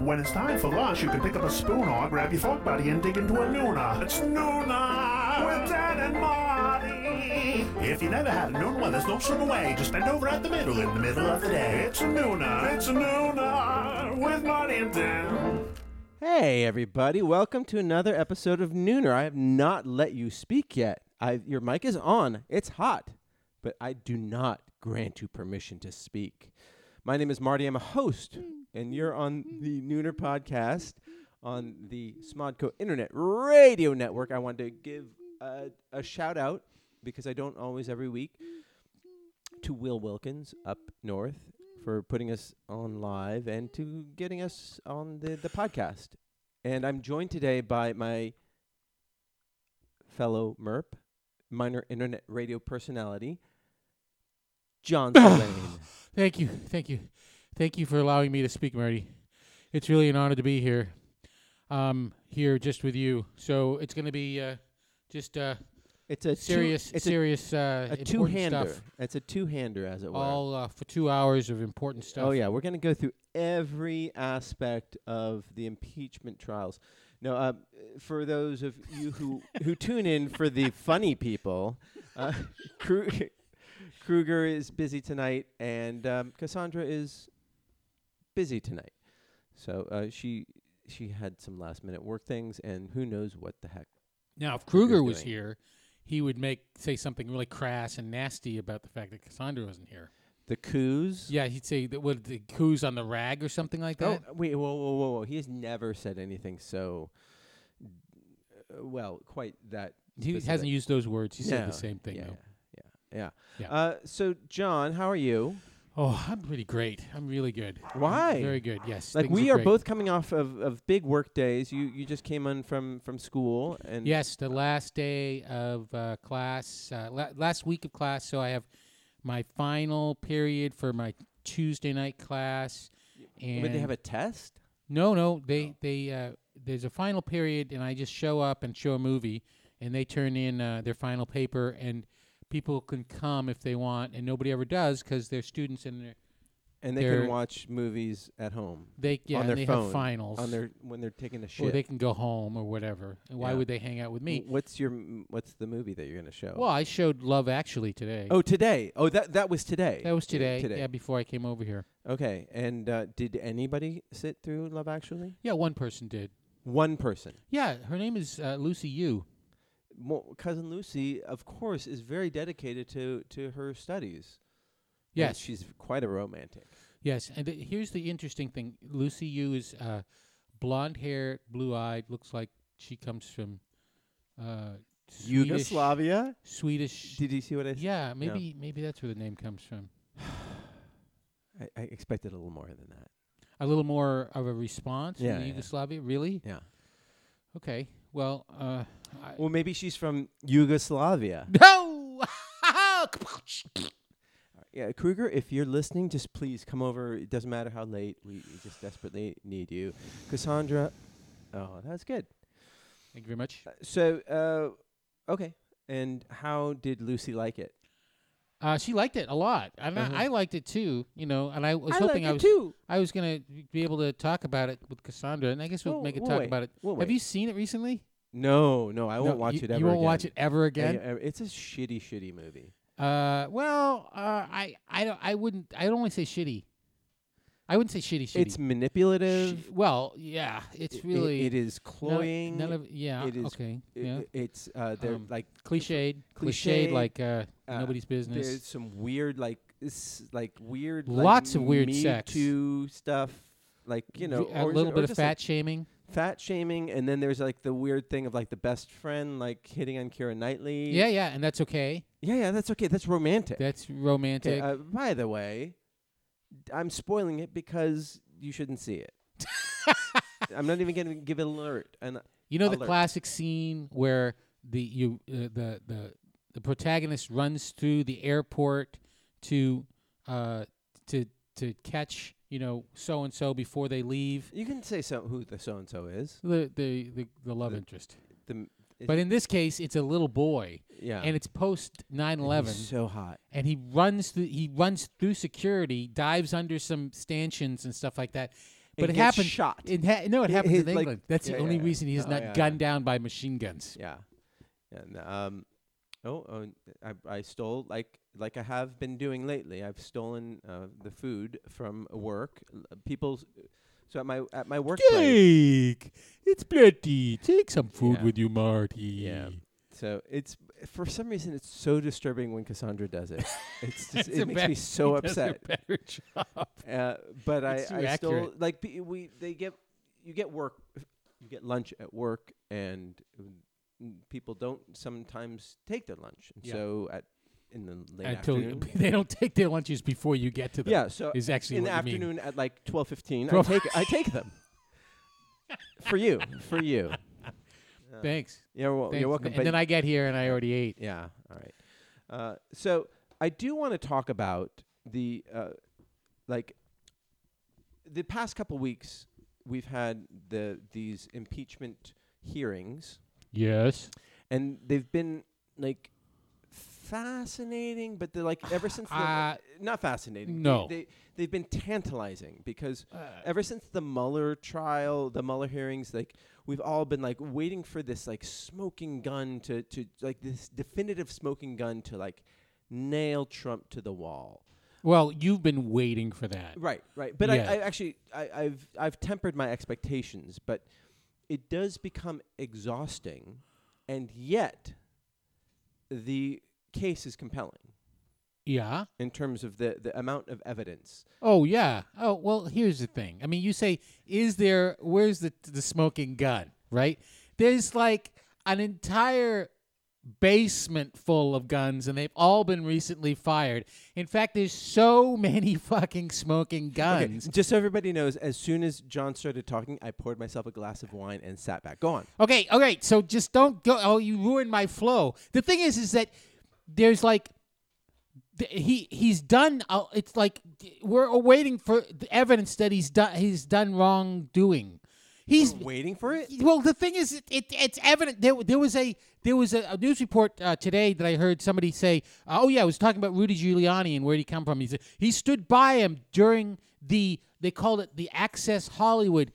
When it's time for lunch, you can pick up a spoon or grab your fork buddy and dig into a Nuna. It's Nuna with Dan and Marty. If you never had a Nuna, there's no sooner way. Just bend over at the middle in the middle of the day. It's a Nuna. It's a Nuna with Marty and Dan. Hey, everybody. Welcome to another episode of Nooner. I have not let you speak yet. I, your mic is on. It's hot. But I do not grant you permission to speak. My name is Marty. I'm a host, and you're on the Nooner podcast on the Smodco Internet Radio Network. I wanted to give a, a shout out because I don't always every week to Will Wilkins up north for putting us on live and to getting us on the, the podcast. And I'm joined today by my fellow MERP, minor internet radio personality, John Spillane. Thank you, thank you, thank you for allowing me to speak, Marty. It's really an honor to be here, um, here just with you. So it's going to be uh, just uh, It's a two- serious, it's a- serious, uh, a, important two-hander. stuff. It's a two-hander, as it were. All uh, for two hours of important stuff. Oh yeah, we're gonna go through every aspect of the impeachment trials. No, uh, for those of you who who tune in for the funny people, uh, Kruger, Kruger is busy tonight, and um, Cassandra is busy tonight. So uh, she she had some last minute work things, and who knows what the heck. Now, if Kruger Kruger's was doing. here, he would make say something really crass and nasty about the fact that Cassandra wasn't here. The coups. Yeah, he'd say that what the coos on the rag or something like Oh that. wait, whoa, whoa, whoa, whoa! He has never said anything so, uh, well, quite that. he specific. hasn't used those words. He said No, the same thing yeah, though. Yeah, yeah. Yeah. Uh, so, John, how are you? Oh, I'm pretty great. I'm really good. I'm Why? Very good. Yes. Like things we are great. both coming off of, of big work days. You you just came in from from school and Yes, the last day of uh, class, uh, la- last week of class. So I have my final period for my Tuesday night class. And Did they have a test? no, no, they Oh. they uh, there's a final period, and I just show up and show a movie, and they turn in uh, their final paper, and people can come if they want, and nobody ever does because they're students and they're, And they They're- can watch movies at home they yeah on and their they phone have finals on their when they're taking a shit. or they can go home or whatever. And why Yeah. would they hang out with me? What's your m- What's the movie that you're gonna show? Well, I showed Love Actually today. oh, today. Oh, that that was today. That was Yeah, today. Today. Yeah, before I came over here. Okay. And uh, did anybody sit through Love Actually? Yeah, one person did. One person. Yeah, her name is uh, Lucy Yu. Mo- cousin Lucy, of course, is very dedicated to to her studies. And Yes, she's quite a romantic. yes. And th- here's the interesting thing: Lucy Yu is uh, blonde hair, blue eyed. Looks like she comes from uh, Swedish, Yugoslavia. Swedish. Did you see what I? s- yeah, maybe maybe that's where the name comes from. I, I expected a little more than that. A little more of a response Yeah, from the yeah. Yugoslavia, really? Yeah. Okay. Well, uh, I, Well, maybe she's from Yugoslavia. no. Yeah, Kruger, if you're listening, just please come over. It doesn't matter how late. We, we just desperately need you. Cassandra. Oh, that's good. Thank you very much. Uh, So, uh, okay. And how did Lucy like it? Uh, she liked it a lot, and Uh-huh. I, I liked it too. You know, and I was hoping I was too. I was gonna be able to talk about it with Cassandra, and I guess we'll Well, make it we'll talk Oh, wait. about it. We'll Have wait. you seen it recently? No, no, I No, won't watch you, it ever. You won't again. watch it ever Yeah, again. yeah, It's a shitty, shitty movie. Uh, well, uh, I I don't I wouldn't I don't want to say shitty. I wouldn't say shitty. shitty. It's manipulative. Sh- well, yeah, it's It- really it, it is none of- cloying. None of yeah. it is- okay. It- yeah. it- it's uh, they're Um, like Cliched. cliched, Cliched. Like uh, uh, nobody's there's business. some weird like s- like weird Lots like, of weird Me sex. Too stuff like you know a or is it- little or bit of just, fat like, shaming. fat shaming and then there's like the weird thing of like the best friend like hitting on Kira Knightley Yeah, yeah, and that's okay. yeah yeah that's okay that's romantic That's Okay, romantic. uh, by the way d- I'm spoiling it because you shouldn't see it I'm not even gonna give an alert and uh, You know alert. the classic scene where the you uh, the the the protagonist runs through the airport to uh to to catch you know so and so before they leave you can say so who the so and so is the the the, the love interest. the m- is- But in this case, it's a little boy, yeah and it's post nine eleven, He's so hot and he runs through he runs through security, dives under some stanchions and stuff like that. and but it gets happened. shot. It ha- no, it Hi- happened his, in like- England. That's yeah, the only yeah. reason he's Oh, not yeah, yeah. gunned down by machine guns. Yeah. And um oh, oh I I stole like like I have been doing lately. I've stolen uh, the food from work. L- People's so at my at my workplace. Jake, it's bloody. Take some food Yeah. with you, Marty. Yeah. So it's for some reason it's so disturbing when Cassandra does it. It's just It's it a makes me bad- so He does a upset. better job. Uh, but I, It's too I still accurate. like pe- we they get you get work you get lunch at work and mm, people don't sometimes take their lunch. And Yeah. So at in the late Until afternoon. they don't take their lunches before you get to them. Yeah, so is actually in the what you mean. afternoon at like twelve fifteen, I Twelve- take I take them for you, for you. Thanks. Oh, You're, wel- Thanks. you're welcome. And but then I get here and I already ate. yeah, all right. Uh, so I do want to talk about the uh, like the past couple weeks we've had the these impeachment hearings, Yes. and they've been like fascinating, but they're like ever since the, Uh, not fascinating. They- no. they they've been tantalizing because ever since the Mueller trial, the Mueller hearings, like we've all been like waiting for this like smoking gun to to like this definitive smoking gun to like nail Trump to the wall. Well, you've been waiting for that. Right, right. But Yeah. I, I actually I, I've I've tempered my expectations, but it does become exhausting, and yet the case is compelling Yeah. in terms of the, the amount of evidence. Oh yeah. Oh well, here's the thing. I mean, you say, is there? Where's the the smoking gun? Right? There's like an entire basement full of guns, and they've all been recently fired. In fact, there's so many fucking smoking Okay, guns. just so everybody knows, as soon as John started talking, I poured myself a glass of wine and sat back. Go on. Okay, all right. So just don't go. Oh, you ruined my flow. The thing is, is that there's like th- he he's done. Uh, it's like we're waiting for the evidence that he's done. He's done wrongdoing. He's Waiting for it? well, the thing is, it, it it's evident. There, there was a there was a, a news report uh, today that I heard somebody say, "Oh yeah, I was talking about Rudy Giuliani and where he come from." He said he stood by him during the they called it the Access Hollywood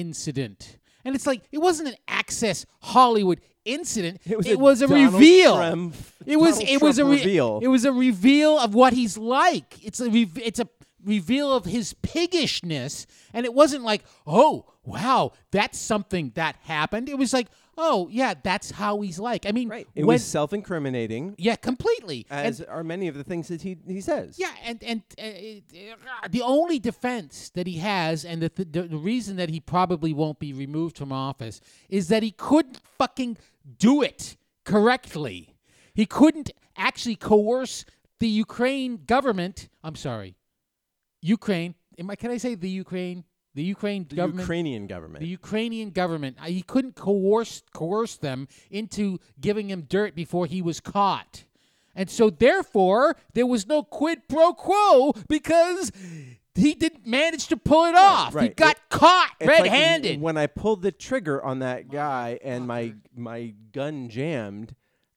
incident, and it's like it wasn't an Access Hollywood incident. It was, a, Donald reveal. Trump- it was Donald it was Trump a re- reveal. It was a reveal of what he's like. It's a re- it's a reveal of his piggishness, and it wasn't like, oh wow, that's something that happened. It was like, oh yeah, that's how he's like. I mean, Right. It when- was Uh, self-incriminating, yeah, completely. And- as are many of the things that he he says. yeah, and and uh, it- uh, the only defense that he has, and the, the the reason that he probably won't be removed from office, is that he couldn't fucking do it correctly. He couldn't actually coerce the Ukraine government. I'm sorry, Ukraine. Am I, can I say the Ukraine? The Ukraine The government. Ukrainian government. The Ukrainian government. uh, He couldn't coerce coerce them into giving him dirt before he was caught. And so therefore there was no quid pro quo because he didn't manage to pull it off. He right. got It- caught It's like red-handed. when I pulled the trigger on that guy and my my gun jammed,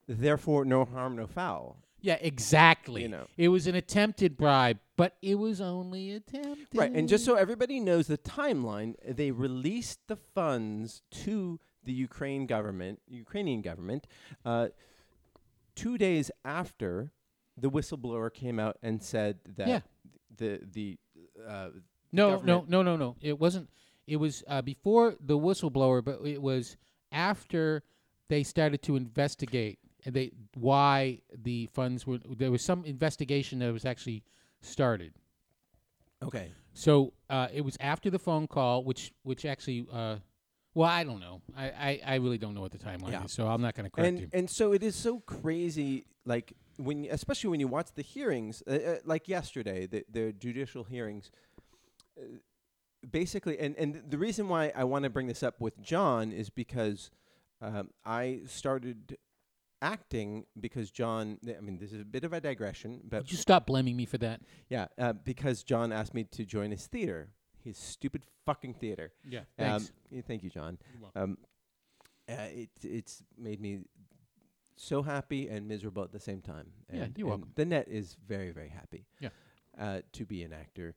therefore no harm, no foul. yeah, exactly. You know. It was an attempted bribe, but it was only attempted. Right. And just so everybody knows the timeline, they released the funds to the Ukraine government, Ukrainian government, uh, two days after the whistleblower came out and said that Yeah. the the uh, No, no, government- no, no, no. It wasn't. It was uh, before the whistleblower, but it was after they started to investigate and they why the funds were. There was some investigation that was actually started. okay So uh, it was after the phone call, which which actually. Uh, well, I don't know. I, I, I really don't know what the timeline Yeah. is, so I'm not going to correct and you. and so it is so crazy like when you, especially when you watch the hearings uh, uh, like yesterday the the judicial hearings uh, basically and and the reason why I want to bring this up with John is because um, I started acting because John I mean this is a bit of a digression but Would you stop blaming me for that? yeah uh, because John asked me to join his theater his stupid fucking theater Yeah. um, Thanks. yeah, thank you, John. You're welcome. Um, uh, it, it's made me so happy and miserable at the same time. And, Yeah, you're and welcome. The net is very, very happy. Yeah. Uh, to be an actor,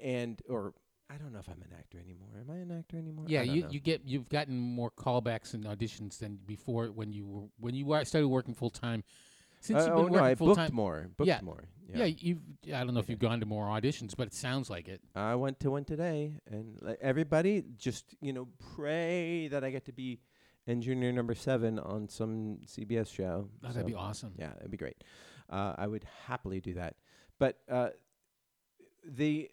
and or I don't know if I'm an actor anymore. Am I an actor anymore? Yeah, I don't you, know. you get you've gotten more callbacks and auditions than before when you were when you wa- started working full time. Since Uh, you've oh been no, working I full booked time, more. Booked Yeah. more. yeah. you've I don't know if you've gone to more auditions, but it sounds like it. I went to one today, and like, everybody just you know pray that I get to be engineer number seven on some CBS show. Oh, that'd be So, awesome. Yeah, it'd be great. Uh, I would happily do that. But uh, the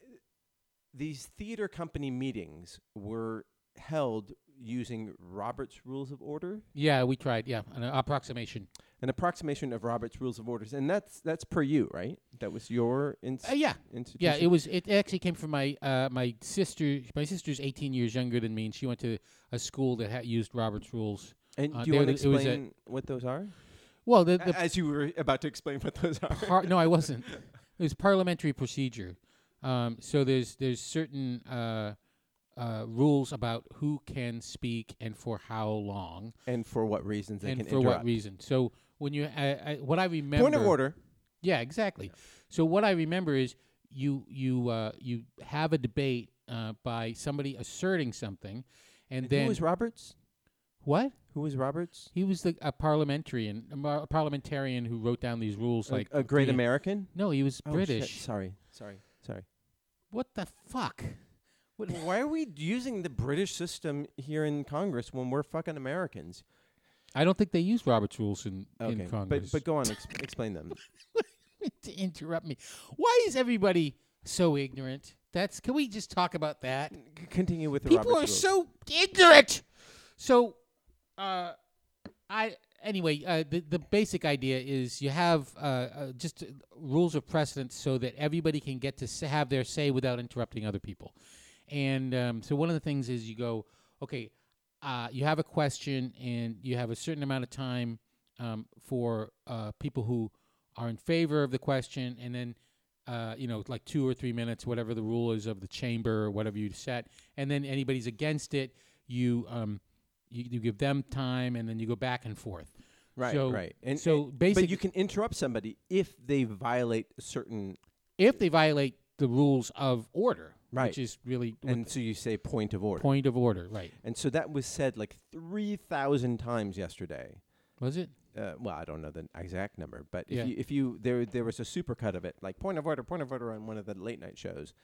these theater company meetings were held using Robert's Rules of Order, Yeah, we tried. Yeah, an approximation. an approximation of Robert's Rules of Orders, and that's that's per you, right? That was your Uh, inst- yeah, institution. yeah. It was. It actually came from my uh, my sister. My sister's 18 years younger than me, and she went to a school that ha- used Robert's rules. And uh, do you there want to was- it was a- explain what those are? Well, the, the As you were about to explain what those are. par- no, I wasn't. It was parliamentary procedure. Um, so there's there's certain uh, uh, rules about who can speak and for how long and for what reasons they and can for interrupt. what reason. So when you I, I, what I remember Point of order. yeah, exactly. So what I remember is you you uh, you have a debate uh, by somebody asserting something, and, And then who was Roberts? what Who was Roberts? he was the a parliamentarian a mar- a parliamentarian who wrote down these rules A- like a, great three- American? No, he was Oh, shit. British. Sorry. Sorry. Sorry. What the fuck? What, Why are we using the British system here in Congress when we're fucking Americans? I don't think they use Robert's rules in, Okay. in but Congress. but go on, ex- explain them. to interrupt me, why is everybody so ignorant? That's can we just talk about that? C- continue with the People Roberts are rules. so ignorant. So, uh, I anyway, uh, the the basic idea is you have uh, uh, just uh, rules of precedence so that everybody can get to s- have their say without interrupting other people. And um, so one of the things is you go, okay, uh, you have a question and you have a certain amount of time um, for uh, people who are in favor of the question, and then uh, you know, like two or three minutes, whatever the rule is of the chamber or whatever you set, and then anybody's against it, you um, you, you give them time, and then you go back and forth. right, so- right. And so basically, but you basic- can interrupt somebody if they violate certain If they violate the rules of order, Right. which is really what and so you say point of the order. point of order, right? And so that was said like 3,000 times yesterday. Was it? uh, well, I don't know the exact number, but Yeah. if you if you there there was a supercut of it, like point of order, point of order on one of the late night shows,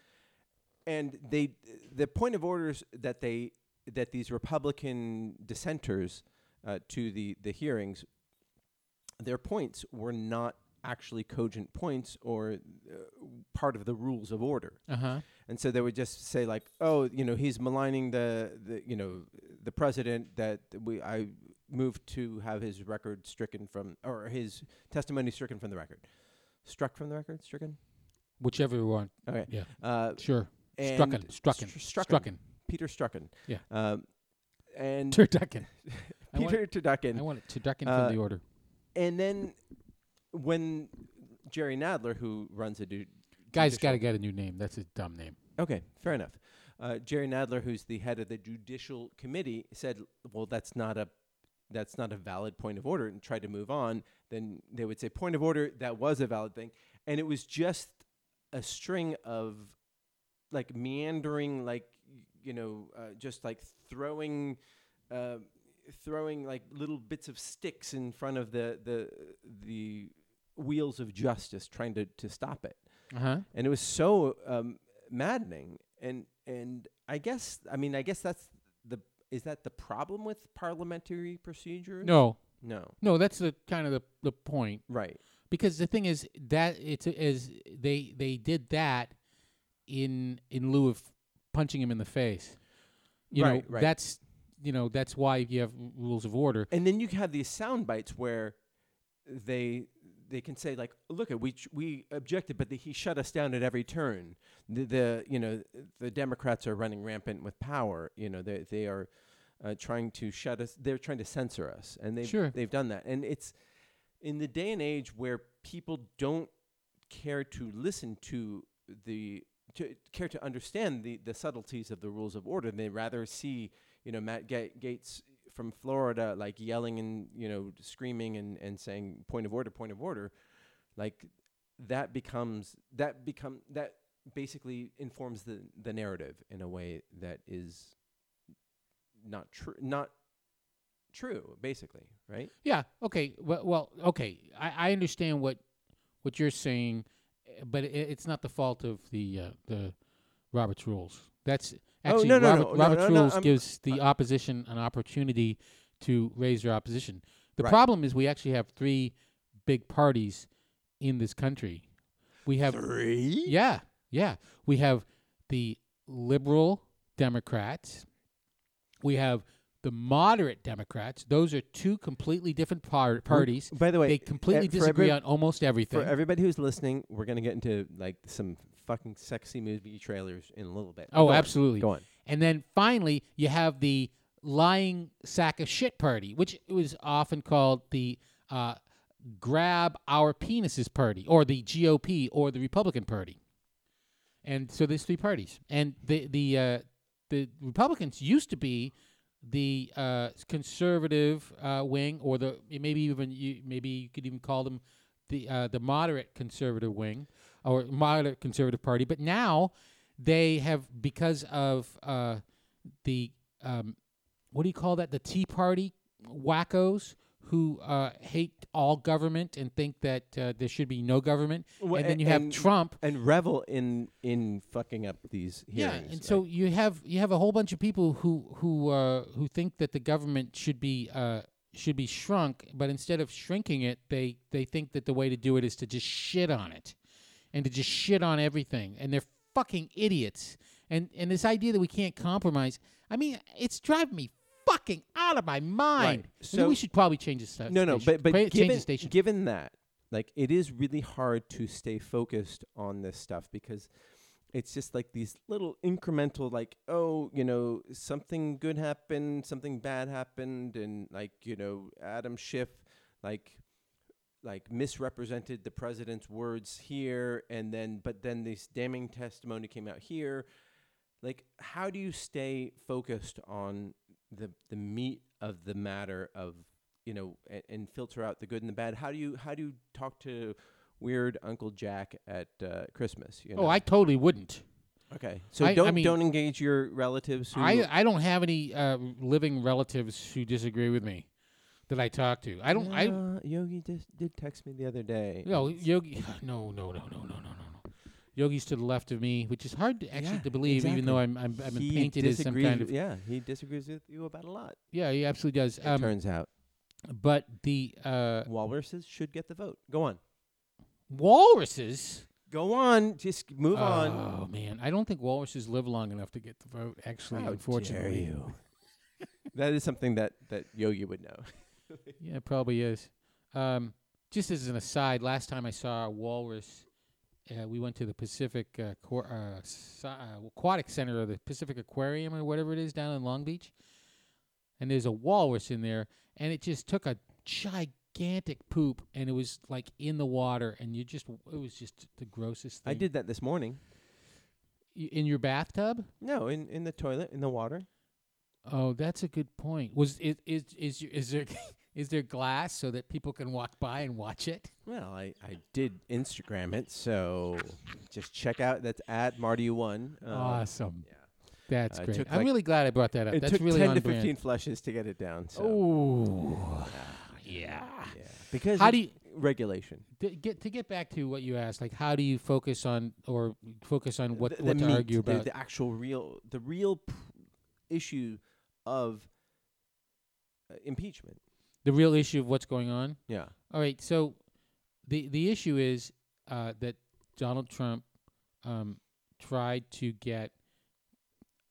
and they the point of orders that they that these Republican dissenters uh, to the the hearings, their points were not actually cogent points or uh, part of the rules of order. Uh huh. And so they would just say like, "Oh, you know, he's maligning the, the you know the president that we I moved to have his record stricken from or his testimony stricken from the record, struck from the record, stricken. Whichever one. Okay, Yeah. uh, Sure. and Strucken. Strucken. Str- Strucken. Strucken. Peter Strucken. Yeah. Um, and Turducken. I want, Peter Turducken. I want it turducken Uh, from the order. and then when Jerry Nadler, who runs a dude, Guys, got to get a new name. That's a dumb name. Okay, fair enough. Uh, Jerry Nadler, who's the head of the Judicial Committee, said, "Well, that's not a that's not a valid point of order," and tried to move on. Then they would say, "Point of order, that was a valid thing," and it was just a string of like meandering, like y- you know, uh, just like throwing. Uh, throwing like little bits of sticks in front of the the the wheels of justice trying to to stop it Uh huh. and it was so um, maddening. And and I guess I mean I guess that's the is that the problem with parliamentary procedure? No, no, no, that's the kind of the, the point right, because the thing is that it's is they they did that in in lieu of punching him in the face. You Right, know, right. that's you know that's why you have rules of order. and then you have these sound bites where they they can say like, look, we ch- we objected, but the, he shut us down at every turn. The, the you know the Democrats are running rampant with power. You know they they are. Uh, trying to shut us, they're trying to censor us, and they've Sure. they've done that. And it's in the day and age where people don't care to listen to the to care to understand the, the subtleties of the rules of order they rather see you know matt Ga- gates from florida like yelling and you know screaming and, and saying point of order point of order like that becomes that become that basically informs the the narrative in a way that is not true, not true, basically, right? Yeah. Okay. Well, well okay. I, I understand what what you're saying, eh, but it, it's not the fault of the uh, the Robert's rules. That's Oh, actually no, no, Robert, no, no, Robert's no, no, rules I'm- gives the opposition an opportunity to raise their opposition. The Right. problem is we actually have three big parties in this country. We have Three. yeah, yeah. We have the liberal Democrats. We have the moderate Democrats. Those are two completely different par- parties. By the way, they completely eh, for disagree every- on almost everything. For everybody who's listening, we're gonna get into like some fucking sexy movie trailers in a little bit. oh, Go on. absolutely. Go on. And then finally, you have the lying sack of shit party, which was often called the uh, grab our penises party, or the GOP, or the Republican Party. And so there's three parties, and the the uh, the Republicans used to be the uh, conservative uh, wing, or the maybe even you, maybe you could even call them the uh, the moderate conservative wing or moderate conservative party. But now they have because of uh, the um, what do you call that? The Tea Party wackos who uh, hate all government and think that uh, there should be no government, Wha- and then you have and- Trump. And revel in in fucking up these hearings. Yeah, and so you have you have a whole bunch of people who who uh, who think that the government should be uh, should be shrunk, but instead of shrinking it, they they think that the way to do it is to just shit on it, and to just shit on everything, and they're fucking idiots. And and this idea that we can't compromise, I mean, it's driving me fucking out of my mind. I think so- we should probably change the sta- no, no, station. but but Pra- change given, the station. given that, like, it is really hard to stay focused on this stuff because it's just like these little incremental, like, oh, you know, something good happened, something bad happened, and like, you know, Adam Schiff, like, like misrepresented the president's words here, and then but then this damning testimony came out here. Like, how do you stay focused on the the meat of the matter of you know and, and filter out the good and the bad how do you how do you talk to weird uncle jack at uh, christmas you know oh, I totally wouldn't. okay so I- I don't mean- don't engage your relatives who I, I don't have any uh, living relatives who disagree with me that I talk to. I don't. I Uh, yogi just did text me the other day no Yogi. No no no no no no no no. Yogi's to the left of me, which is hard to actually Yeah, to believe, even though I'm I'm, I'm He painted as some disagrees kind with- of yeah he disagrees with you about a lot yeah. He absolutely does. it Um, turns out but the uh, walruses should get the vote go on walruses. go on just move on Oh man, I don't think walruses live long enough to get the vote. Actually, How unfortunately, dare you that is something that that yogi would know Yeah, it probably is. Um, just as an aside, last time I saw a walrus, uh, we went to the Pacific uh, Aqua- uh, Sa- uh, Aquatic Center or the Pacific Aquarium or whatever it is down in Long Beach, and there's a walrus in there, and it just took a gigantic poop, and it was like in the water, and you just it was just the grossest thing. i did that this morning Y- in your bathtub. no in in the toilet in the water Oh, that's a good point. Was it is is your- is there is there glass so that people can walk by and watch it? Well, I, I did Instagram it, so just check out that's at Marty One. Uh, awesome. yeah. That's Uh, it great. took, I'm like- really glad I brought that up. It Ah, That's took really ten on to brand. fifteen flushes to get it down. So Oh, yeah. yeah, because Oh, How of do you regulation? to get to get back to what you asked? Like, how do you focus on or focus on what the, the what to meat, argue the- about? the actual real the real pr- issue of uh, impeachment? the real issue of what's going on. Yeah, All right. So the the issue is uh, that Donald Trump um, tried to get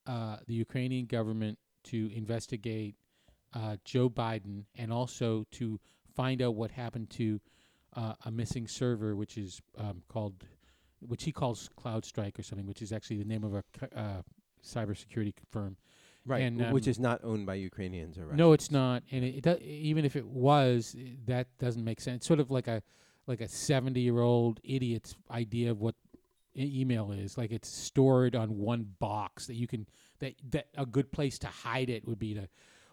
uh, the Ukrainian government to investigate uh, Joe Biden and also to find out what happened to uh, a missing server, which is um, called, which he calls Cloud Strike or something, which is actually the name of a c- uh, cybersecurity firm. right. And, w- which um, is not owned by Ukrainians or Russians. No, it's not, and it, it do, even if it was, i- that doesn't make sense. It's sort of like a like a seventy year old idiot's idea of what e- email is. Like it's stored on one box that you can that that a good place to hide it would be to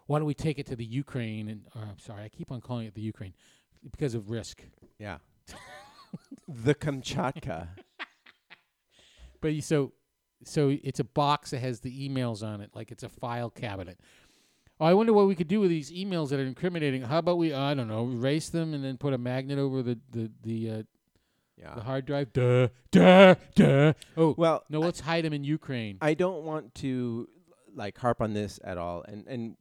why don't we take it to the Ukraine and or, I'm sorry, I keep on calling it the Ukraine because of risk. Yeah, the Kamchatka. But you- so so it's a box that has the emails on it, like it's a file cabinet. Oh, I wonder what we could do with these emails that are incriminating. How about we, I don't know, erase them and then put a magnet over the the the, uh, Yeah. the hard drive? Duh, duh, duh. Oh, Well, no, I- let's hide them in Ukraine. I don't want to like harp on this at all, and and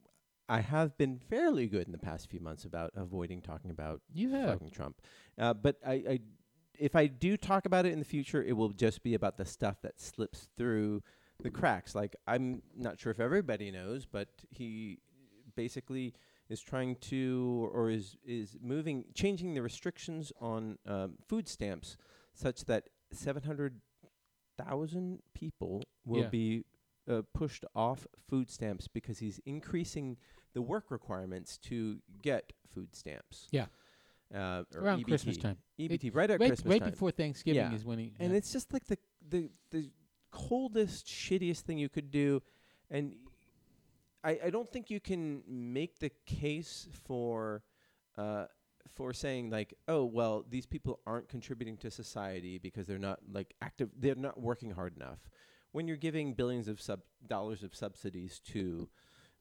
I have been fairly good in the past few months about avoiding talking about you have. fucking Trump. Uh, but I, I, if I do talk about it in the future, it will just be about the stuff that slips through the cracks. Like I'm not sure if everybody knows, but he basically is trying to or is is moving changing the restrictions on um, food stamps such that 700,000 people will Yeah. be uh, pushed off food stamps because he's increasing the work requirements to get food stamps. Yeah. Uh, or Around EBT. Christmas time. EBT, E right at right Christmas right time. before Thanksgiving Yeah. is when he. and yeah. it's just like the, the the coldest, shittiest thing you could do, and I I don't think you can make the case for. Uh, for saying like, oh well, these people aren't contributing to society because they're not like active, they're not working hard enough. When you're giving billions of sub dollars of subsidies to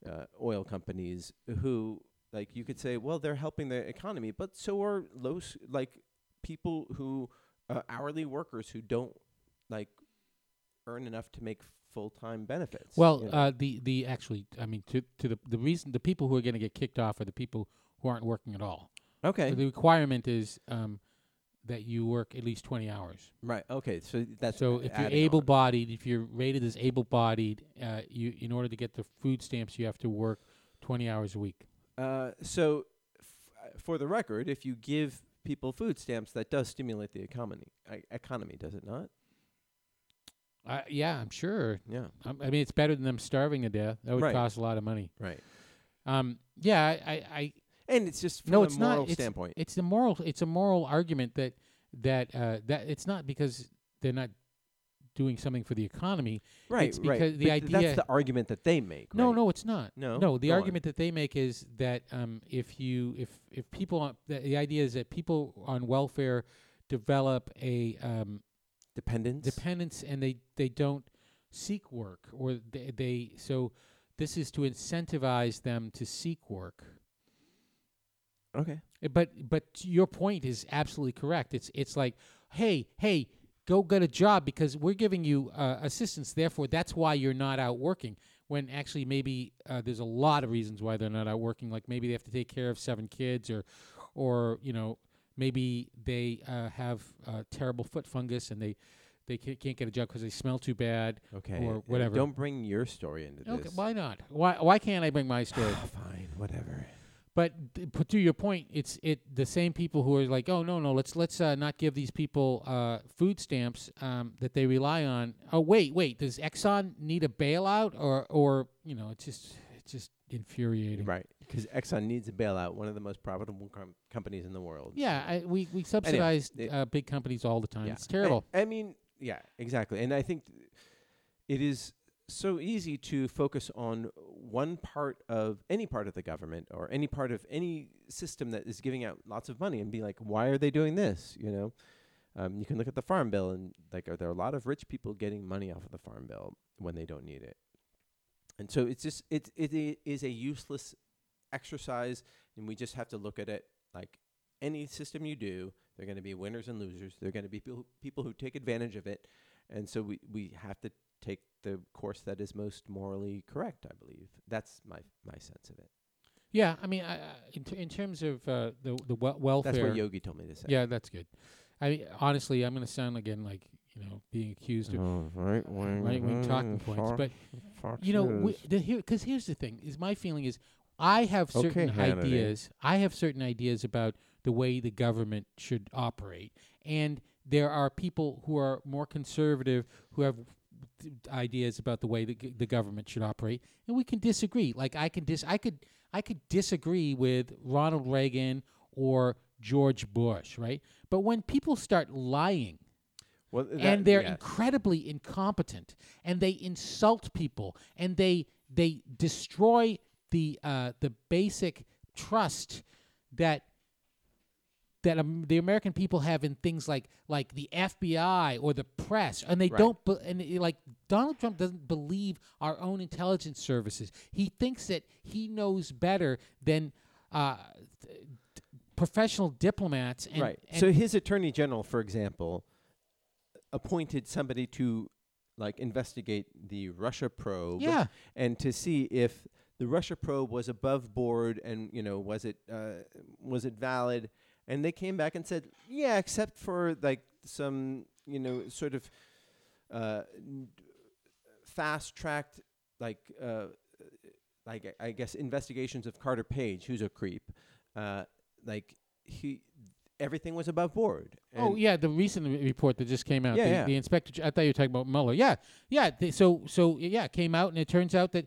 uh, oil companies, who like you could say, well, they're helping the economy, but so are low s- like people who uh, hourly workers who don't like earn enough to make full time benefits. Well, you know. uh, the the actually, I mean, to to the the reason the people who are going to get kicked off are the people who aren't working at all. okay, The requirement is um, that you work at least twenty hours. right, okay. So that's so if you're adding on. able-bodied, if you're rated as able-bodied, uh, you in order to get the food stamps, you have to work twenty hours a week. Uh, so, f- for the record, if you give people food stamps, that does stimulate the economy. I- economy, does it not? Uh, yeah, I'm sure. Yeah. i I mean, it's better than them starving to death. That would Right. cost a lot of money. Right. Um, yeah, I, I, I And it's just from no, a it's moral not. It's, standpoint. it's a moral. It's a moral argument that that uh, that it's not because they're not doing something for the economy. right. it's right. because the But th- idea- that's the argument that they make. No, right? no, it's not. No? no. The Go on. argument that they make is that um, if you if if people on the, the idea is that people on welfare develop a um, Dependence. dependence and they they don't seek work or they, they so this is to incentivize them to seek work. okay. Uh, But but your point is absolutely correct. It's it's like, hey, hey, go get a job because we're giving you uh, assistance. Therefore, that's why you're not out working. When actually maybe uh, there's a lot of reasons why they're not out working. Like maybe they have to take care of seven kids, or or you know maybe they uh, have uh, terrible foot fungus and they they ca- can't get a job because they smell too bad. Okay. Or Uh, whatever. Don't bring your story into Okay, this. why not? Why why can't I bring my story? Fine. Whatever. But, th- but to your point, it's it the same people who are like, oh no no, let's let's uh, not give these people uh, food stamps um, that they rely on. Oh wait wait, does Exxon need a bailout or or you know it's just it's just infuriating. Right. Because Exxon needs a bailout. One of the most profitable com- companies in the world. Yeah, I, we we subsidize it- uh, big companies all the time. Yeah. It's terrible. I, I mean, yeah, exactly. And I think th- it is so easy to focus on one part of any part of the government or any part of any system that is giving out lots of money and be like, why are they doing this? You know, um, you can look at the farm bill and like, are there a lot of rich people getting money off of the farm bill when they don't need it? And so it's just it it i- is a useless exercise, and we just have to look at it like any system you do, they're going to be winners and losers. They're going to be people, people who take advantage of it, and so we we have to take the course that is most morally correct. I believe that's my my sense of it. Yeah, I mean, I, I- in, t- in terms of uh, the the wel- welfare. That's what Yogi told me to say. yeah, that's good. I mean, honestly, I'm going to sound again like you know being accused of right right wing talking points, but you know we, the, here because here's the thing is my feeling is i have certain Okay, Hannity. ideas i have certain ideas about the way the government should operate and there are people who are more conservative who have th- ideas about the way the, g- the government should operate and we can disagree like i can dis i could i could disagree with ronald reagan or george bush right but when people start lying well, that, and they're yeah. incredibly incompetent and they insult people and they they destroy the uh, the basic trust that that um, the American people have in things like like the FBI or the press, and they Right. don't. Be, and it- like Donald Trump doesn't believe our own intelligence services. He thinks that he knows better than uh, th- d- professional diplomats. And, right. and- so his attorney general, for example, appointed somebody to like investigate the Russia probe. Yeah. And to see if the Russia probe was above board and you know was it uh, was it valid? And they came back and said, yeah, except for like some you know sort of uh, fast tracked like uh, like I- I guess investigations of Carter Page, who's a creep. Uh, like he, everything was above board. Oh And yeah, the recent re- report that just came out. Yeah, the, yeah. the inspector. gen- I thought you were talking about Mueller. Yeah, yeah. They, so so yeah, it came out and it turns out that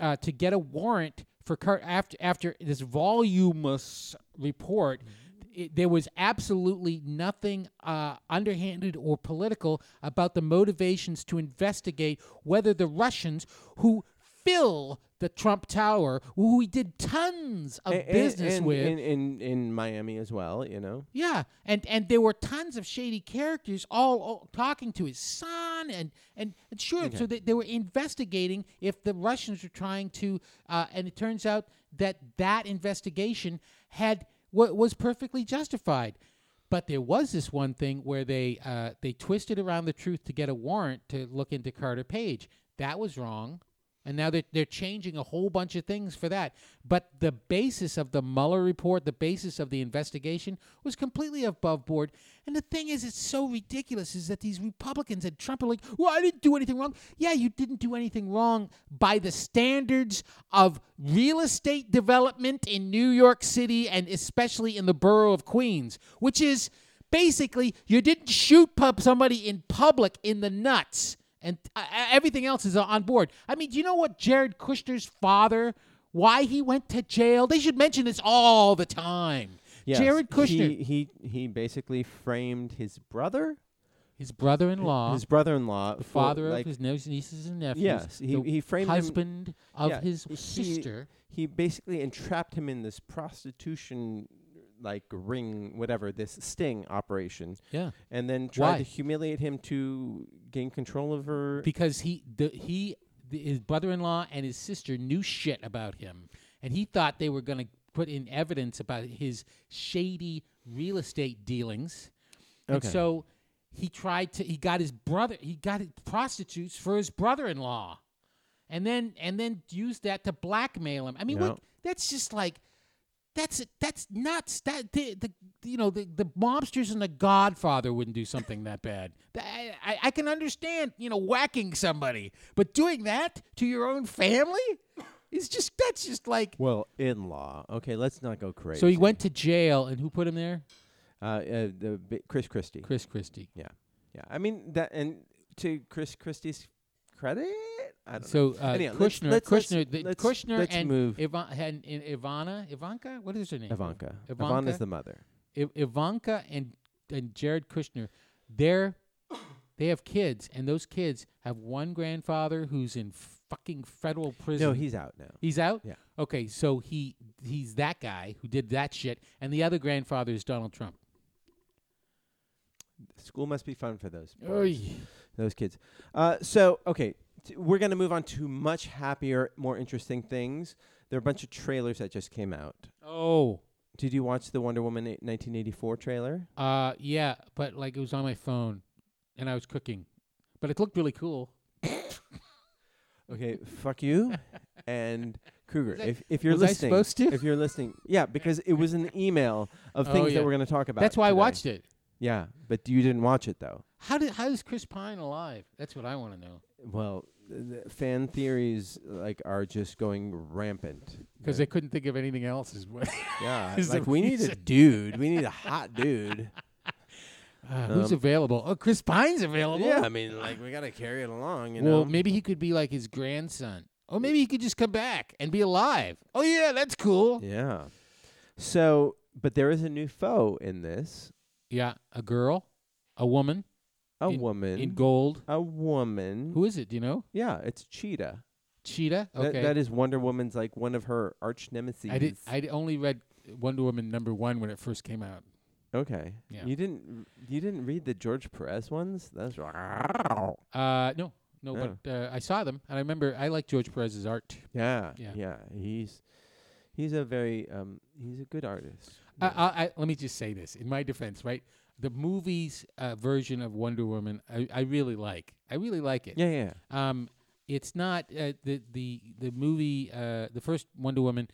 uh, to get a warrant for Car- after after this voluminous report. Mm-hmm. It, there was absolutely nothing uh, underhanded or political about the motivations to investigate whether the Russians, who fill the Trump Tower, who we did tons of a- a- business and with, in, in in Miami as well. You know. yeah, and and there were tons of shady characters all, all talking to his son, and and, and sure, so they, they were investigating if the Russians were trying to, uh, and it turns out that that investigation had wa was perfectly justified, but there was this one thing where they uh, they twisted around the truth to get a warrant to look into Carter Page. That was wrong. And now they're, they're changing a whole bunch of things for that. But the basis of the Mueller report, the basis of the investigation, was completely above board. And the thing is, it's so ridiculous is that these Republicans and Trump are like, well, I didn't do anything wrong. Yeah, you didn't do anything wrong by the standards of real estate development in New York City and especially in the borough of Queens, which is basically you didn't shoot pub somebody in public in the nuts and uh, everything else is on board. I mean, do you know what Jared Kushner's father, why he went to jail? They should mention this all the time. Yes, Jared Kushner, He, he he basically framed his brother, his brother-in-law, his brother-in-law, Uh-huh. the father for, of like, his nie- nieces and nephews, Yes, he- the he framed him- husband of yeah, his he- sister. He basically entrapped him in this prostitution, like ring, whatever this sting operation. Yeah. and then tried Why? to humiliate him to gain control of her. because he the, he the, his brother-in-law and his sister knew shit about him and he thought they were going to put in evidence about his shady real estate dealings and Okay. so he tried to he got his brother he got prostitutes for his brother-in-law and then and then used that to blackmail him i mean Yeah. what that's just like that's that's nuts. That the, the you know the the mobsters and the Godfather wouldn't do something that bad. Th- I, I I can understand you know whacking somebody, but doing that to your own family is just that's just like. well, in law. Okay, let's not go crazy. So he went to jail, and who put him there? Uh, uh, the bi- Chris Christie. Chris Christie. Yeah, yeah. I mean that, and to Chris Christie's credit, I don't know. So uh, Anyhow, let's- Kushner, let's- let's- Kushner, the- let's- Kushner, let's and, move. Ivan- and, and Ivana, Ivanka. What is her name? Ivanka. Ivanka? Ivanka's the mother. I- Ivanka and and Jared Kushner, they're they have kids, and those kids have one grandfather who's in fucking federal prison. No, he's out now. he's out. Yeah. Okay, so he he's that guy who did that shit, and the other grandfather is Donald Trump. School must be fun for those boys, Oy. those kids. Uh, so okay, t- we're gonna move on to much happier, more interesting things. There are a bunch of trailers that just came out. Oh, Did you watch the Wonder Woman eight- 1984 trailer? uh, yeah, but like it was on my phone, and I was cooking, but it looked really cool. Okay, fuck you and Kruger. Was I- if, if you're was I listening, supposed to? if you're listening, yeah, because it was an email of Oh, things yeah. that we're going to talk about. That's why I today. watched it. Yeah, but you didn't watch it though. How did how is Chris Pine alive? That's what I want to know. Well, th- th- fan theories like are just going rampant. Because they couldn't think of anything else. Is what? Yeah, is the like we need a reason. dude. We need a hot dude. Uh, who's available? Oh, Chris Pine's available. Um, yeah, I mean, like we got to carry it along. You well, know. maybe he could be like his grandson. Or maybe he could just come back and be alive. Oh yeah, that's cool. Yeah, yeah. So, but there is a new foe in this. a girl, a woman A In- woman. in gold. a woman. Who is it? Do you know? Yeah, it's Cheetah. Cheetah. That- Okay. that is Wonder Woman's like one of her arch nemesis. I did. I d- only read Wonder Woman number one when it first came out. Okay. Yeah. You didn't you didn't read the George Perez ones? That's Uh, no, no, Yeah. but uh, I saw them, and I remember I like George Perez's art. yeah, Yeah. yeah. He's he's a very um he's a good artist. I, I, I, let me just say this in my defense, right? The movie's uh, version of Wonder Woman, I, I really like. I really like it. yeah, yeah. Um, it's not uh, the the the movie, uh, the first Wonder Woman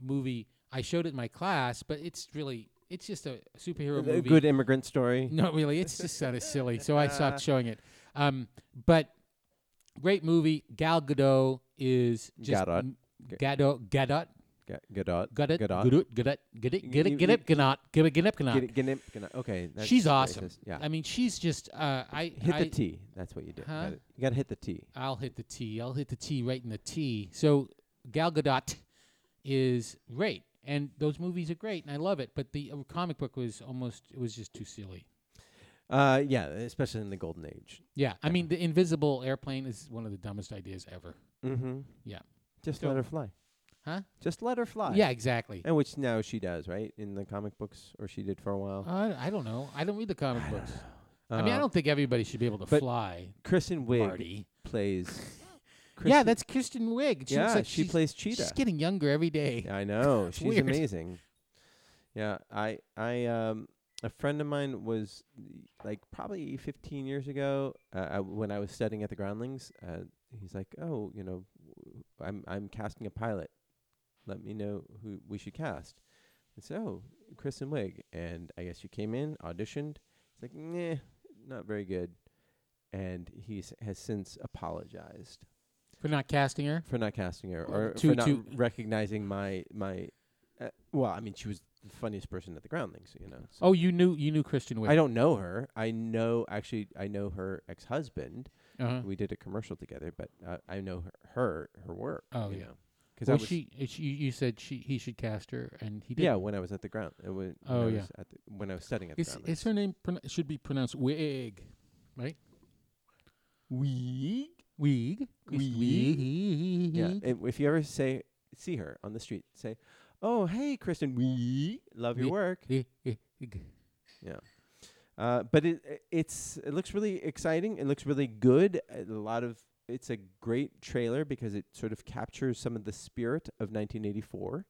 movie. I showed it in my class, but it's really it's just a superhero A movie. good immigrant story. Not really. It's just sort of silly. So I stopped showing it. Um, but great movie. Gal Gadot is just Gadot. m- Gadot. Gadot. Ga- Gadot. Gadot. Gadot. Gadot. Gadot. Gadot. You- Gadot. you- Gadot. Gadot. Gadot. Gadot. Get Gadot. it, get it, get it. Okay. that's She's awesome. racist. Yeah. I mean, she's just. Uh, I hit I, the T. That's what you do. Huh? Got it. You got to hit the T. I'll hit the T. I'll hit the T right in the T. So Gal Gadot is great, and those movies are great, and I love it. But the uh, comic book was almost. It was just too silly. Uh, yeah, especially in the golden age. Yeah, I mean, the invisible airplane is one of the dumbest ideas ever. Mm-hmm. Yeah. Just So- let her fly. Huh? Just let her fly. Yeah, exactly. And which now she does, right? In the comic books, or she did for a while. Uh, I don't know. I don't read the comic books. I mean, Uh, I don't think everybody should be able to but fly. Kristen Wiig Marty. plays. yeah, Kristen- that's Kristen Wiig. She looks yeah. like she she's- plays She's Cheetah. getting younger every day. Yeah, I know. It's She's weird. amazing. Yeah, I I um a friend of mine was like probably 15 years ago uh, I, when I was studying at the Groundlings. Uh, he's like, oh, you know, w- I'm I'm casting a pilot. Let me know who we should cast. And so Kristen Wiig, and I guess you came in, auditioned. It's like, nah, not very good. And he has since apologized For not casting her. for not casting her Well, or to- for not to- recognizing my my. Uh, well, I mean, she was the funniest person at the Groundlings, you know. so- Oh, you knew you knew Kristen Wiig. I don't know her. I know actually, I know her ex-husband. Uh-huh. We did a commercial together, but uh, I know her her, her work. Oh, you yeah. know. 'Cause I Was was- she, uh, she? You said she he should cast her, and he did. Yeah, when I was at the ground. Uh, when, Oh, when I yeah. was at the, when I was studying at the Is, Groundlings. is her name pron- should be pronounced Wig, right? Wig. Wig. Kristen Wiig? Wiig. Yeah, and if you ever say see her on the street, say, "Oh, hey, Kristen, we love your We- work." Wiig. Uh, but it i- it's it looks really exciting. It looks really good. A lot of it's a great trailer because it sort of captures some of the spirit of 1984.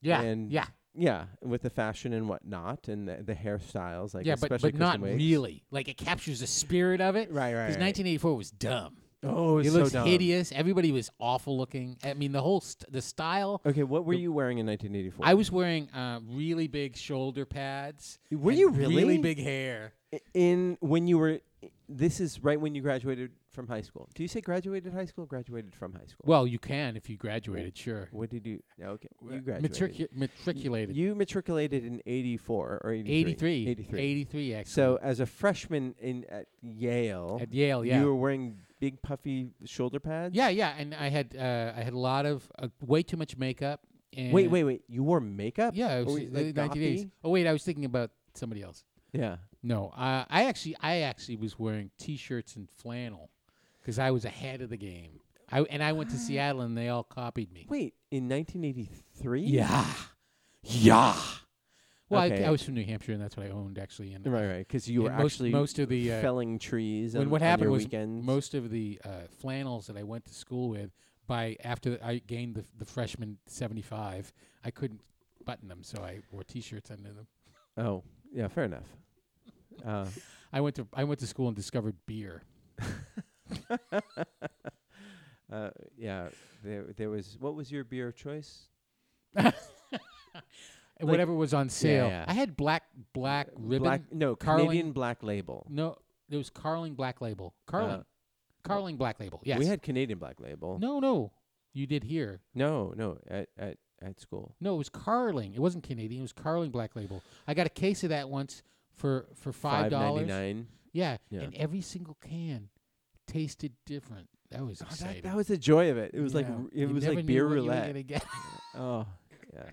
Yeah. And- yeah. Yeah, with the fashion and whatnot, and the, the hairstyles, like yeah, but, especially but not Kristen Wiig's. really. Like it captures the spirit of it. Right, right. Because right. 1984 was dumb. oh, It it's looks so dumb. hideous. Everybody was awful looking. I mean, the whole st- the style. Okay, what were The- you wearing in 1984? I was wearing uh, really big shoulder pads. were and you really, big hair? i- in when you were? i- This is right when you graduated from high school. Do you say graduated high school? Graduated from high school. Well, you can if you graduated, sure. what did you? Okay, you graduated. Matricu- matriculated. You matriculated in 84 or 83. 83. 83. 83, actually. So as a freshman in at Yale, at Yale, yeah. you were wearing big puffy shoulder pads? yeah, yeah, and I had uh, I had a lot of uh, way too much makeup. And Wait, wait, wait. You wore makeup? Yeah, it Were was you, the like, 1980s. gothy? Oh wait, I was thinking about somebody else. Yeah. No, I I actually I actually was wearing t-shirts and flannel because I was ahead of the game. I and I went to Seattle and they all copied me. Wait, in 1983? Yeah, yeah. Well, Okay. I, I was from New Hampshire and that's what I owned actually. And Right, right. Because you were And most- actually most of the, uh, felling trees. when on, what on happened your was weekends. most of the uh, flannels that I went to school with by after I gained the, the freshman seventy five, I couldn't button them, so I wore t-shirts under them. Oh, yeah. Fair enough. Uh, I went to I went to school and discovered beer. uh, yeah. There, there was. What was your beer of choice? Like- whatever was on sale. yeah. I had black black ribbon. Uh, Black. No, Carling- Canadian Black Label. No, it was Carling Black Label. Carling, Carling Black Label. Yes. Uh-huh. We had Canadian Black Label. no, no. You did here. No, no, at at at school. No, it was Carling. It wasn't Canadian. It was Carling Black Label. I got a case of that once for for five dollars. $5.99. Yeah, Yeah. and every single can tasted different. That was Oh, exciting. that, that was the joy of it. It was like Yeah. r- You it was never like knew beer what you were roulette. gonna get. Oh, yeah.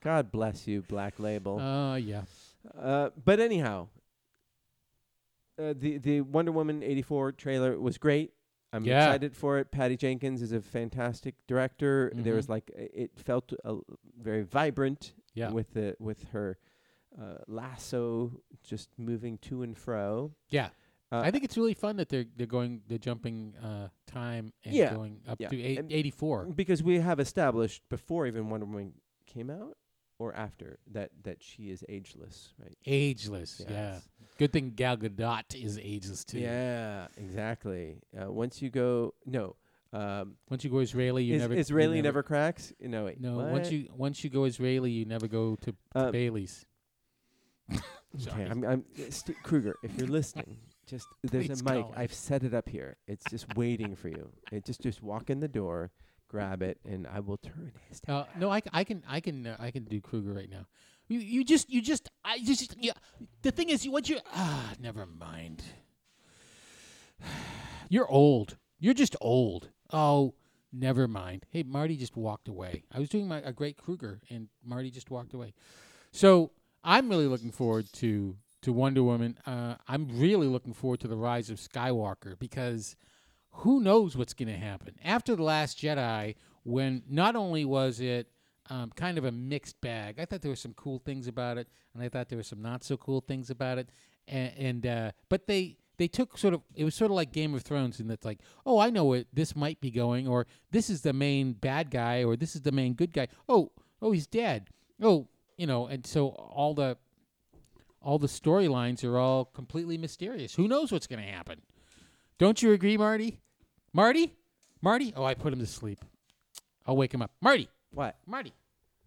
God bless you, Black Label. Oh yeah. Uh, but anyhow, uh, the the Wonder Woman '84 trailer was great. I'm Yeah. excited for it. Patty Jenkins is a fantastic director. There Mhm. was like i- it felt uh, very vibrant Yeah. with the with her uh, lasso just moving to and fro. Yeah. Uh, I think it's really fun that they're they're going they're jumping uh, time and Yeah, going up yeah, to eight, and- 84. because we have established before even Wonder Woman came out or after that that she is ageless, right? Ageless. Yeah. Yes. Good thing Gal Gadot is ageless too. Yeah, exactly. Uh, once you go, no, um, Once you go Israeli, you is, never Israeli you never, cracks. No, wait, No, what? once you once you go Israeli, you never go to, to Um, Bailey's. Okay, Sorry. I'm, I'm St- Kruger. If you're listening, just there's Please a mic. call in. I've set it up here. It's just waiting for you. It just just walk in the door, grab it, and I will turn his. Uh, no, I, c- I can I can uh, I can do Kruger right now. You you just you just I just yeah. The thing is, you- once you ah, never mind. You're old. You're just old. Oh, never mind. Hey, Marty just walked away. I was doing my a great Kruger, and Marty just walked away. So I'm really looking forward to to Wonder Woman. Uh, I'm really looking forward to the rise of Skywalker because who knows what's going to happen after the Last Jedi? When not only was it um, kind of a mixed bag, I thought there were some cool things about it, and I thought there were some not so cool things about it, and, and uh, but they. They took sort of it was sort of like Game of Thrones in that's like, oh, I know where this might be going, or this is the main bad guy, or this is the main good guy. Oh, oh, he's dead. Oh, you know, and so all the all the storylines are all completely mysterious. Who knows what's going to happen? Don't you agree, Marty? Marty? Marty? Oh, I put him to sleep. I'll wake him up. Marty. What? Marty.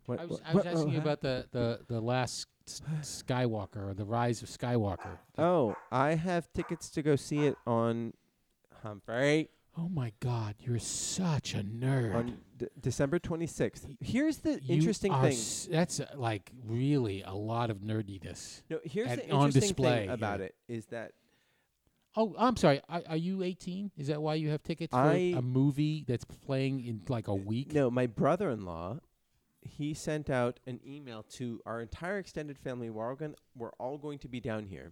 What? I was, I what- was asking you what- about the, the, the last s- Skywalker or the rise of Skywalker. Oh, I have tickets to go see it on Humphrey Oh my God, you're such a nerd. on d- December 26th. Here's the You interesting are thing. s- that's uh, like really a lot of nerdiness. no, here's at- the on interesting display thing here. about it is that Oh, I'm sorry. Are, are you 18? Is that why you have tickets for I- a movie that's playing in like a week? No, my brother-in-law, he sent out an email to our entire extended family. We're all, going we're all going to be down here,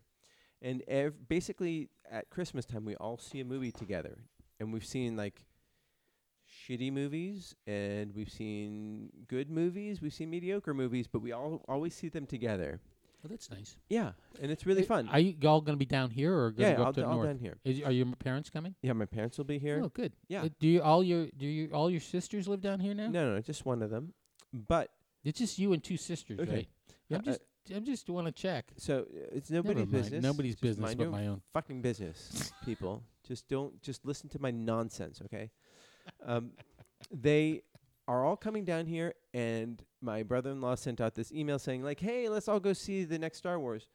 and ev- basically at Christmas time we all see a movie together, and we've seen like shitty movies, and we've seen good movies, we've seen mediocre movies, but we all always see them together. Well, Oh, that's nice. Yeah, and it's really Uh, fun. Are you all going to be down here or going yeah, to go all, up to d- all north? down here. Is, are your parents coming? Yeah, my parents will be here. Oh, good. Yeah. Uh, do you all your do you all your sisters live down here now? No, no, just one of them. But It's just you and two sisters, Okay. right? Yeah, I'm uh, just I'm just want to check. so uh, it's Never nobody's mind. business. Nobody's Just business mind but your my own. fucking business, people. just don't just listen to my nonsense, okay? Um, they are all coming down here, and my brother-in-law sent out this email saying, like, "Hey, let's all go see the next Star Wars."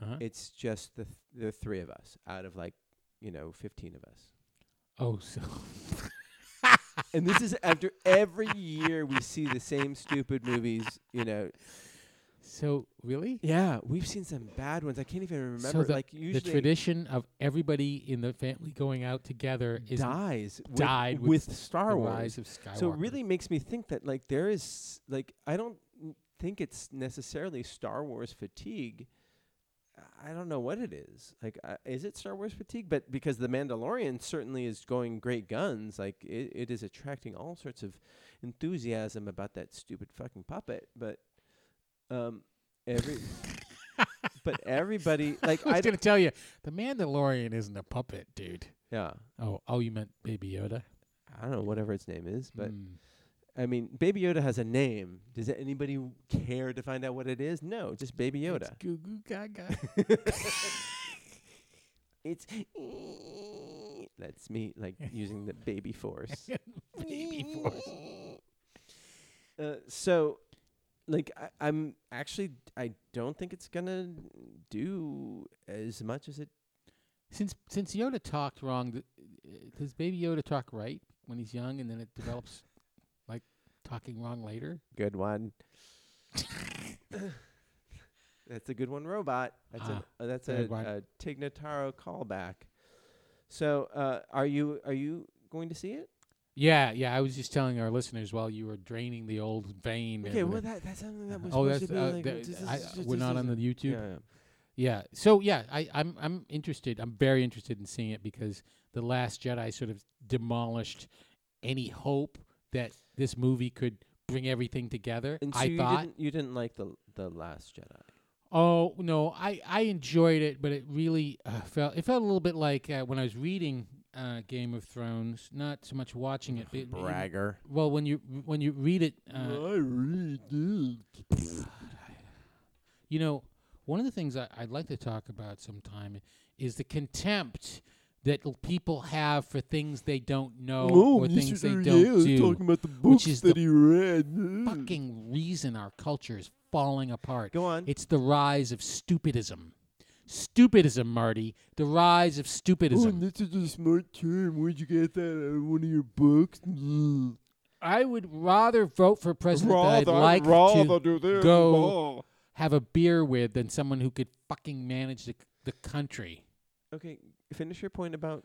Uh-huh. It's just the th- the three of us out of like you know fifteen of us, Oh, so and this is after every year we see the same stupid movies. You know, so really? yeah, we've seen some bad ones. I can't even remember. so the, like usually. the tradition of everybody in the family going out together is dies with- died with with, the Star Wars. rise of Skywalker. So it really makes me think that like there is like I don't n- think it's necessarily Star Wars fatigue. I- I don't know what it is. Like, uh, is it Star Wars fatigue? But because the Mandalorian certainly is going great guns, like it, it is attracting all sorts of enthusiasm about that stupid fucking puppet. But um, every but everybody like I I was don't, going to tell you, the Mandalorian isn't a puppet, dude. yeah Oh, oh, you meant Baby Yoda. I don't know whatever its name is, but Mm. I mean, Baby Yoda has a name. Does anybody w- care to find out what it is? No, just Baby Yoda. It's Goo Goo Gaga. It's that's me like using the baby force. Baby Force. Uh, so, like, I, I'm actually I don't think it's gonna do as much as it. Since since Yoda talked wrong, th- uh, does Baby Yoda talk right when he's young, and then it develops like talking wrong later? Good one. that's a good one, robot. That's Ah, a that's a, good one. a Tignataro callback. So, uh, are you are you going to see it? Yeah, yeah. I was just telling our listeners while you were draining the old vein. Okay, and well the- that that's something that was oh, supposed that's to be uh, like the- I, we're not on the YouTube. yeah. Yeah. So yeah, I, I'm I'm interested. I'm very interested in seeing it because the Last Jedi sort of demolished any hope that this movie could bring everything together. And so I you thought. didn't you didn't like the the Last Jedi. Oh no, I I enjoyed it, but it really uh, felt it felt a little bit like uh, when I was reading uh, Game of Thrones, not so much watching it. but- Bragger. Well, when you when you read it, uh, I read you know, one of the things I, I'd like to talk about sometime is the contempt that l- people have for things they don't know or things they don't do. about the which books is that the he read. fucking reason our culture is falling apart. Go on. It's the rise of stupidism. Stupidism, Marty. The rise of stupidism. this is a smart term. Where'd you get that out of one of your books? I would rather vote for a president that I'd like to go have a beer with than someone who could fucking manage the, the country. Okay, finish your point about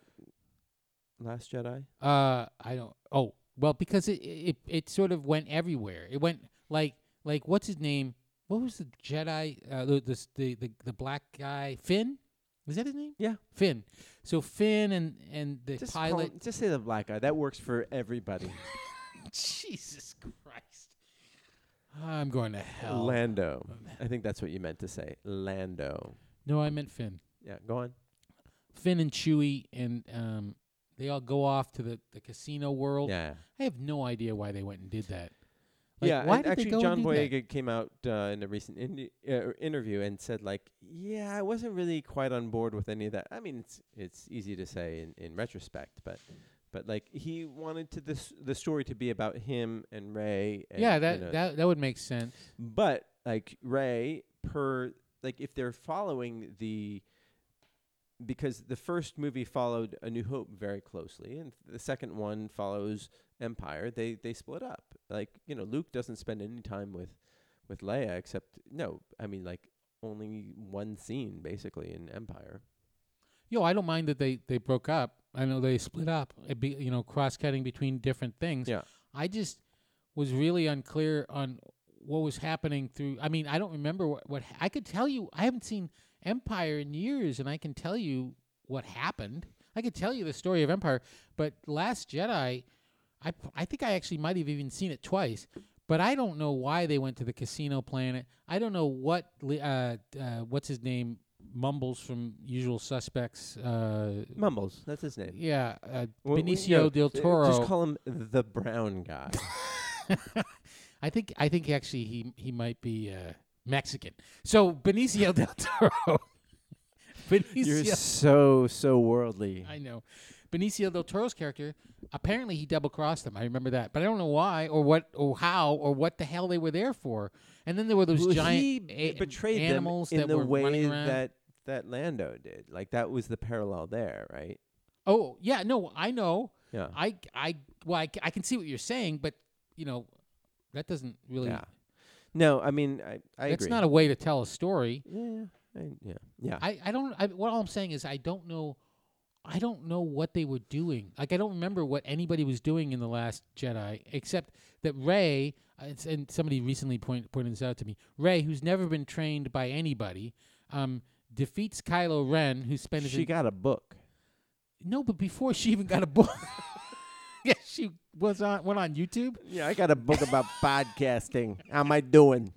Last Jedi. Uh, I don't. Oh, well, because it, it it sort of went everywhere. It went like like what's his name? What was the Jedi? Uh, the, the the the the black guy Finn. Was that his name? Yeah. Finn. So Finn and and the Just call- pilot. just say the black guy. That works for everybody. Jesus Christ! I'm going to hell. Oh, Lando. I think that's what you meant to say. Lando. no, I meant Finn. Yeah, go on. Finn and Chewie and um, they all go off to the the casino world. Yeah. I have no idea why they went and did that. Like, yeah, why and did actually, they go John and do that? Boyega came out uh, in a recent indi- uh, interview and said, like, yeah, I wasn't really quite on board with any of that. I mean, it's it's easy to say in, in retrospect, but but like he wanted to this the story to be about him and Ray. And, yeah, you that, know, that that would make sense. But like Ray, per like if they're following the because the first movie followed A New Hope very closely, and the second one follows Empire. They they split up. Like you know, Luke doesn't spend any time with with Leia except no. I mean, like only one scene basically in Empire. Yo, I don't mind that they they broke up. I know they split up. It be you know cross cutting between different things. Yeah. I just was really unclear on what was happening through. I mean, I don't remember what what ha- I could tell you. I haven't seen Empire in years, and I can tell you what happened. I could tell you the story of Empire, but Last Jedi, I p- I think I actually might have even seen it twice. But I don't know why they went to the casino planet. I don't know what li- uh, uh, what's his name mumbles from Usual Suspects. Uh, Mumbles, that's his name. yeah, uh, Well, we- Benicio no, del j- Toro. Just call him the brown guy. I think I think actually he he might be uh, Mexican. So Benicio del Toro. You're Benicio, so so worldly. I know. Benicio del Toro's character. Apparently he double crossed them. I remember that, but I don't know why or what or how or what the hell they were there for. And then there were those Well, he giant a- betrayed animals them in that the were way running around. that that Lando did. Like that was the parallel there, right? oh yeah, no, I know. Yeah. I I well I, c- I can see what you're saying, but you know that doesn't really. Yeah. No, I mean I I that's agree. not a way to tell a story. yeah, I, yeah. Yeah. I, I don't I, what all I'm saying is I don't know I don't know what they were doing. Like I don't remember what anybody was doing in the last Jedi except that Ray and somebody recently point, pointed this out to me. Ray who's never been trained by anybody um defeats Kylo Ren who spent his she en- got a book. No, but before she even got a book Yeah, she was on went on YouTube. Yeah, I got a book about podcasting. How am I doing?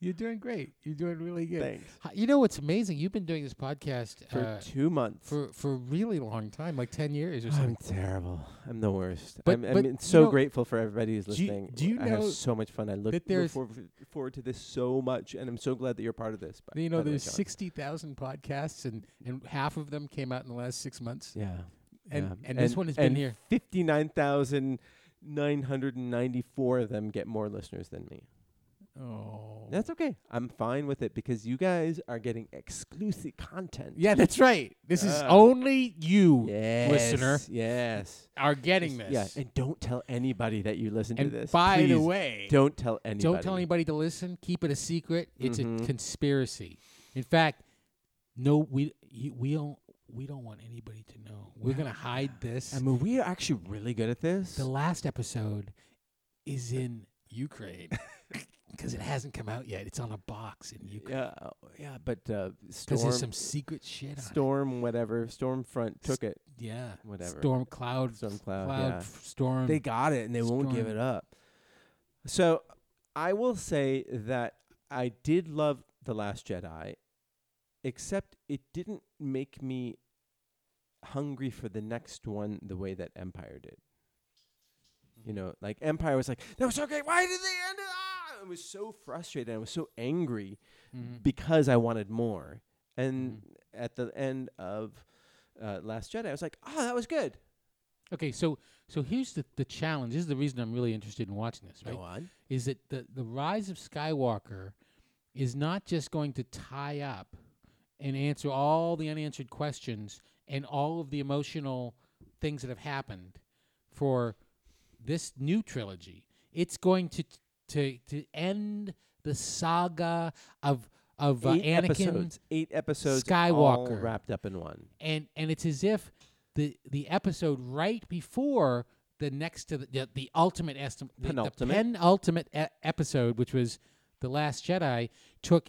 You're doing great. You're doing really good. Thanks. Hi- You know what's amazing? You've been doing this podcast For uh, two months. for for a really long time, like 10 years or something. I'm terrible. I'm the worst. But- I'm, I'm but, in- you so know, grateful for everybody who's do you- listening. do you I have know so much fun. I look, that look there's- forward, forward to this so much, and I'm so glad that you're part of this. by- You by know, the way, there's John. sixty thousand podcasts, and and half of them came out in the last six months. Yeah. And- yeah. and this one has been here. Fifty nine thousand nine hundred and ninety four of them get more listeners than me. Oh, That's okay. I'm fine with it because you guys are getting exclusive content. yeah, that's right. This is Ah. only you, Yes. listener, Yes. are getting Yes, this. Yeah. And don't tell anybody that you listen And to this. by the Please, way, don't tell anybody. don't tell anybody to listen. Keep it a secret. It's a Mhm. conspiracy. In fact, no, we you, we don't we don't want anybody to know. We're gonna hide this. I mean, we are actually really good at this. the last episode is in Ukraine because it hasn't come out yet. It's on a box in Ukraine. yeah. uh, Yeah. But uh, Because storm, there's some secret shit on it. storm, whatever, stormfront took it. Yeah. Whatever. Storm cloud. Storm cloud. cloud yeah. f- storm. They got it and they won't give Storm. it up. So I will say that I did love The Last Jedi, except it didn't make me hungry for the next one the way that Empire did. You know, like Empire was like, that was so great. Why did they end it? Ah! I was so frustrated. I was so angry Mm-hmm. because I wanted more. And at the end of uh, Last Jedi, I was like, oh, that was good. Okay, so so here's the the challenge. This is the reason I'm really interested in watching this. Right? on. Is that the the rise of Skywalker is not just going to tie up and answer all the unanswered questions and all of the emotional things that have happened for this new trilogy. It's going to to to end the saga of of uh, Eight Anakin episodes. Eight episodes. All Skywalker. wrapped up in one. and and it's as if the the episode right before the next to the the, the ultimate estim- the, Penultimate. the penultimate e- episode, which was the Last Jedi, took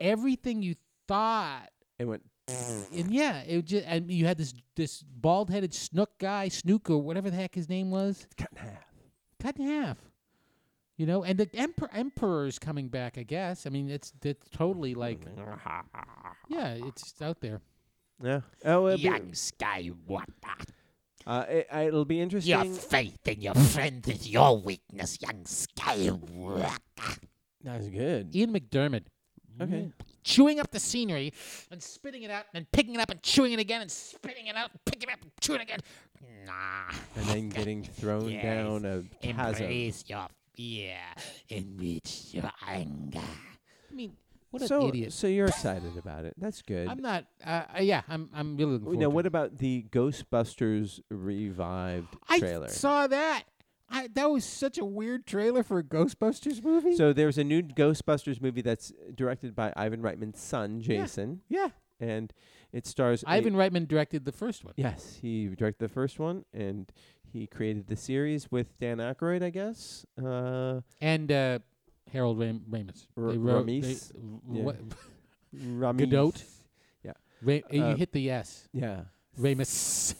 everything you thought. It went And yeah, it just and you had this this bald headed snook guy, Snook or whatever the heck his name was, cut in half. cut in half. You know, and the emperor emperor's coming back. I guess. I mean, it's it's totally like yeah, it's out there. Yeah. Oh, it'll Young be, Skywalker, uh, it, I- it'll be your interesting. faith in your friend is your weakness, young Skywalker. That's good. Ian McDermott Okay. mm-hmm. Chewing up the scenery and spitting it out, and then picking it up and chewing it again, and spitting it out, and picking it up and chewing it again. Nah. And then getting thrown Yes. down a chasm. Embrace your fear, enrich your anger. I mean, what an so, idiot. so you're excited about it. That's good. I'm not. Uh, uh, yeah, I'm. I'm really looking forward. now, to what it. about the Ghostbusters revived I trailer? saw that. I, that was such a weird trailer for a Ghostbusters movie. So there's a new Ghostbusters movie that's directed by Ivan Reitman's son, Jason, yeah, and it stars a- Ivan Reitman directed the first one. Yes, he directed the first one, and he created the series with Dan Aykroyd, I guess. Uh, and uh, Harold Ram- Ramis. R- They wrote- they- Ramis? w- Yeah. what- Rami. Godot? Ra- uh, Uh, you hit the S. Yeah, Ramis.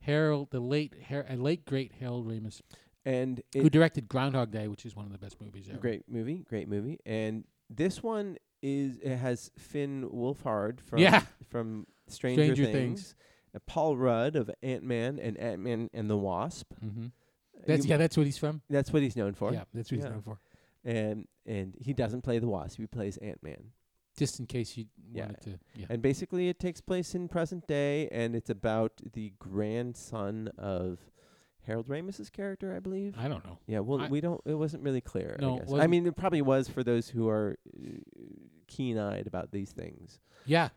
Harold, the late, Har- uh, late great Harold Ramis, and who it, directed Groundhog Day, which is one of the best movies ever. great movie, great movie, and this one is it has Finn Wolfhard from Yeah. from Stranger, Stranger Things. Things. uh, Paul Rudd of Ant Man and Ant Man and the Wasp. hmm Uh, That's you- yeah, that's what he's from. that's what he's known for. Yeah, that's what he's Yeah. known for. And and he doesn't play the Wasp. He plays Ant Man. Just in case you Yeah. wanted to. Yeah. And basically, it takes place in present day, and it's about the grandson of Harold Ramis's character, I believe. I don't know. yeah, well, I- we don't. It wasn't really clear. No, I, it guess. I wasn't. mean, it probably was for those who are uh, keen-eyed about these things. Yeah,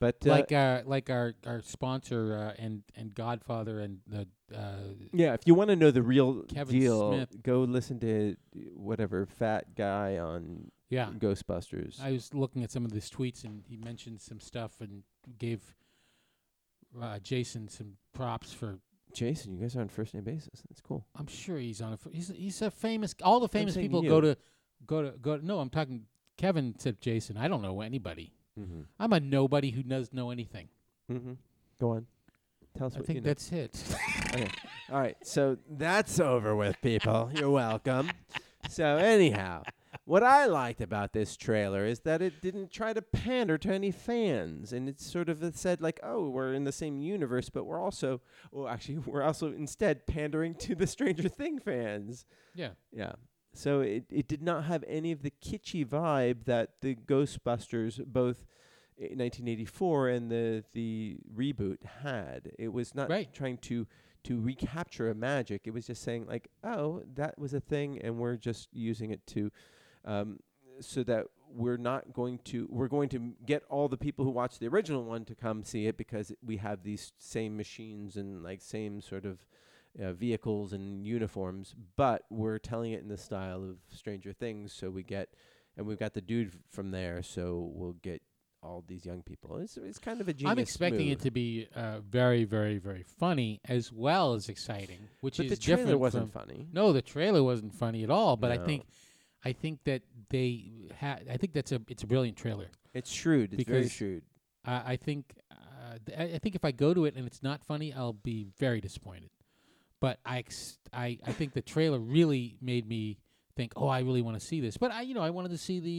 But uh, like uh, like our our sponsor uh, and and Godfather and the uh, yeah, if you want to know the real Kevin deal, Smith. go listen to uh, whatever fat guy on yeah. Ghostbusters. I was looking at some of his tweets and he mentioned some stuff and gave uh, Jason some props for. Jason, you guys are on first name basis. That's cool. I'm sure he's on a f- he's he's a famous all the famous saying people you. go to go to go to, no I'm talking Kevin said Jason I don't know anybody Mm-hmm. I'm a nobody who does know anything Mm-hmm. Go on. Tell us I what think you know. that's it Okay. All right. So that's over with, people. You're welcome. So, anyhow, what I liked about this trailer is that it didn't try to pander to any fans. And it sort of it said, like, oh, we're in the same universe, but we're also, well, actually, we're also instead pandering to the Stranger Thing fans. yeah Yeah. So it, it did not have any of the kitschy vibe that the Ghostbusters, both i- 1984 and the the reboot had. It was not Right. trying to to recapture a magic. It was just saying like, oh, that was a thing, and we're just using it to, um, so that we're not going to we're going to m- get all the people who watched the original one to come see it because we have these same machines and like same sort of uh, vehicles and uniforms, but we're telling it in the style of Stranger Things, so we get, and we've got the dude f- from there, so we'll get all these young people. It's it's kind of a genius. I'm expecting move. it to be uh, very very very funny as well as exciting which But is the trailer different wasn't from, funny. No, the trailer wasn't funny at all. But I No. think, I think that they had. I think that's a. It's a brilliant trailer. It's shrewd. It's very Because- shrewd. I I think. Uh, th- I I think if I go to it and it's not funny, I'll be very disappointed. But I, ex- I, I think the trailer really made me think, oh, I really want to see this. But I, you know, I wanted to see the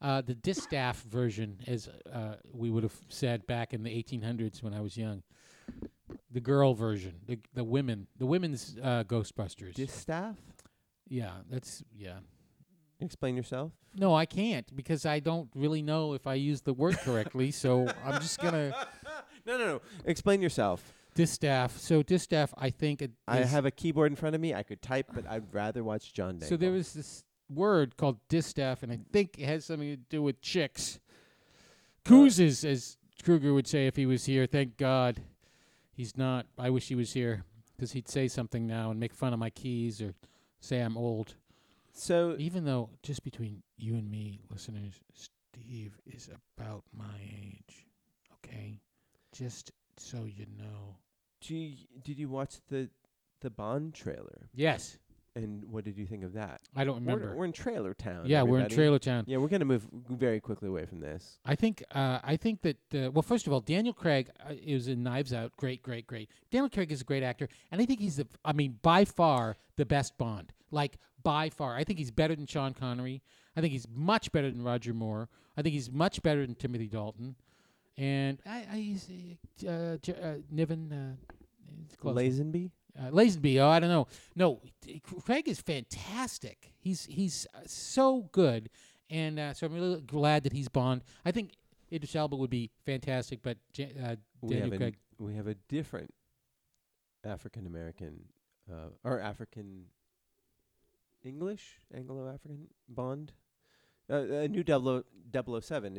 uh, uh, the distaff version, as uh, we would have said back in the 1800s when I was young. The girl version, the the women, the women's uh, Ghostbusters. Distaff? yeah, that's yeah. Explain yourself. No, I can't because I don't really know if I used the word correctly. so I'm just gonna No, no, no. Explain yourself. distaff. So distaff, I think. It I is- have a keyboard in front of me. I could type, but I'd rather watch John Dangle. So there was this word called distaff, and I think it has something to do with chicks. Coozes, as Kruger would say if he was here. Thank God he's not. I wish he was here because he'd say something now and make fun of my keys or say I'm old. So Even though, just between you and me, listeners, Steve is about my age. Okay? Just so you know. do you, did you watch the the Bond trailer? Yes. And what did you think of that? I don't We're- remember. We're, in Trailer Town. yeah, we're in everybody. Trailer Town. Yeah, we're gonna move very quickly away from this. I think uh, I think that uh, well, first of all, Daniel Craig uh, is in Knives Out. Great, great, great. Daniel Craig is a great actor, and I think he's the I mean by far the best Bond. Like by far, I think he's better than Sean Connery. I think he's much better than Roger Moore. I think he's much better than Timothy Dalton, and I, I he's uh, uh, J- uh, Niven. Uh, it's close. Lazenby. Uh, Lazenby. Oh, I don't know. No, t- Craig is fantastic. He's he's uh, so good, and uh, so I'm really glad that he's Bond. I think Idris Elba would be fantastic, but J- uh, We have Daniel an- Craig. we have a different African American uh, or African English Anglo African Bond. Uh, a new 00- 007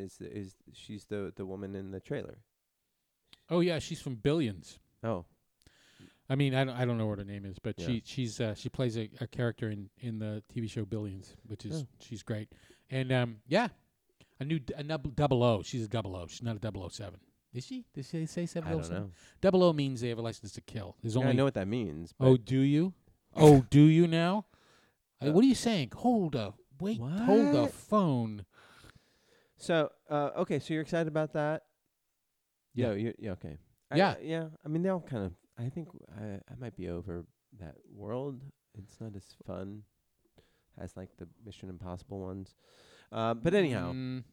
is the, is she's the the woman in the trailer. Oh yeah, she's from Billions. Oh, I mean, I don't, I don't know what her name is, but Yeah. she she's uh, she plays a, a character in, in the TV show Billions, which is Oh. she's great, and um, yeah, a new d- a nub- double O. She's a double O. She's not a double O seven. Is she? Did she say I seven? don't know. Double O means they have a license to kill. There's Yeah, only I know what that means. Oh, but- do you? Oh, do you now? Uh, Uh, what are you saying? Hold up. Wait. Hold the What? phone. so uh, okay, so you're excited about that? Yeah. No, you yeah, okay. I- Yeah. yeah. I mean, they all kind of. I think I I might be over that world. It's not as fun as like the Mission Impossible ones. Uh, but anyhow, Mm.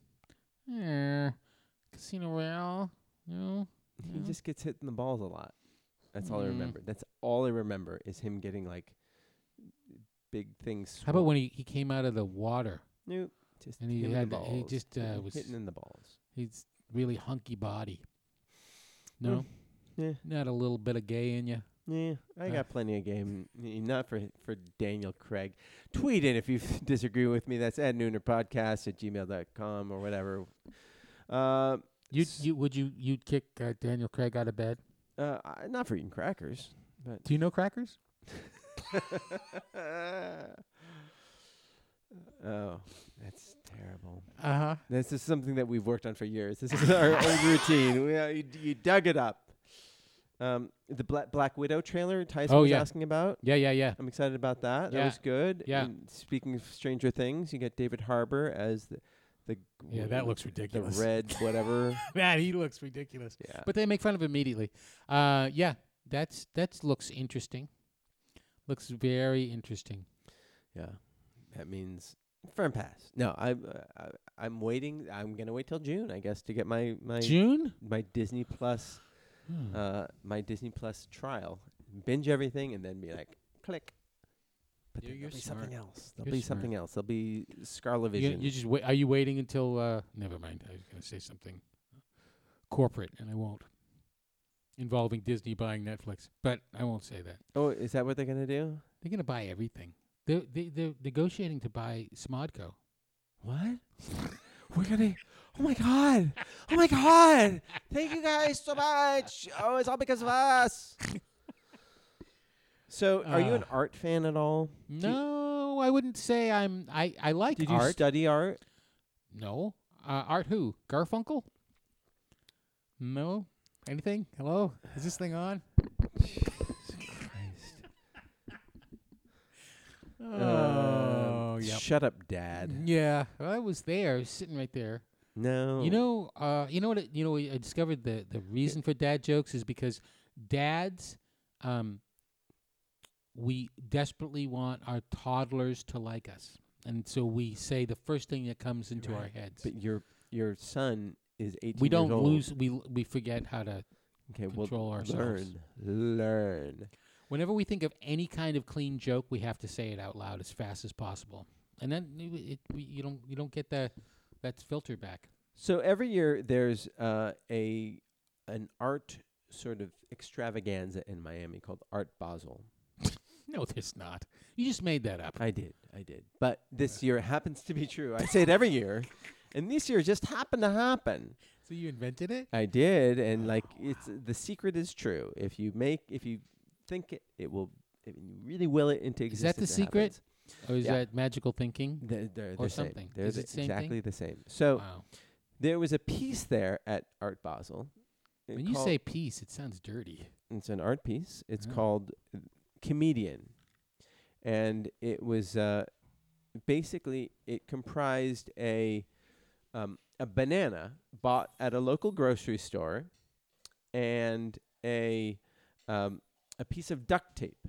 Eh, Casino Royale. No. he Mm, Yeah. just gets hit in the balls a lot. That's all I Mm. remember. That's all I remember is him getting like big things. How about when he, he came out of the water? he, nope, just and he hit in the had- he balls. just, uh, Hit- was- hitting in the balls. He's really hunky body. No, Hmm. Yeah. not a little bit of gay in you. Yeah, I Uh. got plenty of game. N- Not for for Daniel Craig. Tweet it if you disagree with me. That's at Nooner Podcast at gmail dot com or whatever. Uh, You S- you would you you'd kick uh, Daniel Craig out of bed? uh, I- not for eating crackers, but Do you know crackers? oh, that's terrible. Uh huh. This is something that we've worked on for years. This is our old routine. We, uh, you, you dug it up. Um, the Black Black Widow trailer Tyson Oh, was yeah. asking about. Yeah, yeah, yeah. I'm excited about that. Yeah. That was good. Yeah. And speaking of Stranger Things, you got David Harbour as the the g- Yeah, w- that looks the ridiculous. red whatever. Man, he looks ridiculous. yeah. But they make fun of him immediately. Uh, yeah, that's that's looks interesting. Looks very interesting. yeah. That means firm pass. No, I, uh, I I'm waiting. I'm going to wait till June, I guess, to get my my June. Hmm. my Disney Plus uh my Disney Plus trial. Binge everything and then be like click. But You're- then you're there'll be something else. There'll You're be smart. something else. There'll be you, Scarlavision. you just wait. Are you waiting until? Uh, never mind. I was going to say something corporate, and I won't. Involving Disney buying Netflix, but I won't say that. oh, is that what they're going to do? They're going to buy everything. They're, they they're negotiating to buy Smodco. What? We're gonna. Oh my god! Oh my god! Thank you guys so much. Oh, it's all because of us. So, are you an Uh, art fan at all? you- No, I wouldn't say I'm. I I like Did you art. study art? No. Uh, Art who? Garfunkel? No. Anything? Hello? Is this thing on? Christ. Oh, Um, yeah. Shut up, Dad. Oh, Yeah. Well, I was there, sitting right there. No. You know, uh, you know what? It, you know, I discovered the the reason for dad jokes is because dads, um, we desperately want our toddlers to like us, and so we say the first thing that comes into our heads. But your your son is 18 we don't years old. lose. We l- we forget how to. okay, control well, ourselves. Learn. Learn. Whenever we think of any kind of clean joke, we have to say it out loud as fast as possible, and then it, it, we, you don't you don't get the that filter back. So every year there's uh, a an art sort of extravaganza in Miami called Art Basel. No, there's not. You just made that up. I did, I did. But this year it happens to be true. I say it every year, and this year it just happened to happen. So you invented it? I did, and like it's the secret is true. If you make, if you think it, it will. If you really will it into Is existence. that the secret? Or Oh, is Yeah. that magical thinking? They're, they're Or the same. something. They're Is the- it same thing? Uh, exactly the same. So Wow. there was a piece there at Art Basel. uh, When you called- say peace, it sounds dirty. it's an art piece. It's Oh. called uh, Comedian, and it was uh, basically it comprised a um, a banana bought at a local grocery store, and a um, a piece of duct tape,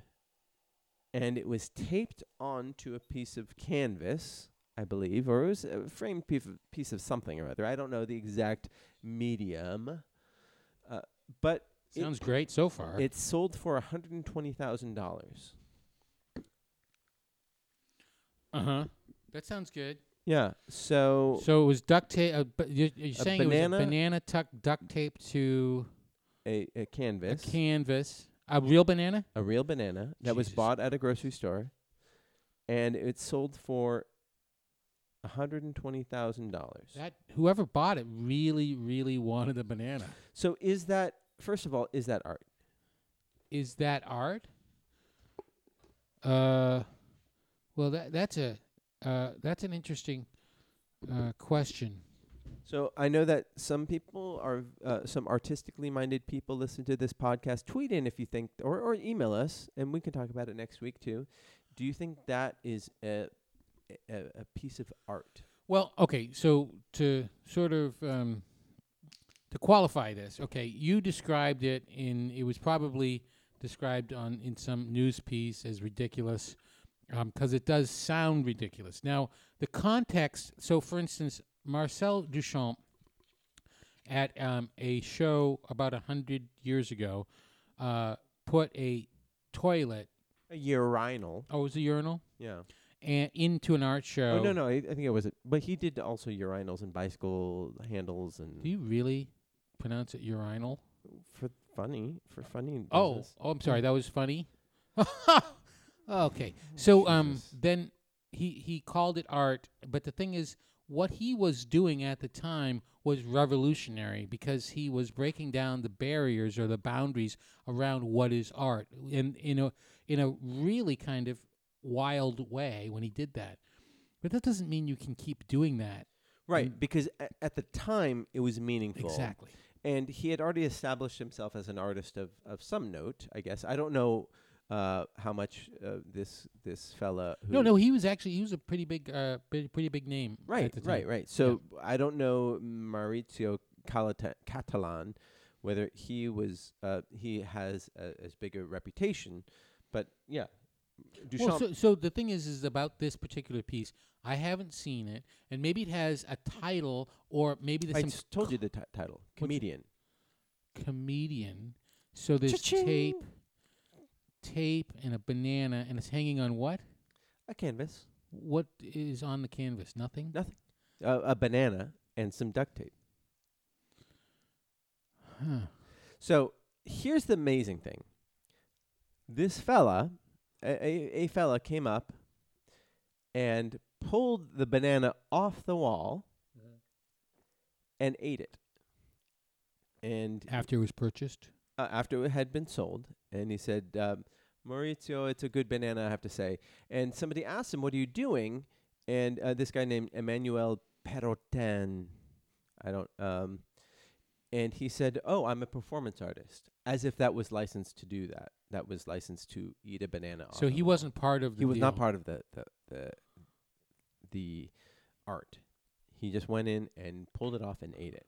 and it was taped onto a piece of canvas, I believe, or it was a framed piece of, piece of something or other. I don't know the exact medium, uh, but it- Sounds great so far. it sold for $120,000. uh huh. That sounds good. Yeah. So, So it was duct tape. Uh, but you're, you're saying it banana- was a banana tucked duct tape to a, a canvas, a a, canvas. A real banana? real banana that was Jesus. bought at a grocery store, and it sold for $120,000. That whoever bought it really, really wanted a banana. So, is that, first of all, is that art? Is that art? Uh, well, that that's a uh, that's an interesting uh, question. So, I know that some people are, uh, some artistically minded people listen to this podcast. Tweet in if you think, or, or email us, and we can talk about it next week too. Do you think that is a, a, a piece of art? Well, okay, so to sort of um, to qualify this, okay, you described it in it was probably described on in some news piece as ridiculous because it does sound ridiculous. Now, the context. So, for instance, Marcel Duchamp at um, a show about a hundred years ago uh, put a toilet. A urinal. Oh, it was a urinal. Yeah. And into an art show. Oh, no, no. I, I think it was. A, but he did also urinals and bicycle handles and Do you really pronounce it urinal? for funny for funny. Oh, business. oh, I'm sorry. That was funny. okay. So um, Jesus. then he he called it art, but the thing is, what he was doing at the time was revolutionary because he was breaking down the barriers or the boundaries around what is art, in in a in a really kind of wild way when he did that. But that doesn't mean you can keep doing that. right. Because at, at the time it was meaningful. Exactly. And he had already established himself as an artist of of some note. I guess I don't know uh, how much uh, this this fella. Who No, no, he was actually he was a pretty big uh pretty, pretty big name. at Right, the time. right, right. So I don't know Maurizio Calata- Catalan whether he was uh, he has a, as big a reputation, but yeah, Duchamp. Well, so, so the thing is, is about this particular piece. I haven't seen it, and maybe it has a title, or maybe there's I some s- told you the ti title, comedian. comedian. So there's Cha-ching! tape, tape, and a banana, and it's hanging on what? A canvas, What is on the canvas? Nothing. nothing, uh, a banana, and some duct tape. Huh. So here's the amazing thing. This fella, a, a, a fella came up and pulled the banana off the wall and ate it. And After it was purchased. uh, after it had been sold, and he said, um, "Maurizio, it's a good banana, I have to say." And somebody asked him, "What are you doing?" And uh, this guy named Emmanuel Perotin, I don't, um, and he said, "Oh, I'm a performance artist," as if that was licensed to do that. That was licensed to eat a banana. off So of he a- wasn't part of the. He was not deal. part of the the the, the art. He just went in and pulled it off and ate it.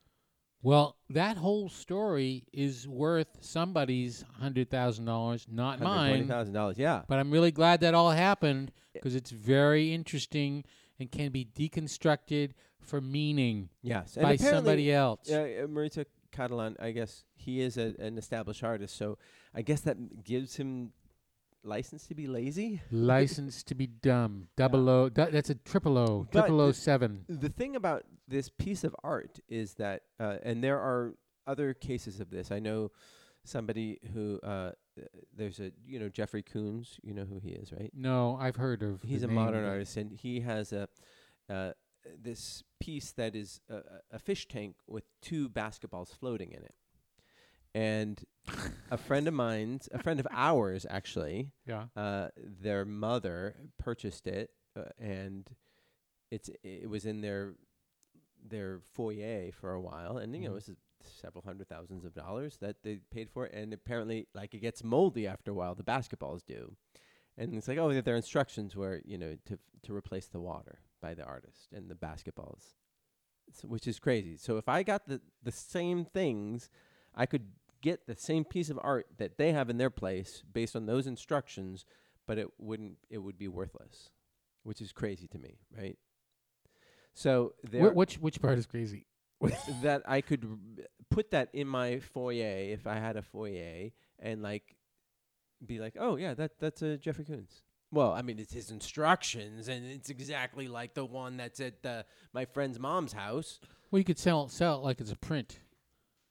Well, that whole story is worth somebody's hundred thousand dollars, not mine. $120,000. Yeah. But I'm really glad that all happened because it's very interesting and can be deconstructed for meaning Yes. by somebody else. Uh, uh, Marita Catalan, I guess he is a, an established artist, so I guess that gives him license to be lazy. License to be dumb. Double O. du- that's a triple O. But Triple O the- seven. The thing about this piece of art is that, uh, and there are other cases of this. I know somebody who uh, uh, there's a you know Jeffrey Coons, you know who he is, right? No, I've heard of. the He's a name, modern but- artist, and he has a uh, this piece that is a, a- a fish tank with two basketballs floating in it. And a friend of mine's, a friend of ours actually, Yeah. uh, their mother purchased it, uh, and it's it was in their their foyer for a while, and you know Mhm. this is several hundred thousands of dollars that they paid for, it, and apparently like it gets moldy after a while. The basketballs do, and it's like oh their instructions were you know to to replace the water by the artist and the basketballs, so, which is crazy. So if I got the the same things, I could get the same piece of art that they have in their place based on those instructions, but it wouldn't it would be worthless, which is crazy to me, right? So there Wh- which which part is crazy? that I could r- put that in my foyer if I had a foyer and like be like, "Oh yeah, that that's a Jeffrey Coons." Well, I mean, it's his instructions and it's exactly like the one that's at the, my friend's mom's house. Well, you could sell sell it like it's a print,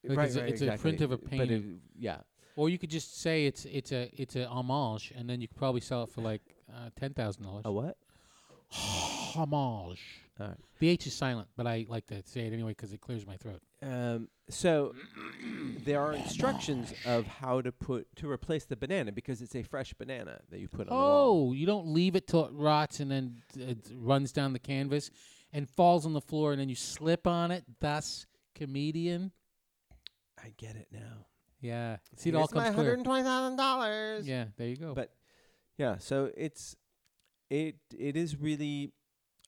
Like, it's a- it's a print of a But it, painting. yeah. or you could just say it's it's a it's a homage, and then you could probably sell it for like uh, ten thousand dollars. A what? Homage. All right. The H is silent, but I like to say it anyway because it clears my throat. Um, so there are instructions of how to put to replace the banana because it's a fresh banana that you put on the wall. Oh, you don't leave it till it rots and then d- it runs down the canvas and falls on the floor, and then you slip on it. Thus, comedian. I get it now. Yeah. Oh! See, it all Here's my comes clear. $120,000. Yeah, there you go. But- Yeah, so it's it it is really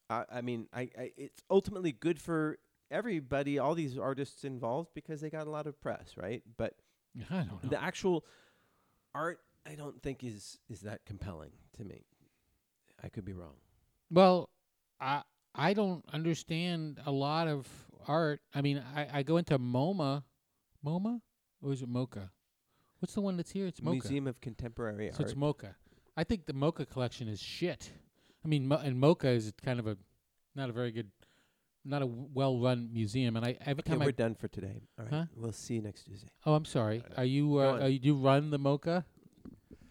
I, I mean I, I it's ultimately good for everybody, all these artists involved because they got a lot of press, right? But I don't know. the actual art I don't think is is that compelling to me. I could be wrong. well, I I don't understand a lot of art. I mean, I, I go into MoMA, MoMA, or is it Mocha? What's the one that's here? It's Mocha. Museum of Contemporary so Art. it's Mocha. I think the Mocha collection is shit. I mean, Mo- and Mocha is kind of a not a very good, not a well-run museum. And I every Okay, time I we're done for today. All right. Huh? We'll see you next Tuesday. oh, I'm sorry. Are you Go uh, on. are you, do you run the Mocha?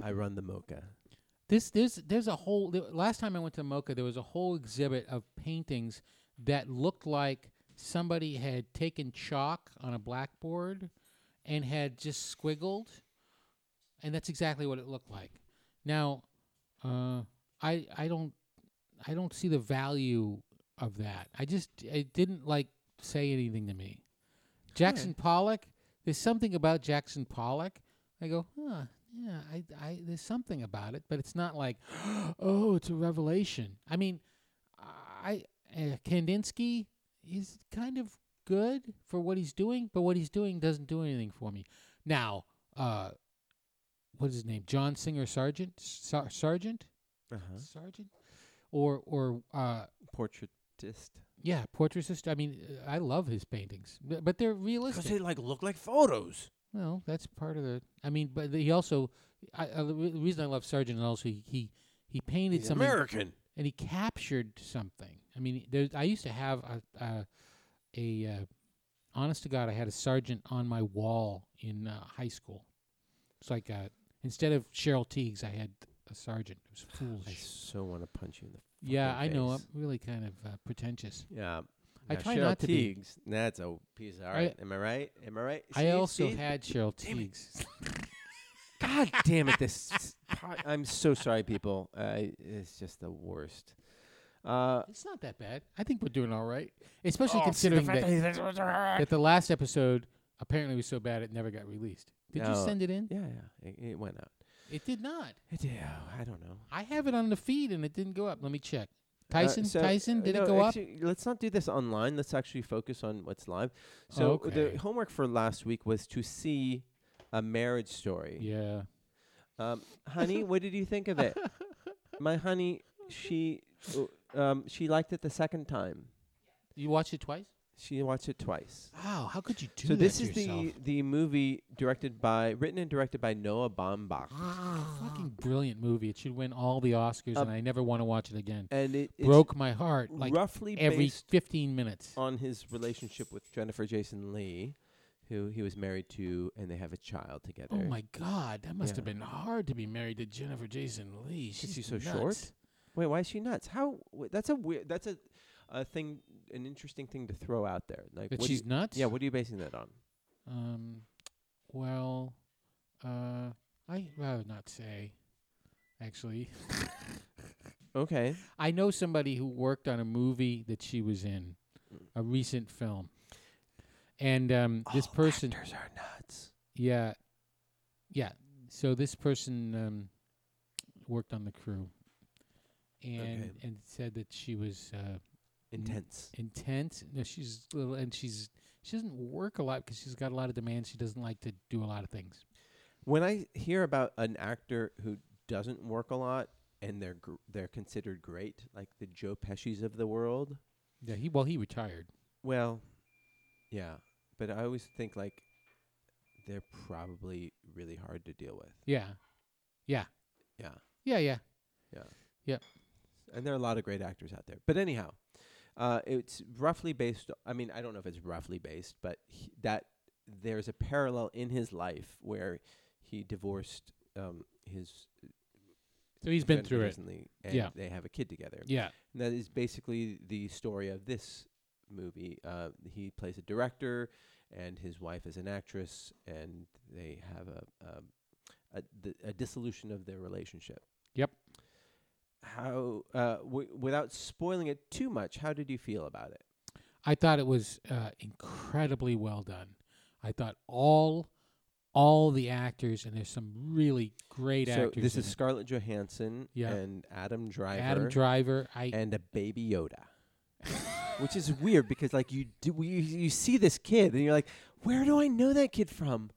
I run the mocha. This there's there's a whole the last time I went to Mocha there was a whole exhibit of paintings that looked like somebody had taken chalk on a blackboard and had just squiggled and that's exactly what it looked like. Now uh, I I don't I don't see the value of that. I just it didn't like say anything to me. Jackson Pollock, there's something about Jackson Pollock. I go, huh, yeah, I, I, there's something about it, but it's not like, oh, it's a revelation. I mean, I, uh, Kandinsky is kind of good for what he's doing, but what he's doing doesn't do anything for me. Now, uh, what is his name? John Singer Sargent, Sar- Sargent, Uh-huh. Sargent, or or uh, Portraitist. yeah, portraitist. I mean, uh, I love his paintings, b- but they're realistic. like look like photos. Well, that's part of the. I mean, but he also. I, I, the re- reason I love Sargent is also he he, he painted He's something American. and he captured something. I mean, there, I used to have a a, a uh, honest to God, I had a Sargent on my wall in uh, high school. It's like uh instead of Cheryl Teagues, I had a Sargent. It was I foolish. so want to punch you in the Yeah, I fucking know. I'm face. really kind of uh, pretentious. Yeah. I Now, try Cheryl not to be. Teagues, That's a piece of art. Am I right? Am I right? See? I also See? had Cheryl Damn it. Teagues. God damn it! This. s- pod- I'm so sorry, people. Uh, it's just the worst. Uh, It's not that bad. I think we're doing all right, especially Oh, considering that, that the last episode apparently was so bad it never got released. Did you No. send it in? yeah, yeah. It, it went out. It did not. It, yeah, I don't know. I have it on the feed and it didn't go up. Let me check. Tyson? Uh, so- Tyson? Did no, it go up? actually, Let's not do this online. Let's actually focus on what's live. So Okay. the homework for last week was to see a marriage story. Yeah. Um, honey, what did you think of it? My honey, she um, she liked it the second time. You watched it twice? She watched it twice. Wow, how could you do so that this to is yourself? the the movie directed by written and directed by Noah Baumbach. fucking brilliant movie. It should win all the Oscars, Uh, and I never want to watch it again. And it it's Broke my heart like roughly every based 15 minutes. on his relationship with Jennifer Jason Lee, who he was married to, and they have a child together. Oh my god, that must Yeah. have been hard to be married to Jennifer Jason Lee. She's she so nuts. short? Wait, why is she nuts? How? wh- That's a weird. That's a, a thing. An interesting thing to throw out there. Like, That what do she's you, nuts. yeah. What are you basing that on? Um. Well, uh, I'd rather not say. Actually, Okay. I know somebody who worked on a movie that she was in, a recent film, and um, this All person. Oh, actors are nuts. Yeah. Yeah. So this person um, worked on the crew and Okay. and said that she was uh, Intense. intense. No, she's little and she's she doesn't work a lot because she's got a lot of demands. She doesn't like to do a lot of things. When I hear about an actor who doesn't work a lot and they're gr- they're considered great, like the Joe Pesci's of the world. Yeah, he well he retired. Well, yeah, but I always think like they're probably really hard to deal with. Yeah. Yeah. Yeah, yeah. and there are a lot of great actors out there. But anyhow, uh, it's roughly based. I mean, I don't know if it's roughly based, but he, that there's a parallel in his life where he divorced um, his. So he's been through it. recently, and Yeah. they have a kid together. Yeah. And that is basically the story of this movie. Uh, he plays a director, and his wife is an actress, and they have a a, a, th- a dissolution of their relationship. Yep. How, uh, w- without spoiling it too much, how did you feel about it? I thought it was uh, incredibly well done. I thought all all the actors and there's some really great so actors. this in is it. Scarlett Johansson Yeah. and Adam Driver, Adam Driver. I and a baby Yoda. Which is weird because like you do you, you see this kid and you're like, where do I know that kid from?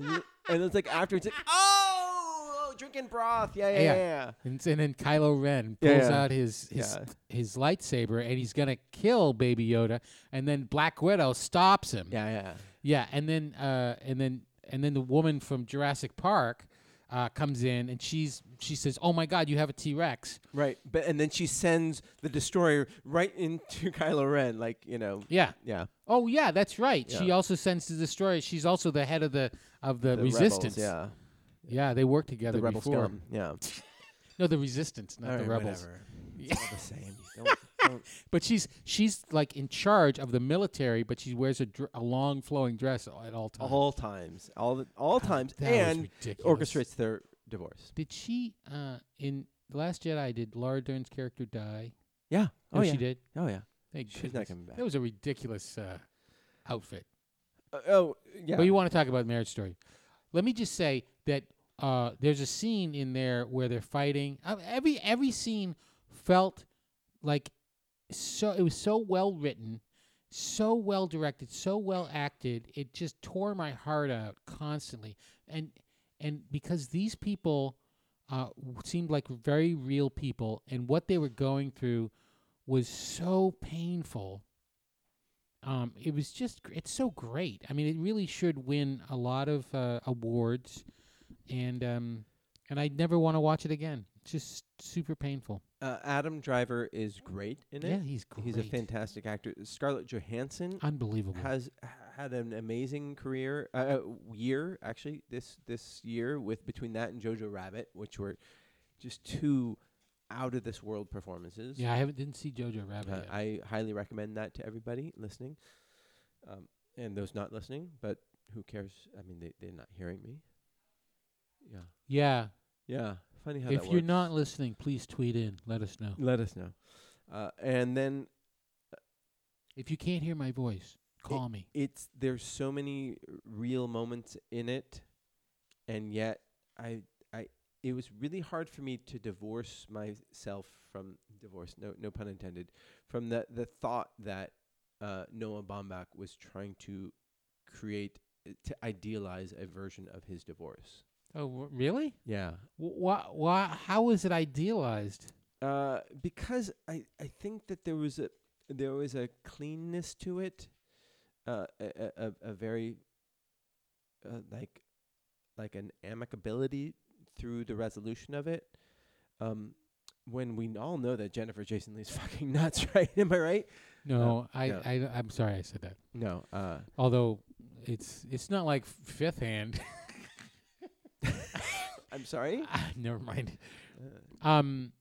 And you- and it's like after it's like, oh, oh, drinking broth, yeah, yeah, Yeah. yeah. And, and then Kylo Ren Yeah, pulls yeah. out his his, Yeah. his lightsaber and he's gonna kill Baby Yoda, and then Black Widow stops him. yeah, yeah, Yeah, and then uh, and then and then the woman from Jurassic Park uh, comes in and she's she says, "Oh my God, you have a T Rex." right. But and then she sends the destroyer right into Kylo Ren, like you know, Yeah. yeah, Oh yeah, that's right. She Yeah. also sends the destroyer. She's also the head of the of the, the rebels, resistance. yeah, Yeah, they work together the rebel before. scum, yeah, No, the resistance, not All the right, rebels. whatever. It's all the same. Don't- don't- But she's she's like in charge of the military, but she wears a, dr- a long flowing dress at all times. all times, all the, all times, that is and ridiculous. orchestrates their divorce. Did she uh, in The Last Jedi? Did Laura Dern's character die? Yeah. No, oh yeah. she did. Oh yeah. Thank She's not goodness. coming back. That was a ridiculous uh, outfit. Uh, oh yeah. But you want to talk about Marriage Story? Let me just say that uh, there's a scene in there where they're fighting. Uh, every every scene felt like so. It was so well written, so well directed, so well acted. It just tore my heart out constantly. And and because these people uh, w- seemed like very real people, and what they were going through was so painful um, it was just gr- it's so great. I mean, it really should win a lot of uh, awards, and um, and I never want to watch it again. It's just super painful. uh, Adam Driver is great in yeah, it. he's great. He's a fantastic actor. Scarlett Johansson unbelievable. has had an amazing career uh, year actually this this year with between that and Jojo Rabbit, which were just two out of this world performances. yeah, I haven't didn't see Jojo Rabbit. Uh, yet. I highly recommend that to everybody listening, um, and those not listening. But who cares? I mean, they they're not hearing me. Yeah, yeah, yeah. Funny how if that you're works. not listening, please tweet in. Let us know. let us know. Uh, and then If you can't hear my voice, call me. it's there's so many real moments in it and yet i i it was really hard for me to divorce myself from divorce, no, no pun intended, from the, the thought that uh, Noah Baumbach was trying to create, to idealize a version of his divorce. Oh, w- really? Yeah. Why, why, how is it idealized? Uh, because I, I think that there was a there was a cleanness to it, uh, a, a, a- a very uh, like like an amicability through the resolution of it. Um, when we all know that Jennifer Jason Lee's fucking nuts, right? Am I right? No, I, Uh, yeah. I, I'm sorry I said that. No. Uh, Although it's it's not like fifth hand. I'm sorry. Ah, Never mind. uh, Um,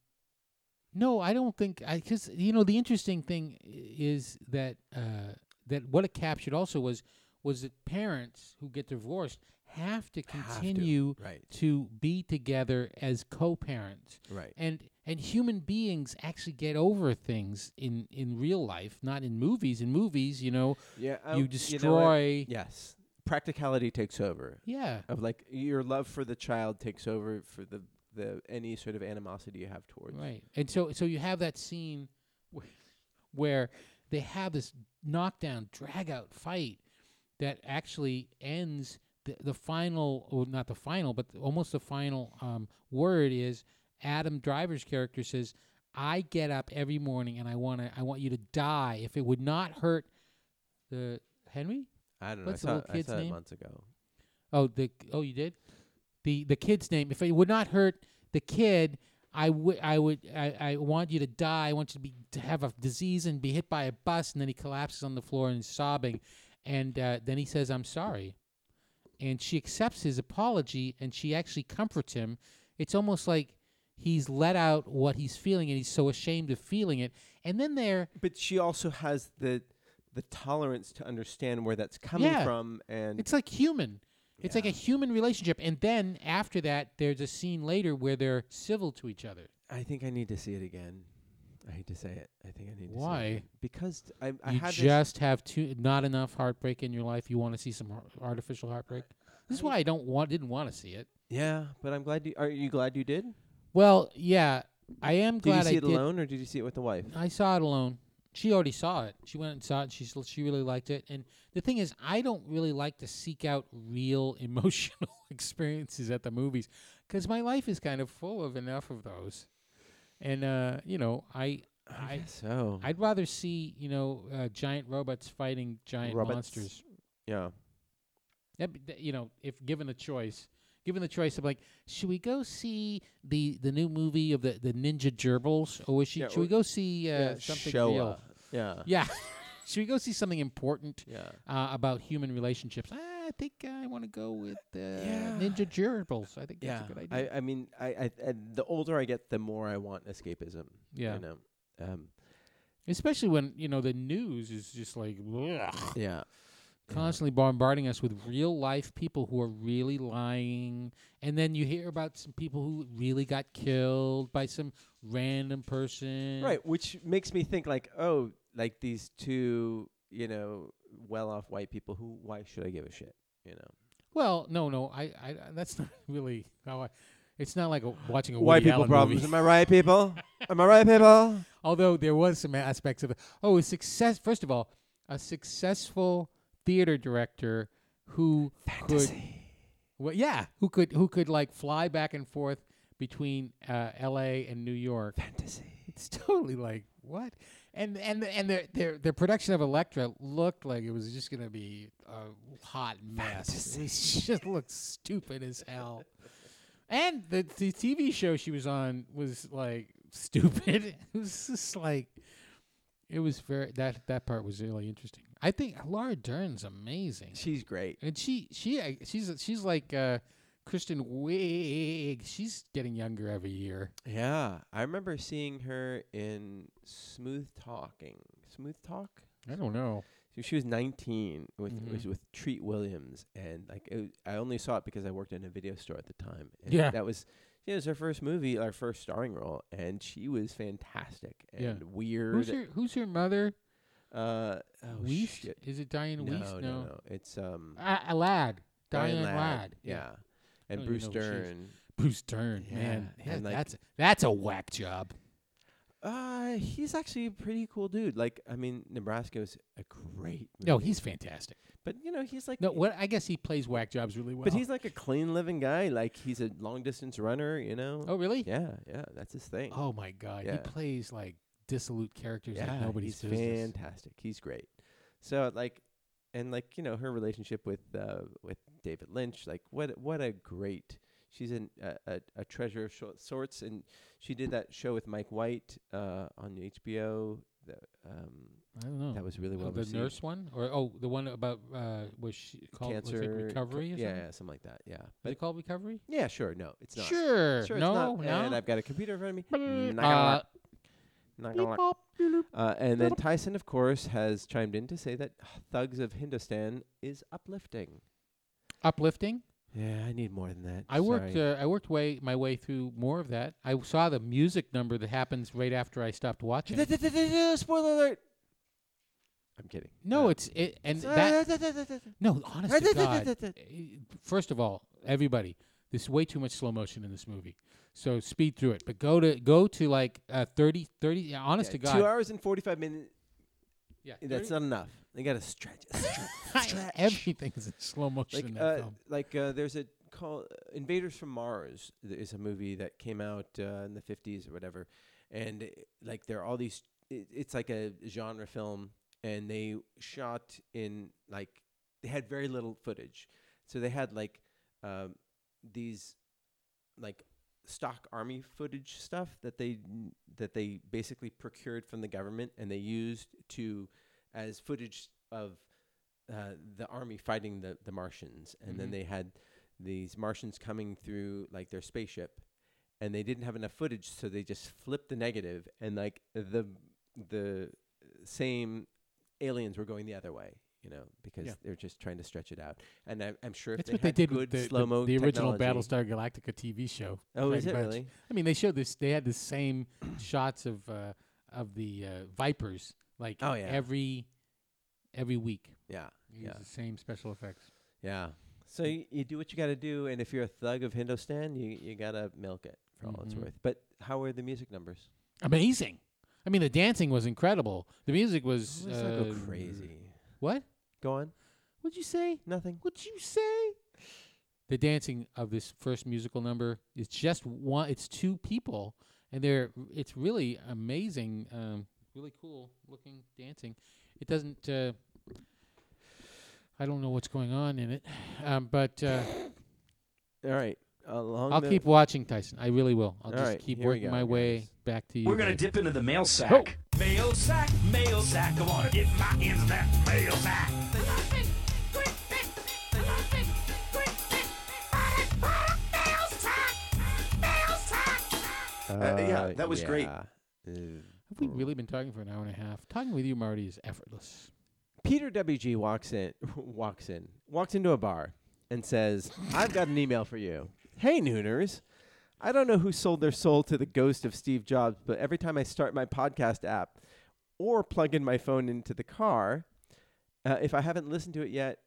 no, I don't think I because you know the interesting thing i- is that uh, that what it captured also was was that parents who get divorced have to Have to. continue Right. to be together as co-parents Right. and and human beings actually get over things in in real life not in movies in movies you know Yeah. oh, um, you what? destroy yes. Practicality takes over. yeah of like your love for the child takes over for the the any sort of animosity you have towards Right. And so so you have that scene wh- where they have this knockdown drag out fight that actually ends the, the final or not the final but the- almost the final um, word is Adam Driver's character says I get up every morning and I want to I want you to die if it would not hurt the Henry? I don't know. What's the I saw, little kid's I saw name? it months ago. Oh, the oh, you did. The the kid's name. If it would not hurt the kid, I would I would I, I want you to die. I want you to be to have a disease and be hit by a bus. And then he collapses on the floor and is sobbing, and uh, then he says, "I'm sorry," and she accepts his apology and she actually comforts him. It's almost like he's let out what he's feeling and he's so ashamed of feeling it. And then there, But she also has the the tolerance to understand where that's coming Yeah. from and It's like human. It's like a human relationship. And then after that, there's a scene later where they're civil to each other. I think I need to see it again. I hate to say it. I think I need to see it. Why? Because I I you had this, just have too not enough heartbreak in your life. You want to see some har- artificial heartbreak. This is why I don't want didn't want to see it. Yeah, but I'm glad you are you glad you did? Well, yeah, I am Did glad you see I it did. alone or did you see it with the wife? I saw it alone. She already saw it. She went and saw it. And she s- she really liked it. And the thing is, I don't really like to seek out real emotional experiences at the movies because my life is kind of full of enough of those. And uh, you know, I I guess so. I'd rather see you know uh, giant robots fighting giant Robots. monsters. yeah. That, b- that- you know, if given the choice, given the choice of like, should we go see the the new movie of the the ninja gerbils, or is she, Yeah, should we or- go see uh, yeah, something Showa. real? Yeah. Yeah. Should we go see something important Yeah. uh, about human relationships? I think I want to go with uh, Yeah. Ninja Gerbils. I think that's a good idea. I, I mean, I, I, I the older I get, the more I want escapism. Yeah. You know. Um, Especially when, you know, the news is just like blech, yeah. constantly bombarding us with real life people who are really lying. And then you hear about some people who really got killed by some random person. Right, which makes me think like, oh, like these two, you know, well-off white people who why should I give a shit, you know? Well, no, no. I, I that's not really how I. It's not like a, watching a white Woody people Allen problems, movie. am I right, people? am I right, people? Although there was some aspects of it. Oh, a success. First of all, a successful theater director who could, well, yeah, who could who could like fly back and forth between uh, L.A. and New York. Fantasy. It's totally like what, and and and their their their production of Elektra looked like it was just gonna be a hot mess. It was- just looked stupid as hell. And the, the TV show she was on was like stupid. It was just like it was very that that part was really interesting. I think Laura Dern's amazing, She's great. and she she uh, she's she's like uh, Kristen Wiig. She's getting younger every year. Yeah, I remember seeing her in Smooth Talking. Smooth Talk? I don't know. So she was 19 with it Mhm. was with Treat Williams, and like it, I only saw it because I worked in a video store at the time. And Yeah. that was yeah, it was her first movie, our first starring role, and she was fantastic and Yeah. weird. Who's her Who's her mother? uh, oh Weist? shit. Is it Diane No, Weist? no, no, It's um A, a lad. Ah, Diane, Ladd. Yeah. and I don't even Bruce know who she is. Dern. Bruce Dern. Yeah, Man, yeah, and, like- that's that's a whack job. Uh, he's actually a pretty cool dude. Like, I mean, Nebraska is a great. Movie. No, he's fantastic. but you know, he's like. No, what I guess he plays whack jobs really well. But he's like a clean living guy. Like he's a long distance runner. You know. oh really? Yeah, yeah, that's his thing. Oh my god, Yeah. he plays like dissolute characters yeah, like nobody's he's business. fantastic. He's great. So like, and like you know, her relationship with uh with David Lynch. Like what what a great. She's an, a, a a treasure of short sorts, and she did that show with Mike White uh on HBO. The, um, I don't know. That was really Oh, well the received. nurse one, or oh, the one about uh, was she called was it cancer recovery? co- or yeah, something? yeah, something like that. Yeah, Is but it called recovery? yeah, sure. No, it's not. Sure. Sure, no, it's not. no. And I've got a computer in front of me. Uh, Not gonna work. Not gonna work. Uh, and then Beep. Tyson, of course, has chimed in to say that "Ah, Thugs of Hindustan is uplifting. uplifting. Yeah, I need more than that. I worked. Sorry. Uh, I worked way my way through more of that. I saw the music number that happens right after I stopped watching. Spoiler alert! I'm kidding. no, Uh, it's it, and that. No, honest to God. eh, First of all, everybody, there's way too much slow motion in this movie. So speed through it, but go to go to like uh, 30, 30 yeah, honest to Yeah, God, Two hours and forty-five minutes. yeah, 30 That's not enough. They gotta stretch it. Stretch. Everything Everything's in slow motion like in that uh, film. like uh, there's a call Invaders from Mars th- is a movie that came out uh, in the 50s or whatever, and uh, like there are all these. It, it's like a genre film, and they shot in like they had very little footage, so they had like um, these like stock army footage stuff that they that they basically procured from the government and they used to as footage of uh, the army fighting the, the Martians, and then Mhm. they had these Martians coming through like their spaceship, and they didn't have enough footage, so they just flipped the negative, and like the the same aliens were going the other way, you know, because Yeah. they're just trying to stretch it out. And I, I'm sure if That's they what they had did with good the, the- slow mo the original technology- Battlestar Galactica TV show. Oh, is Brady it Bunch. really? I mean, they showed this. They had the same shots of uh, of the uh, Vipers, like Oh, yeah. every every week. Yeah, They Yeah. Use the same special effects. yeah. So you, you do what you got to do, and if you're a thug of Hindustan, you you gotta milk it for all it's Mhm. worth. But how are the music numbers? Amazing. I mean, the dancing was incredible. The music was Let's not go uh, crazy. What? Go on. What'd you say? Nothing. What'd you say? The dancing of this first musical number is just one. It's two people, and they're it's really amazing, um, really cool looking dancing. It doesn't. Uh, I don't know what's going on in it, um, but uh, All right. Along I'll the- keep watching Tyson. I really will. I'll All just right, keep here we working go, my way guys. back to you. We're gonna babe. dip into the mail sack. Mail sack, mail sack, come on. Get my ends of that mail sack. Uh, yeah, that was great. great. Have we really been talking for an hour and a half? Talking with you, Marty, is effortless. Peter WG walks in, walks in, walks into a bar and says, "I've got an email for you. Hey Nooners, I don't know who sold their soul to the ghost of Steve Jobs, but every time I start my podcast app or plug in my phone into the car, uh, if I haven't listened to it yet,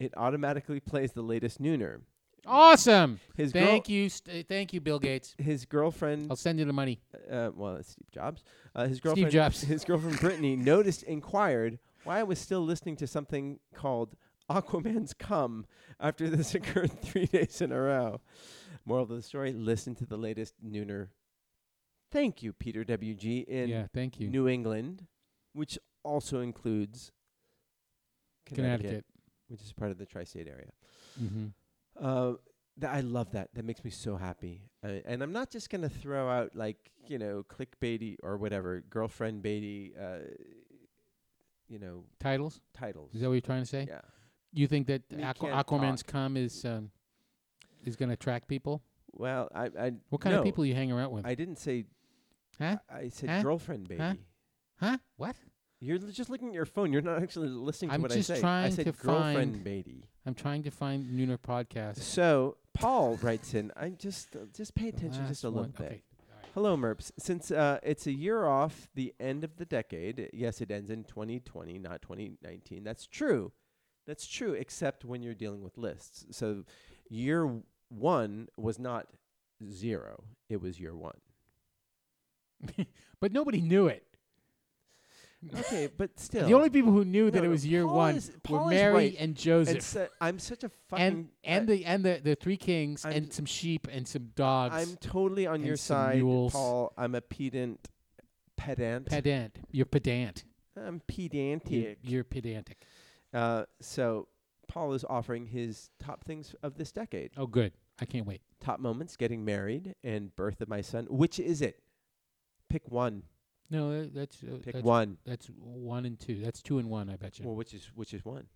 it automatically plays the latest Nooner. Awesome. His girl- Thank you, st- thank you, Bill Gates. His girlfriend I'll send you the money. uh, well, that's Steve Jobs. Uh, his girlfriend, Jobs. his girlfriend Brittany noticed, inquired why I was still listening to something called Aquaman's Come after this occurred three days in a row. Moral of the story: Listen to the latest Nooner. Thank you, Peter WG in yeah, thank you. New England, which also includes Connecticut, Connecticut. which is part of the tri-state area. Mm-hmm. Uh, th- I love that. That makes me so happy. Uh, and I'm not just gonna throw out like you know clickbaity or whatever girlfriend baity, uh, you know Titles? titles. Is that what you're trying to say? yeah. You think that We Aqu- can't Aquaman's talk. come is um, is going to attract people? Well, I I What kind no, of people you hang around with? I didn't say. Huh? I I said Huh? girlfriend baity. Huh? huh? What? You're l- just looking at your phone. You're not actually listening to I'm what just I say. I trying said to girlfriend find- baity. I'm trying to find Nooner podcast. So Paul writes in. I just uh, just pay attention just Last a little one. bit. Okay. All right. Hello, Merps. Since uh, it's a year off the end of the decade, yes, it ends in 2020, not 2019. That's true. That's true, except when you're dealing with lists. So year w- one was not zero, it was year one. but nobody knew it. Okay, but still. The only people who knew that No, it no, was year Paul one is- Paul were is Mary right. and and Joseph, so- I'm such a fucking. and and the and the, the three kings I'm- and some sheep and some dogs. uh, I'm totally on and your some side, mules. Paul. I'm a pedant. Pedant. pedant. You're pedant. I'm You're, pedantic. you're pedantic. Uh, so Paul is offering his top things of this decade. Oh, good. I can't wait. Top moments, getting married, and birth of my son. Which is it? Pick one. No, tha- that's uh, Pick that's, one. That's one and two. That's two and one. I bet you. Well, which is which is one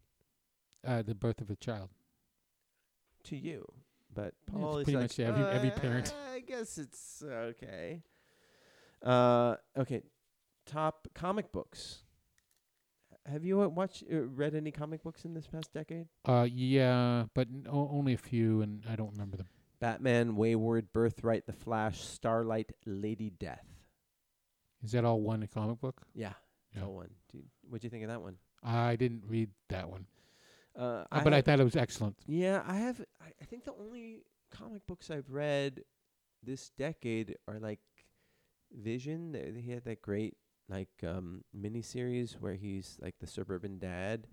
Uh, the birth of a child. to you, but Yeah, Paul it's is pretty like, much every- every "Uh, parent." I guess it's okay. Uh, okay. Top comic books. Have you uh, watched, uh, read any comic books in this past decade? Uh, yeah, but n- o- only a few, and I don't remember them. Batman, Wayward, Birthright, The Flash, Starlight, Lady Death. Is that all one comic book? Yeah, Yeah. that one. Dude, what'd you think of that one? I didn't read that one, Uh, Uh, but I have- thought it was excellent. yeah, I have. I, I think the only comic books I've read this decade are like Vision. Th- He had that great like um miniseries where he's like the suburban dad.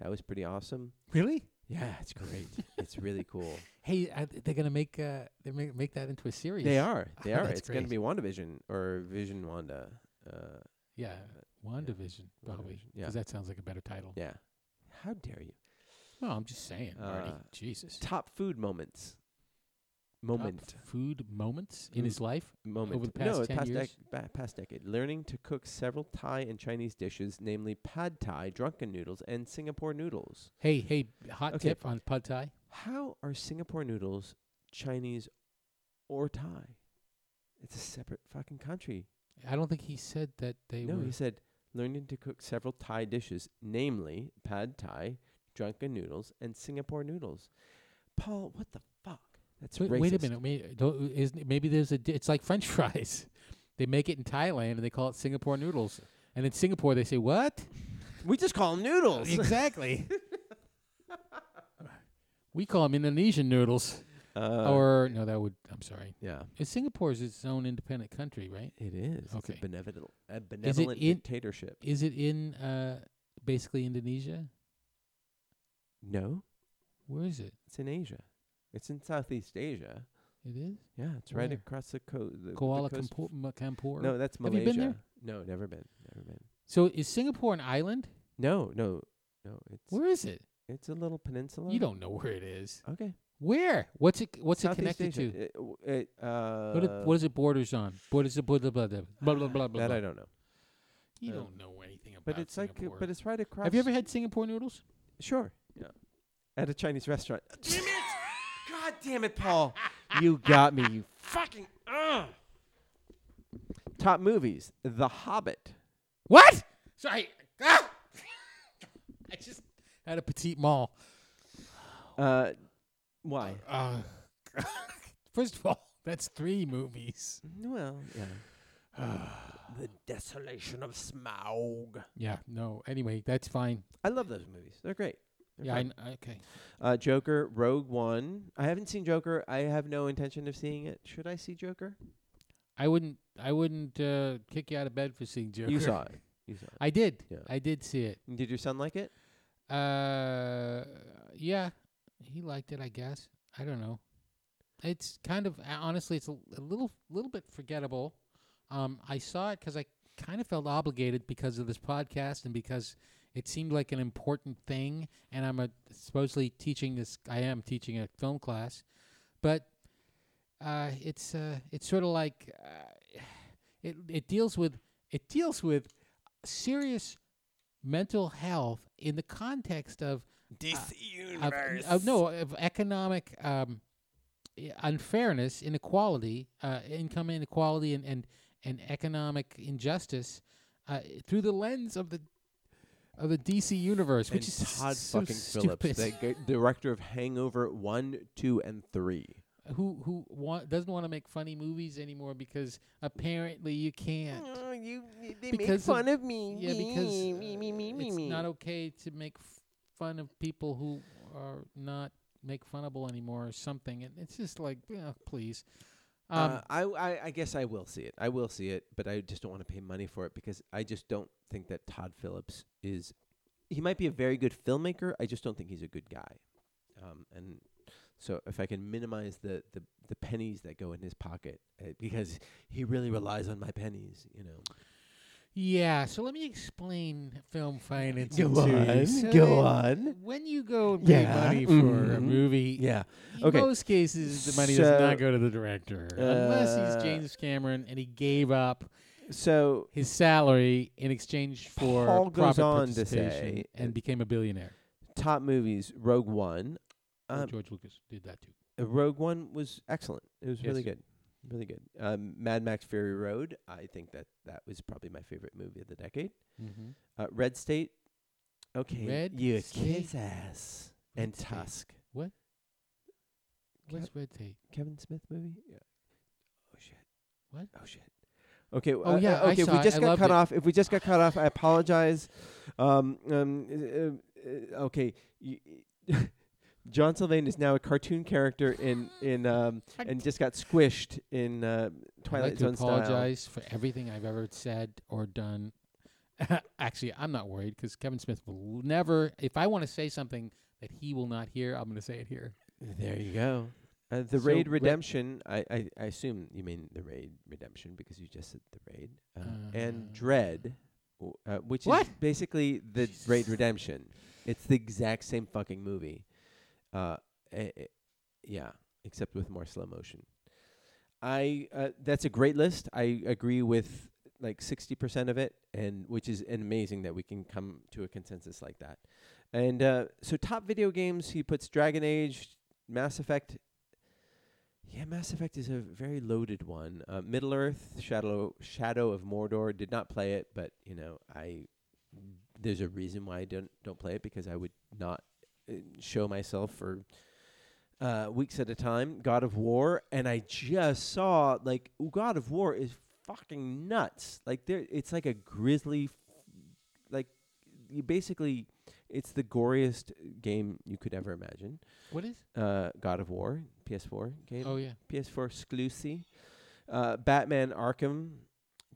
That was pretty awesome. Really? Yeah, it's great. it's really cool. Hey, I, they're gonna make uh, they make make that into a series. They are. They Oh, are. that's It's going to great. be WandaVision or Vision Wanda. Uh, Yeah, WandaVision probably. 'Cause WandaVision, yeah. that sounds like a better title. yeah. How dare you? No, I'm just saying, Marty. Uh, Jesus. top food moments. Top Moment. food moments in Mm. his life. moment. over the no, past 10 past, years? dec- ba- past decade. Learning to cook several Thai and Chinese dishes, namely pad Thai, drunken noodles, and Singapore noodles. Hey, hey, hot Okay. tip on pad thai. How are Singapore noodles Chinese or Thai? It's a separate fucking country. I don't think he said that they no, were. he said learning to cook several Thai dishes, namely pad Thai, drunken noodles, and Singapore noodles. Paul, what the fuck? That's wait, racist. wait a minute. Wait, don't, is, maybe there's a. Di- it's like French fries. They make it in Thailand and they call it Singapore noodles. And in Singapore, they say what? We just call them noodles. exactly. we call them Indonesian noodles. Uh, or no, that would. I'm sorry. yeah. Uh, Singapore is its own independent country, right? It is. Okay. It's a benevolent, a benevolent in- dictatorship. Is it in uh, basically Indonesia? No, Where is it? it's in Asia. It's in Southeast Asia. It is Yeah, it's right Where? across the, co- the, the Kuala coast. Kampor. Ma- Kampor. No, that's Have Malaysia. you been there? No, never been. Never been. So is Singapore an island? No, no, no. It's Where is it? it's a little peninsula. You don't know where it is. Okay. Where? What's it? What's it Southeast connected Asia. to? It- w- it, uh, what, it, what is it borders on? What is it? Blah blah blah blah blah blah blah. blah. that I don't know. you uh, don't know anything about But it's like, Singapore. but it's right across. Have you ever had Singapore noodles? Sure. Yeah. At a Chinese restaurant. Damn it! God damn it, Paul! You got me. You fucking. uh. Ugh. Top movies: The Hobbit. What? Sorry. Ah! I just had a petite mall. Uh, why? Uh, first of all, that's three movies. Well, yeah. the Desolation of Smaug. Yeah. No. Anyway, that's fine. I love those movies. They're great. They're Yeah. I, fun. kn- okay. uh, Joker, Rogue One. I haven't seen Joker. I have no intention of seeing it. Should I see Joker? I wouldn't. I wouldn't uh, kick you out of bed for seeing Joker. You saw it. You saw it. I did. Yeah. I did see it. And Did your son like it? Uh, yeah, he liked it. I guess. I don't know. It's kind of uh, honestly, it's a, a little little bit forgettable. Um, I saw it because I kind of felt obligated because of this podcast and because it seemed like an important thing. And I'm a, supposedly teaching this. I am teaching a film class, but uh, it's uh, it's sort of like uh, it it deals with it deals with serious mental health in the context of Uh, DC of, of no of economic um, i- unfairness, inequality, uh, income inequality, and and, and economic injustice uh, through the lens of the of the DC universe, which And is Todd so fucking stupid. Phillips, the g- director of Hangover One, Two, and Three. who who want, doesn't want to make funny movies anymore because apparently you can't. Mm. Oh, you, they Because of- fun of, me. Yeah, because uh, it's not okay to make f- fun of people who are not make funnable anymore or something. And it's just like, yeah, please. Um, uh, I, I I guess I will see it. I will see it, but I just don't want to pay money for it because I just don't think that Todd Phillips is. He might be a very good filmmaker. I just don't think he's a good guy. Um, and so if I can minimize the, the, the pennies that go in his pocket, uh, because he really relies on my pennies, you know. Yeah, so let me explain film financing. Go to you. on, So go that on. When you go and pay Yeah, money for a mhm. movie, Yeah. in Okay. most cases the money does So- not go to the director, unless he's Uh, James Cameron and he gave up So his salary in exchange for Paul goes profit on to participation say- and became a billionaire. top movies: Rogue One. Well, Um, Oh, George Lucas did that too. Uh, Rogue One was excellent. It was really Yes. good, really good. Um, Mad Max: Fury Road. I think that that was probably my favorite movie of the decade. Mm-hmm. Uh, Red State. Okay, Red you State? kiss ass and Red State. Tusk. What? Kev- What's red tape? Kevin Smith movie? Yeah. Oh shit. What? Oh shit. Okay. Oh, uh, yeah, uh, I Okay. saw if it. we just I got loved cut it. off. If we just got cut off, I apologize. Um. Um. uh, Uh, uh, okay. y- y- John Sylvain is now a cartoon character in in um and just got squished in uh, Twilight I'd like to Zone style. apologize for everything I've ever said or done. Actually, I'm not worried because Kevin Smith will never. If I want to say something that he will not hear, I'm going to say it here. There you go. Uh, the So Raid Red- Redemption. I, I I assume you mean the Raid Redemption because you just said the Raid uh, and Uh, Dread, w- uh, which is What? basically the Raid Redemption. It's the exact same fucking movie. Uh, eh, eh, yeah, except with more slow motion. I uh, that's a great list. I agree with like sixty percent of it, and which is amazing that we can come to a consensus like that. And uh, so, top video games he puts Dragon Age, Mass Effect. Yeah, Mass Effect is a very loaded one. Uh, Middle Earth, Shadow Shadow of Mordor. Did not play it, but you know, I there's a reason why I don't don't play it because I would not uh, show myself for uh, weeks at a time. God of War, and I just saw like ooh, God of War is fucking nuts. Like there, it's like a grisly, like you basically, it's the goriest game you could ever imagine. What is? Uh, God of War, PS4 game, Oh yeah, PS4 exclusive. Uh, Batman Arkham.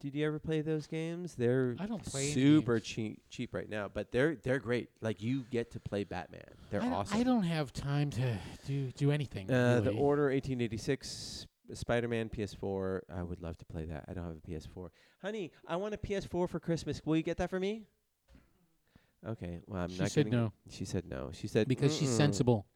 Did you ever play those games? They're I don't play any super games. cheap cheap right now, but they're they're great. Like you get to play Batman. They're I, don't- awesome. I don't have time to do do anything. Uh, The really. Order 1886, Spider Man PS4. I would love to play that. I don't have a PS4. Honey, I want a PS4 for Christmas. Will you get that for me? Okay. Well, I'm She not said getting it. no. She said no. She said because she's "Mm-mm." sensible.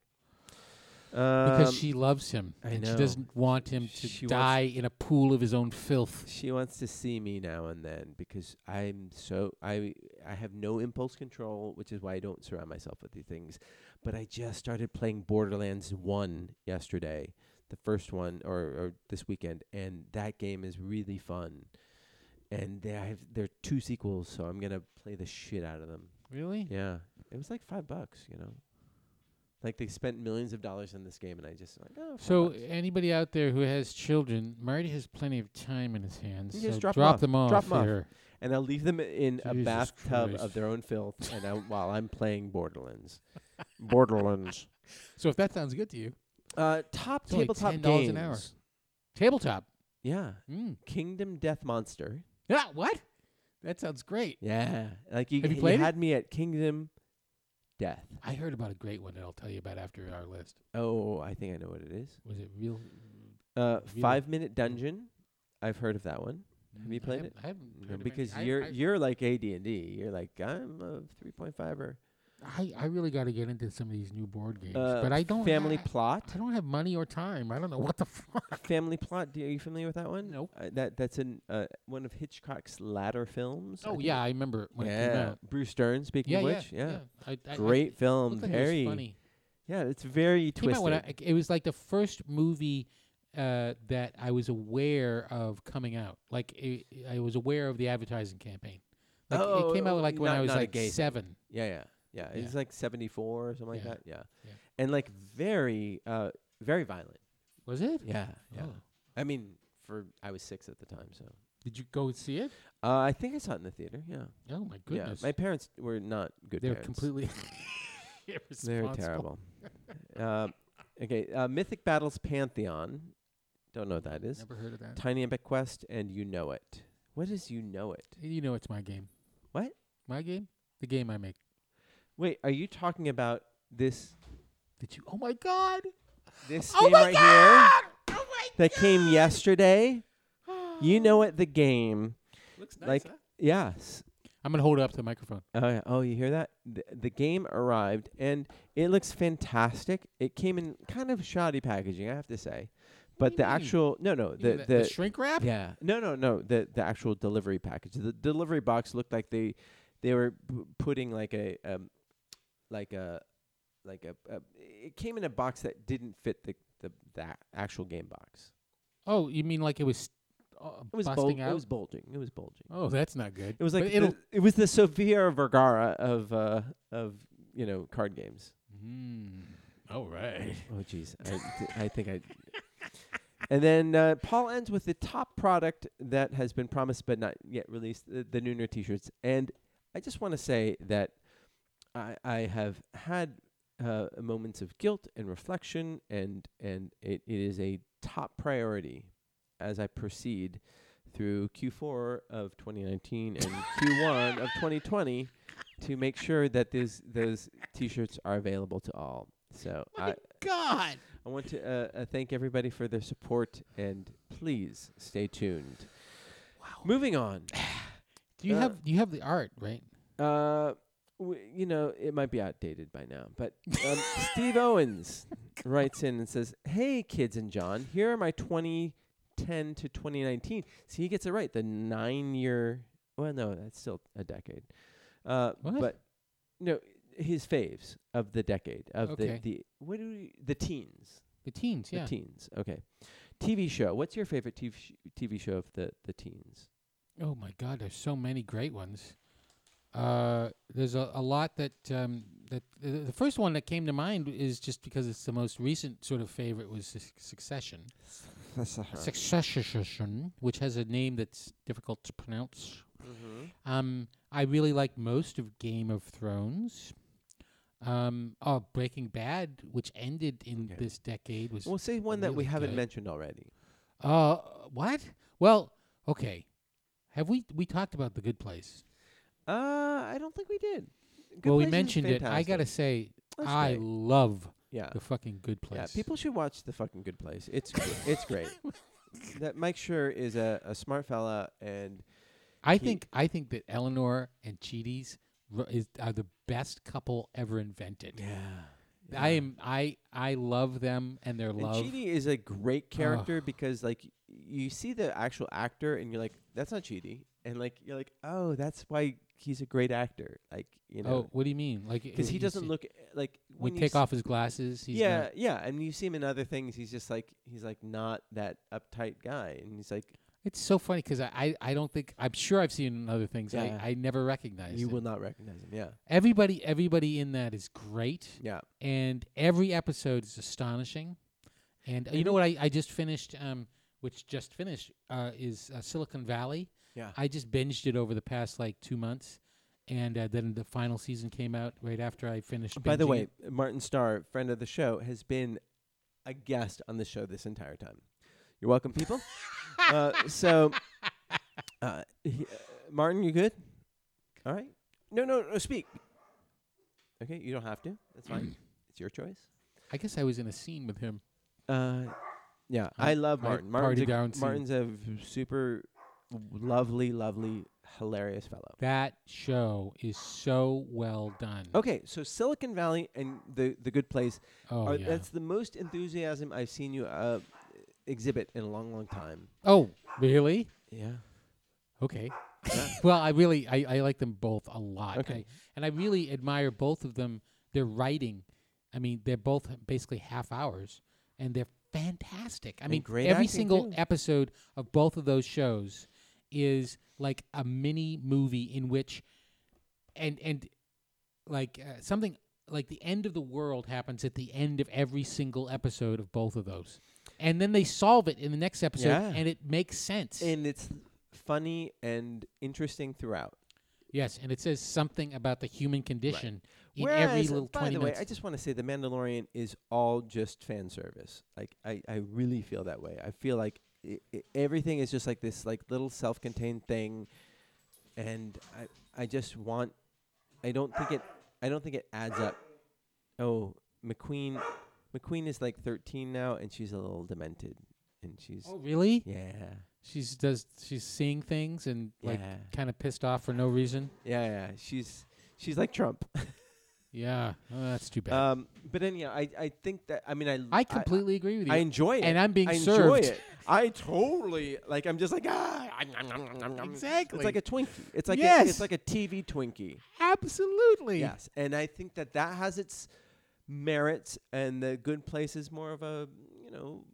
Because Um, she loves him, I and she know. doesn't want him to She wants- die in a pool of his own filth. she wants to see me now and then because I'm so I I have no impulse control, which is why I don't surround myself with these things. But I just started playing Borderlands One yesterday, the first one, or, or this weekend, and that game is really fun. And they I have there are two sequels, so I'm gonna play the shit out of them. Really? Yeah, it was like five bucks, you know. Like they spent millions of dollars on this game, and I just like oh. five So bucks. anybody out there who has children, Marty has plenty of time in his hands. You so just drop 'em off. them off. Drop 'em off. there. and I'll leave them in a Jesus bathtub Christ. of their own filth, and I, while I'm playing Borderlands. Borderlands. So if that sounds good to you, Uh, top It's only tabletop $10 games. an hour. tabletop. Yeah, Mm. Kingdom Death Monster. Yeah. What? That sounds great. Yeah, like you, Have you played it? had me at Kingdom Death. I heard about a great one that I'll tell you about after our list. Oh, I think I know what it is. Was it real? Uh, Really? Five Minute Dungeon. I've heard of that one. Have you I played haven't- it? I haven't. No, heard of because any. I- you're I, you're like AD and D. You're like I'm a 3.5er. I, I really got to get into some of these new board games, Uh, but I don't. Family ha- Plot. I don't have money or time. I don't know what the fuck. Family Plot. Do, are you familiar with that one? Nope. Uh, that that's in uh, one of Hitchcock's latter films. I Oh think yeah, it- I remember it when yeah. it came out. Bruce Stern. Speaking Yeah, of yeah, which, yeah, I, I- I, great It film. looked like it was very. funny. Yeah, it's very Came twisted. out when I, it was like the first movie uh, that I was aware of coming out. Like i I was aware of the advertising campaign. Like it came out Oh, like when I not- was not a like gay thing. seven. yeah, yeah, yeah. It's like '74 or something like Yeah. that. Yeah. Yeah. and like very, uh, very violent. Was it? Yeah, yeah. Oh. I mean, for I was six at the time, so Did you go and see it? uh, I think I saw it in the theater. Yeah, Oh my goodness. yeah. My parents were not good. They're parents. completely They're irresponsible. terrible. uh, okay, uh, Mythic Battles Pantheon. Don't know what that is. Never heard of that. Tiny Epic Quest and You Know It. What is You Know It? You know it's my game. What? My game? The game I make. Wait, are you talking about this Did you? Oh my God! this Oh game my right God! here Oh my that came yesterday? you Know It, the game. Looks like, yes. I'm gonna hold it up to the microphone. Oh, yeah. oh, you hear that? The, the game arrived and it looks fantastic. It came in kind of shoddy packaging, I have to say, but do the you mean? actual no, no, You know, the that- the, shrink wrap. yeah, no, no, no, the the actual delivery package. The delivery box looked like they they were p- putting like a um like a like a, a it came in a box that didn't fit the the that actual game box. Oh, you mean like it was? Uh, It was bul- busting out. it was bulging. It was bulging. oh, that's not good. It was But like it'll. the, it was the Sofia Vergara of uh of you know card games. Mm, all right. Oh, jeez. I, th- I think I. And then uh, Paul ends with the top product that has been promised but not yet released the, the Nooner t shirts. And I just want to say that I, I have had uh, moments of guilt and reflection, and, and it, it is a top priority as I proceed through Q4 of 2019 and Q1 of 2020 to make sure that these, those t shirts are available to all. So I, God. I want to uh, uh, thank everybody for their support and please stay tuned. Wow. Moving on. Do you Uh, have? Do you have the art right? Uh, w- you know, it might be outdated by now, but um, Steve Owens writes in and says, Hey, kids and John, here are my 2010 to 2019. See, he gets it right. The nine year, well, no, that's still a decade. Uh, What? But, no, his faves of the decade, of Okay. the, the, what do we, the teens. The teens. Yeah. The teens. Okay. TV show. What's your favorite TV, sh- TV show of the, the teens? Oh my God, there's so many great ones. Uh, there's a, a lot that um, that the, the first one that came to mind is just because it's the most recent sort of favorite was Suc- Succession. Succession, which has a name that's difficult to pronounce. Mm-hmm. Um, I really like most of Game of Thrones. Um, oh, Breaking Bad, which ended in Okay. this decade, was We'll say one that we Really haven't good. mentioned already. uh what? Well, okay. Have we we talked about the Good Place? Uh, I don't think we did. Good well, we Place is mentioned it. I fantastic. gotta say, That's I great. love Yeah. the fucking Good Place. Yeah. People should watch the fucking Good Place. It's gr- it's great. That Mike Schur is a, a smart fella, and I keep- think I think that Eleanor and Cheaties r- is are the best couple ever invented. I am I I love them and their and love. Chidi is a great character because like y- you see the actual actor, and you're like, that's not Chidi, and like you're like, oh, that's why he's a great actor. Like you know, Oh, what do you mean? Like because he you doesn't see- look uh, like We when you take s- off his glasses. He's yeah, not- yeah, and you see him in other things. He's just like he's like not that uptight guy, and he's like it's so funny because I, I I don't think I'm sure I've seen him in other things. Yeah. I I never recognized. you him. will not recognize him. Yeah, Everybody everybody in that is great. yeah. and every episode is astonishing. And uh, you know what I, I just finished, um, which just finished, uh, is uh, Silicon Valley. Yeah. I just binged it over the past like two months, and uh, then the final season came out right after I finished. By the binging way, it. Martin Starr, friend of the show, has been a guest on the show this entire time. You're welcome, people. uh, so, uh, he- uh, Martin, you good? All right. No, no, no. Speak. Okay, you don't have to. That's fine. it's your choice. I guess I was in a scene with him. Uh, yeah, I- I love I Martin. party Martin's a, down scene. Martin's a v- super lovely, lovely, hilarious fellow. That show is so well done. Okay, so Silicon Valley and the the Good Place. Oh are, yeah. That's the most enthusiasm I've seen you uh, exhibit in a long, long time. oh really? Yeah. Okay. well, I really I, I like them both a lot. Okay. I- and I really admire both of them. Their writing, I mean, they're both basically half hours, and they're fantastic. I mean, great every acting, single too. episode of both of those shows is like a mini movie in which, and and like uh, something like the end of the world happens at the end of every single episode of both of those. And then they solve it in the next episode, Yeah. and it makes sense. And it's funny and interesting throughout. Yes, and it says something about the human condition in Whereas, every little by twenty the minutes. way, I just want to say the Mandalorian is all just fan service. Like I, I really feel that way. I feel like i i everything is just like this like little self-contained thing, and I, I just want. I don't think it. I don't think it adds up. Oh, McQueen, McQueen is like 13 now, and she's a little demented, and she's oh really? yeah, She's does she's seeing things and like Yeah. kind of pissed off for no reason. yeah, yeah. She's she's like Trump. Yeah, oh, that's too bad. um, but anyhow, I, I think that I mean I I completely agree with you. I enjoy it, and I'm being I served. Enjoy it. I totally like. I'm just like ah. I'm- I'm- I'm- I'm- I'm." Exactly. It's like a Twinkie. It's like a, Yes. it's like a TV Twinkie. Absolutely. Yes, and I think that that has its merits, and the good place is more of a you know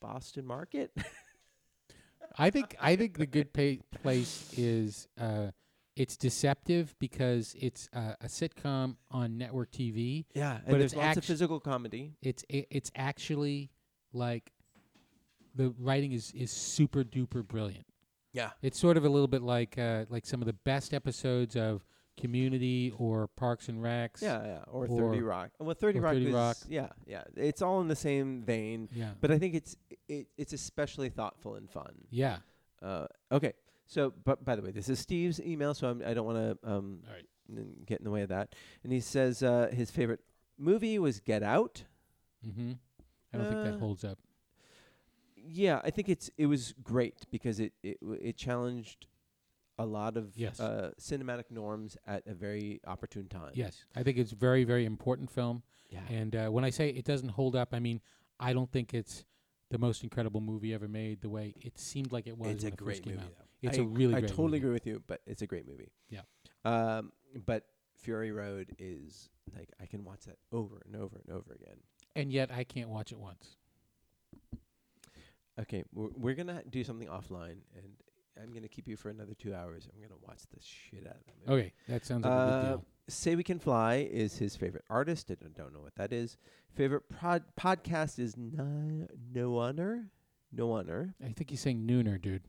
Boston market. I think I think the good pay- place is uh, it's deceptive because it's uh, a sitcom on network TV. yeah, But and there's it's lots of actu- physical comedy. It's i it's actually like the writing is is super duper brilliant. Yeah. It's sort of a little bit like uh, like some of the best episodes of Community or Parks and Recs. Yeah, yeah, or, Or- Thirty Rock. Well, Thirty or Rock 30 is Rock. yeah, yeah. It's all in the same vein, Yeah. but I think it's it, it's especially thoughtful and fun. yeah. Uh, okay. So, but by the way, this is Steve's email, so I'm, I don't want to um, All right. n- get in the way of that. And he says uh, his favorite movie was Get Out. Mm-hmm. I don't think that Uh, holds up. Yeah, I think it's it was great because it it, w- it challenged a lot of Yes. uh, cinematic norms at a very opportune time. Yes, I think it's very very important film. Yeah. And uh, when I say it doesn't hold up, I mean I don't think it's the most incredible movie ever made. The way it seemed like it was. It's a when it great first came movie. out. though. It's I a really. I great totally movie. agree with you, but it's a great movie. Yeah. Um, but Fury Road is like I can watch that over and over and over again. And yet I can't watch it once. Okay, we're, we're gonna do something offline, and I'm gonna keep you for another two hours. I'm gonna watch the shit out of that movie. Okay, that sounds like a good Uh, deal. Say We Can Fly is his favorite artist. I don't, don't know what that is. Favorite prod- podcast is no, no Honor. No Honor. I think he's saying nooner, dude.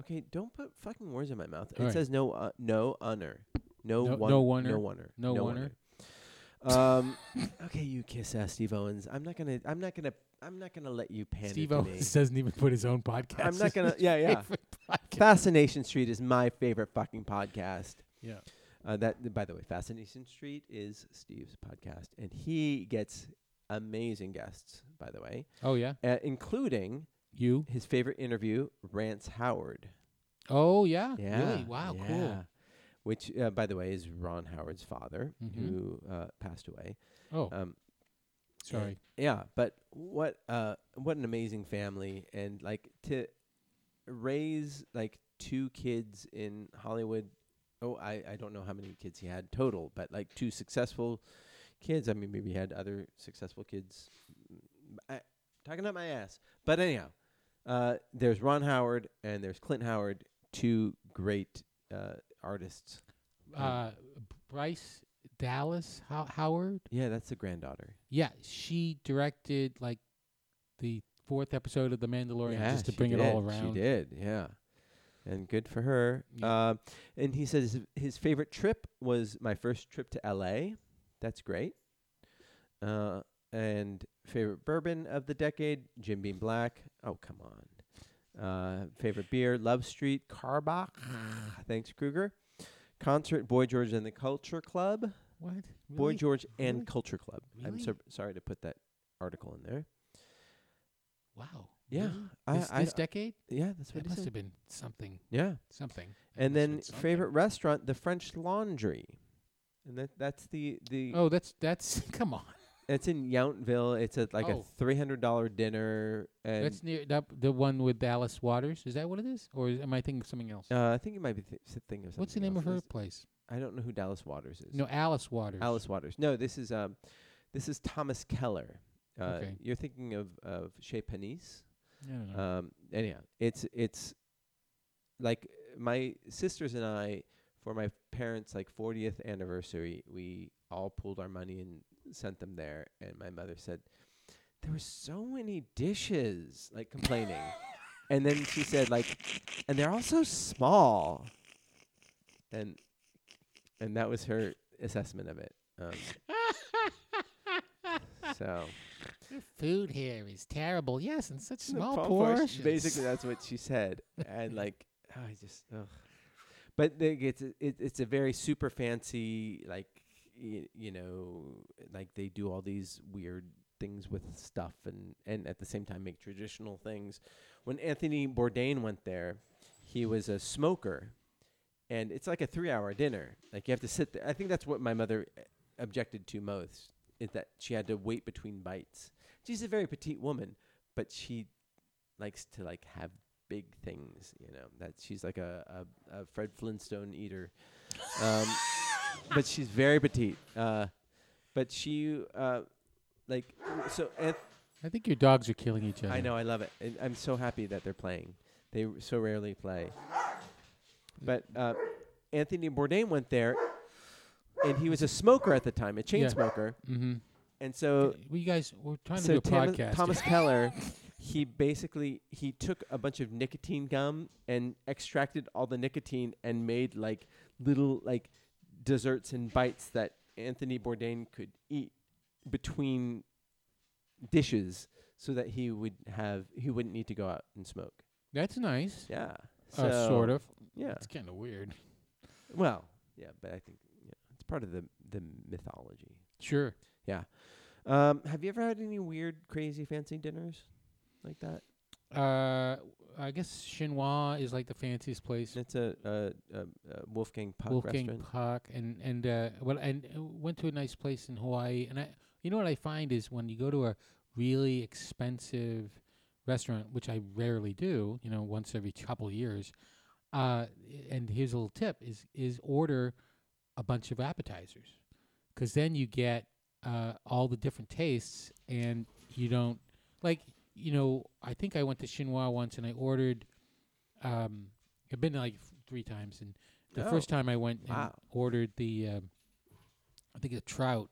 Okay, don't put fucking words in my mouth. it Alright. says no uh, no honor. No, No- one, no wonder. No honor. No honor. wonder. Um okay, you kiss ass Steve Owens. I'm not going to I'm not going to I'm not going to let you panic Steve me. Owens doesn't even put his own podcast. I'm not gonna. Yeah, yeah. Fascination Street is my favorite fucking podcast. Yeah. Uh, that, by the way, Fascination Street is Steve's podcast, and he gets amazing guests. By the way, Oh yeah, uh, including you. his favorite interview, Rance Howard. Oh yeah. Yeah. Really? Wow. yeah. Which, uh, by the way, is Ron Howard's father, Mhm. who uh, passed away. Cool. Oh, Um, sorry. Yeah, but what uh what an amazing family and like to raise like two kids in Hollywood. Oh, I I don't know how many kids he had total, but like two successful kids. I mean, maybe he had other successful kids. mm, I, talking out my ass. But anyhow, uh there's Ron Howard and there's Clint Howard, two great uh artists. Uh, Bryce Dallas How- Howard. Yeah, that's the granddaughter. Yeah, she directed like the fourth episode of The Mandalorian Yeah, just to she bring it all did. around. She did, yeah. And good for her. Yeah. Uh, and he says his- his favorite trip was my first trip to LA. That's great. Uh, and favorite bourbon of the decade, Jim Beam Black. Oh, come on. Uh, favorite beer, Love Street, Carbach. Thanks, Kruger. Concert, Boy George and the Culture Club. What? Boy Really? George and Really? Culture Club. I'm Really? sor- sorry to put that article in there. Wow. Yeah, really? I- this, I- this decade? Yeah, that's what That it must said. have been something. Yeah. Something. That and then must have been something. favorite restaurant, the French Laundry, and that that's the the Oh, that's that's come on. it's in Yountville. It's a like a Oh. three hundred dollar dinner, and that's near that, the one with Dallas Waters. Is that what it is, or is, am I thinking of something else? uh, I think you might be th- thinking of something. What's the name of else. her This- place? I don't know who Dallas Waters is. No, Alice Waters. Alice Waters. No, this is um, this is Thomas Keller. Uh, Okay. You're thinking of of Chez Panisse. I don't know. Um, anyhow, it's it's like my sisters and I for my parents' like 40th anniversary, we all pulled our money and sent them there. And my mother said there were so many dishes, like complaining. and then she said like, and they're all so small. And and that was her assessment of it. Um, so Food here is terrible. Yes, in such the small palm portion, portions. Basically, that's what she said, and like oh, I just. Ugh. But they it's a- it, it's a very super fancy like y- you know like they do all these weird things with stuff and and at the same time make traditional things. When Anthony Bourdain went there, he was a smoker, and it's like a three hour dinner. Like you have to sit there. I think that's what my mother eh, objected to most is that she had to wait between bites. She's a very petite woman, but she likes to like have big things, you know. That she's like a a, a Fred Flintstone eater, um, but she's very petite. Uh, but she uh, like so. Anth- I think your dogs are killing each other. I know I love it. And I'm so happy that they're playing. They r- so rarely play. But uh, Anthony Bourdain went there, and he was a smoker at the time, a chain Yeah. smoker, Mm-hmm. and so Well, you guys, we're trying so to do a Tama- podcast. Thomas here. Keller, he basically he took a bunch of nicotine gum and extracted all the nicotine and made like little like desserts and bites that Anthony Bourdain could eat between dishes so that he would have he wouldn't need to go out and smoke. That's nice. Yeah. uh, sort So, of. Yeah. It's kind of weird. Well, yeah, but I think yeah, it's part of the the mythology. Sure. Um, have you ever had any weird, crazy, fancy dinners like that? Uh, I guess Chinois is like the fanciest place. It's a, a, a, a Wolfgang Puck Wolfgang restaurant. Puck and and uh, well, and uh, went to a nice place in Hawaii. And I, you know what I find is when you go to a really expensive restaurant, which I rarely do, you know, once every couple years. Uh, and here's a little tip: is is order a bunch of appetizers, because then you get uh, all the different tastes, and you don't like you know. I think I went to Chinois once, and I ordered. Um, I've been like f- three times, and the Oh. first time I went and Wow. ordered the, um I think a trout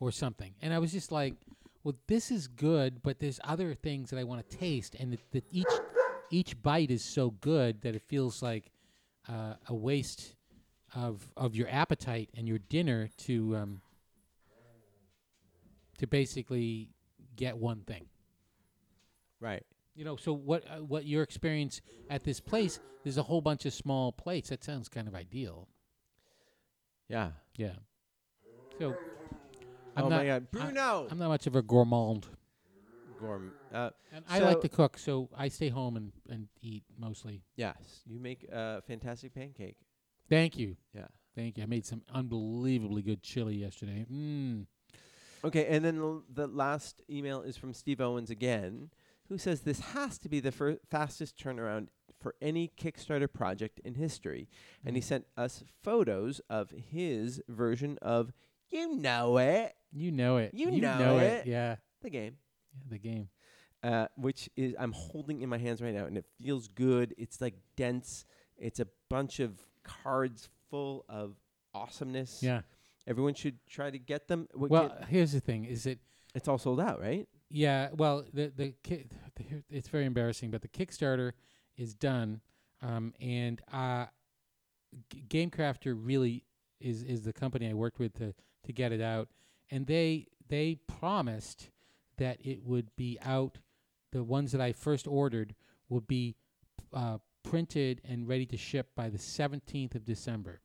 or something, and I was just like, "Well, this is good, but there's other things that I want to taste, and that that each each bite is so good that it feels like uh, a waste of of your appetite and your dinner to um, to basically get one thing. Right. You know, so what uh, what your experience at this place? There's a whole bunch of small plates. That sounds kind of ideal. Yeah. Yeah. So I'm oh not my God, I- Bruno. I'm not much of a gourmand. Gorm. Uh, And I like So- to cook, so I stay home and, and eat mostly. yes, you make a fantastic pancake. Thank you. Yeah. Thank you. I made some unbelievably good chili yesterday. Mm. Okay, and then l- the last email is from Steve Owens again, who says this has to be the fir- fastest turnaround for any Kickstarter project in history, and he Mm. sent us photos of his version of "You Know It," You know it. You know it. Yeah. the game. yeah. The game. uh, which is I'm holding in my hands right now, and it feels good. It's like dense. It's a bunch of cards full of awesomeness. Yeah. everyone should try to get them. What Well, can't- here's the thing: is it? it's all sold out, right? Yeah. Well, the the, ki- the here- it's very embarrassing, but the Kickstarter is done, um, and uh, G- GameCrafter really is is the company I worked with to to get it out, and they they promised that it would be out. The ones that I first ordered would be uh, printed and ready to ship by the 17th of December.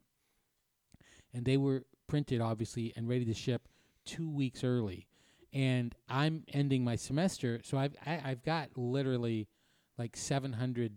And they were printed, obviously, and ready to ship two weeks early. And I'm ending my semester, so I've I, I've got literally like 700,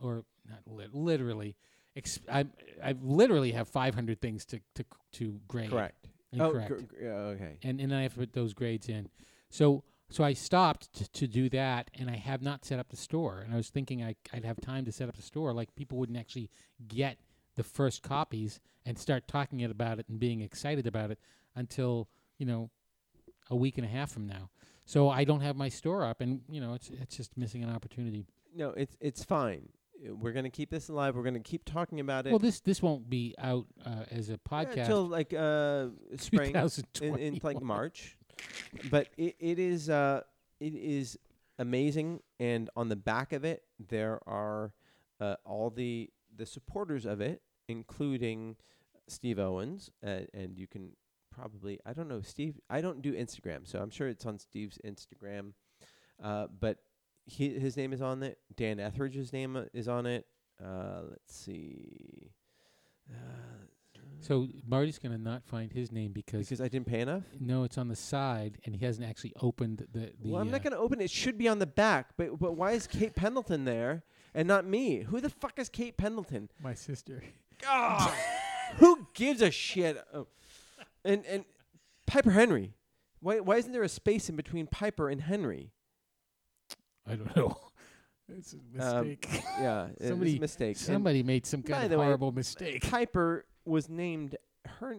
or not lit, literally, ex- I I literally have 500 things to to to grade. And Oh, correct gr- gr- oh, okay. and and then I have to put those grades in. So so I stopped t- to do that, and I have not set up the store. And I was thinking I, I'd have time to set up the store, like people wouldn't actually get the first copies and start talking it about it and being excited about it until you know a week and a half from now. So I don't have my store up, and you know it's it's just missing an opportunity. No, it's it's fine. Uh, We're gonna keep this alive. We're gonna keep talking about it. Well, this this won't be out uh, as a yeah, podcast. till like uh, spring. in, 2021. in like March. But it, it is uh it is amazing and on the back of it there are uh, all the the supporters of it including Steve Owens, uh, and you can probably I don't know Steve. I don't do Instagram, so I'm sure it's on Steve's Instagram. Uh, but he, his name is on it. Dan Etheridge's name uh, is on it. Uh, let's see. Uh, So Marty's gonna not find his name because, because I didn't pay enough. no, it's on the side and he hasn't actually opened the. the well, I'm uh, not going to open it. It should be on the back. But but why is Kate Pendleton there and not me? Who the fuck is Kate Pendleton? My sister. Who gives a shit? Oh. And and Piper Henry. Why why isn't there a space in between Piper and Henry? I don't know. It's a mistake. Yeah, it was Somebody- a mistake. And Somebody made some by kind the of way, horrible mistake. Piper was named her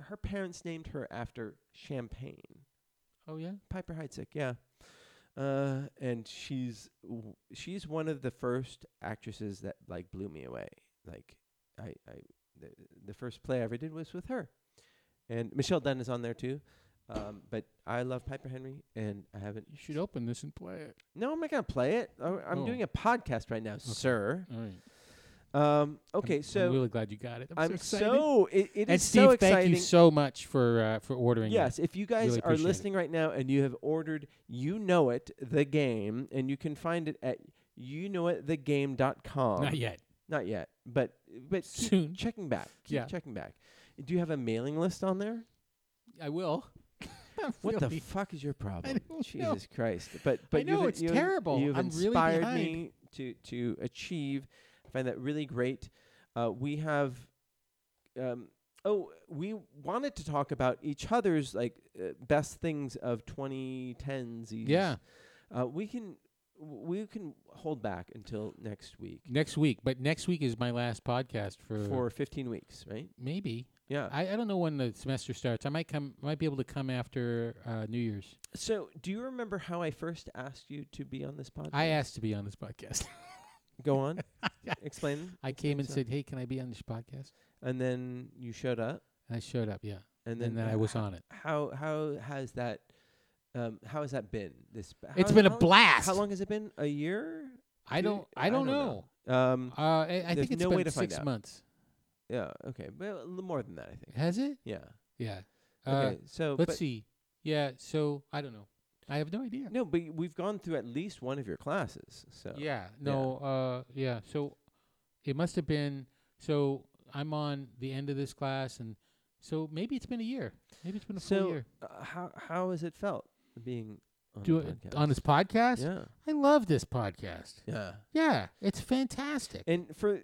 her parents named her after champagne. Oh yeah. Piper Heidsieck, yeah. Uh, and she's w- she's one of the first actresses that like blew me away. Like I, I the, the first play I ever did was with her, and Michelle Dunn is on there too. Um, but I love Piper Henry, and I haven't. You should open this and play it. No, I'm not gonna play it. I- I'm Oh. doing a podcast right now, sir. All right. Um, okay, I'm, so I'm really glad you got it. I'm, I'm, so so, excited. it, it and is Steve, so thank exciting. you so much for uh, for ordering. that. Yes, if you guys Really are appreciate it. listening right now and you have ordered You Know It, the game, and you can find it at you know it the game.com. Not yet. Not yet, but but keep Soon. checking back. Keep Yeah. checking back. Do you have a mailing list on there? I will. What Really? the fuck is your problem? don't know. Jesus Christ. But but know, you've, it's you've, terrible. You've I'm really inspired behind. me to to achieve. I find that really great. Uh, we have um, oh, we wanted to talk about each other's like uh, best things of 2010s. Yeah. Uh, we can we can hold back until next week Next week, but next week is my last podcast for, for 15 weeks, right? maybe. Yeah. I, I don't know when the semester starts. I might come. Might be able to come after uh, New Year's. So, do you remember how I first asked you to be on this podcast? I asked to be on this podcast. Go on. Explain. I came and so. said, "Hey, can I be on this podcast?" And then you showed up. And I showed up. Yeah, and and then I was on it. How how has that um how has that been? This how, It's been a how- blast. How long has it been? A year? I Two- don't. I don't, know. Um, Uh, I, I There's think it's no been way to find six out. months. yeah. Okay. Well, a little more than that, I think. Has it? Yeah. Yeah. Okay. so Uh, let's but, see. Yeah. So I don't know. I have no idea. No, but we've gone through at least one of your classes. So Yeah. No. Uh. Yeah. So it must have been. So I'm on the end of this class, and so maybe it's been a year. Maybe it's been a full So year. uh, how how has it felt being on Do the it podcast? on this podcast. Yeah. I love this podcast. Yeah. Yeah, it's fantastic. And for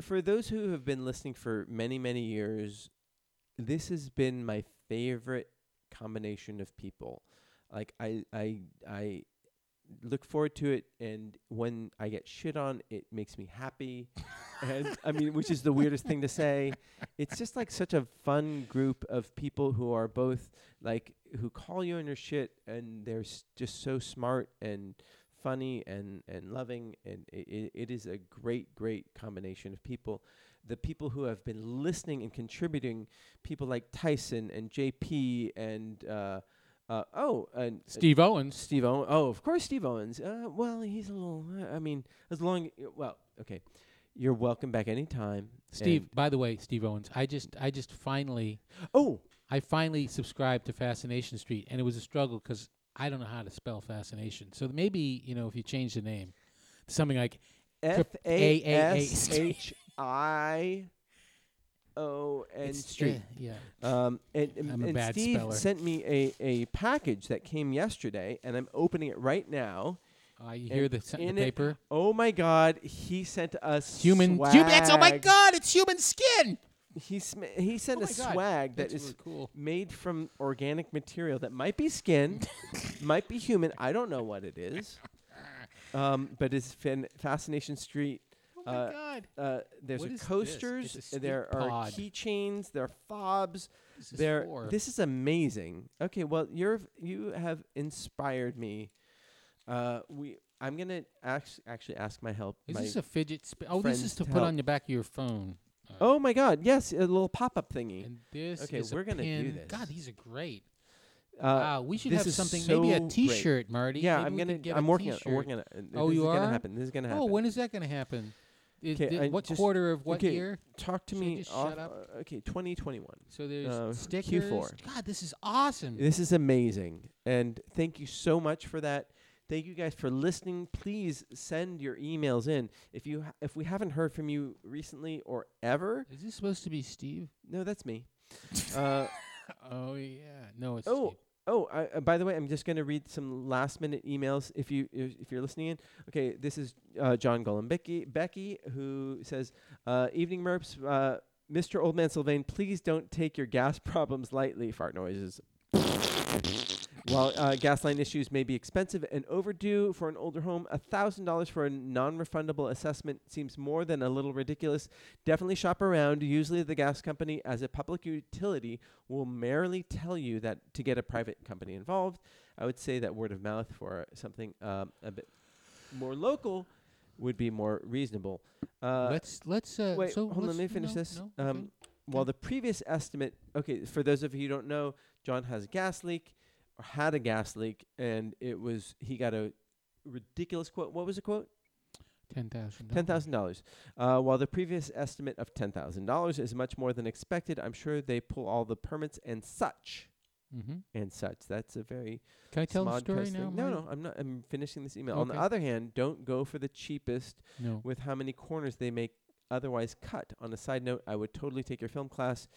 for those who have been listening for many many years, this has been my favorite combination of people. Like I I I look forward to it, and when I get shit on, it makes me happy. and I mean, which is the weirdest thing to say. It's just like such a fun group of people who are both like who call you on your shit, and they're s- just so smart and funny and and loving and it, it is a great great combination of people the people who have been listening and contributing people like tyson and jp and uh, uh, oh and Steve Owens. steve owens oh of course steve owens uh, well he's a little uh, i mean as long well okay you're welcome back anytime Steve, by the way, Steve Owens. I just, I just finally, and- oh I finally subscribed to Fascination Street, and it was a struggle 'cause I don't know how to spell fascination. So maybe you know if you change the name, to something like f Trip- a s A- A- A- h i o n It's- street Yeah. Um, and I'm a and bad Steve speller. sent me a, a package that came yesterday, and I'm opening it right now. yeah. Uh, you hear And the, sen- the in it- paper? oh my God, he sent us human. Swag. Human. That's, oh my God! It's human skin. He sm- he sent Oh us my God, swag that that's is really cool. made from organic material that might be skin, might be human. I don't know what it is, um, but it's fan- Fascination Street. Oh uh, my God! uh, there's What a is this? coasters. uh, It's a there stick are pod. keychains. There are fobs. is there. for? This is amazing. Okay, well, you're you have inspired me. Uh, we. I'm gonna ax- actually ask my help. Is my- this a fidget? Sp- oh, this friends is to to put help. on the back of your phone. oh my God! Yes, a little pop-up thingy. And this Okay, is a we're gonna do pin. this. God, these are great. Uh, wow, we should this have is something. maybe so a great. T-shirt, Marty. Yeah, Maybe I'm we could gonna. get a I'm working on. I'm t-shirt. working on. it. Oh, this you is are? Gonna happen. This is gonna happen. Oh, when is that going to happen? Is, Okay, thi- I what just- quarter of what okay. year? Talk to Should I me. just off- shut up? uh, Okay, 2021. So there's Uh, Q4. stickers. God, this is awesome. This is amazing. And thank you so much for that. Thank you guys for listening. Please send your emails in. If you ha- if we haven't heard from you recently or ever, Is this supposed to be Steve? no, that's me. uh, Oh yeah, no, it's Oh, Steve. oh. I, uh, by the way, I'm just going to read some last minute emails. If you if, if you're listening in, okay. This is uh, John Golombecki Becky who says, uh, "Evening Merps, uh, Mr. Old Man Sylvain, please don't take your gas problems lightly. Fart noises." While uh, gas line issues may be expensive and overdue for an older home, $1,000 for a non refundable assessment seems more than a little ridiculous. Definitely shop around. Usually, the gas company, as a public utility, will merely tell you that to get a private company involved. I would say that word of mouth for something um, a bit more local would be more reasonable. Uh, let's let's. Uh, Wait, so hold on. let's- Let me finish no, this. no, um, okay. While the previous estimate, okay, for those of you who don't know, John has a gas leak or had a gas leak, and it was he got a ridiculous quote. What was the quote? Ten thousand. Ten thousand dollars. Uh, while the previous estimate of ten thousand dollars is much more than expected, I'm sure they pull all the permits and such Mm-hmm. and such. That's a very Can I tell the smod story coast now? thing. No, Mike? no, I'm not. I'm finishing this email. On the Okay. other hand, don't go for the cheapest no. with how many corners they make otherwise cut. On a side note, I would totally take your film class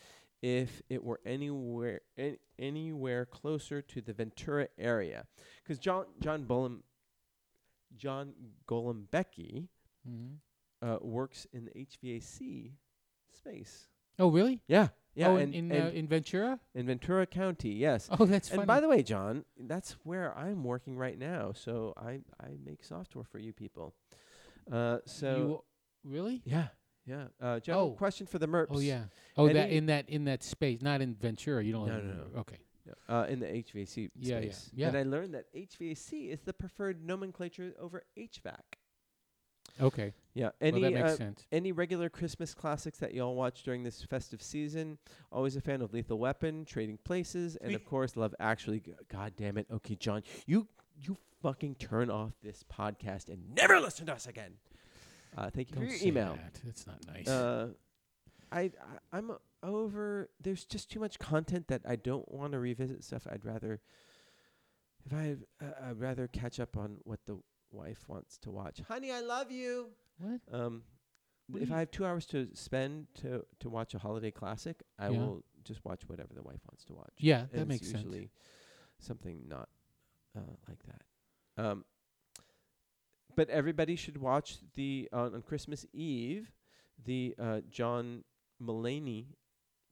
if it were anywhere an anywhere closer to the Ventura area, because John John Bolum, John Golombecki Mhm. uh, works in the HVAC space. Oh really? Yeah, yeah, oh, and, in in, and uh, in Ventura. in Ventura County, yes. Oh, that's funny. And by the way, John, that's where I'm working right now. So I I make software for you people. Uh, so you, really? yeah, yeah. Uh, general Oh. question for the Merps. Oh yeah. Oh, that Any- in that in that space, not in Ventura. You don't. No, have no, Ventura. no. Okay. Uh, in the HVAC Yeah, yeah, space. yeah. And I learned that HVAC is the preferred nomenclature over HVAC. Okay. Yeah. Any well, that makes uh, sense. any regular Christmas classics that y'all watch during this festive season? Always a fan of Lethal Weapon, Trading Places, and of course Love Actually. G- God damn it. Okay, John, you you fucking turn off this podcast and never listen to us again. Uh, thank you Don't for your say email. that. That's not nice. Uh, I, I I'm uh, over. There's just too much content that I don't want to revisit stuff. I'd rather, if I, uh, I'd rather catch up on what the wife wants to watch. Honey, I love you. What? Um, What if do I you- have two hours to spend to to watch a holiday classic, I Yeah. will just watch whatever the wife wants to watch. yeah, And that it's makes sense. usually Something not uh, like that. Um, but everybody should watch the on on Christmas Eve the uh, John Mulaney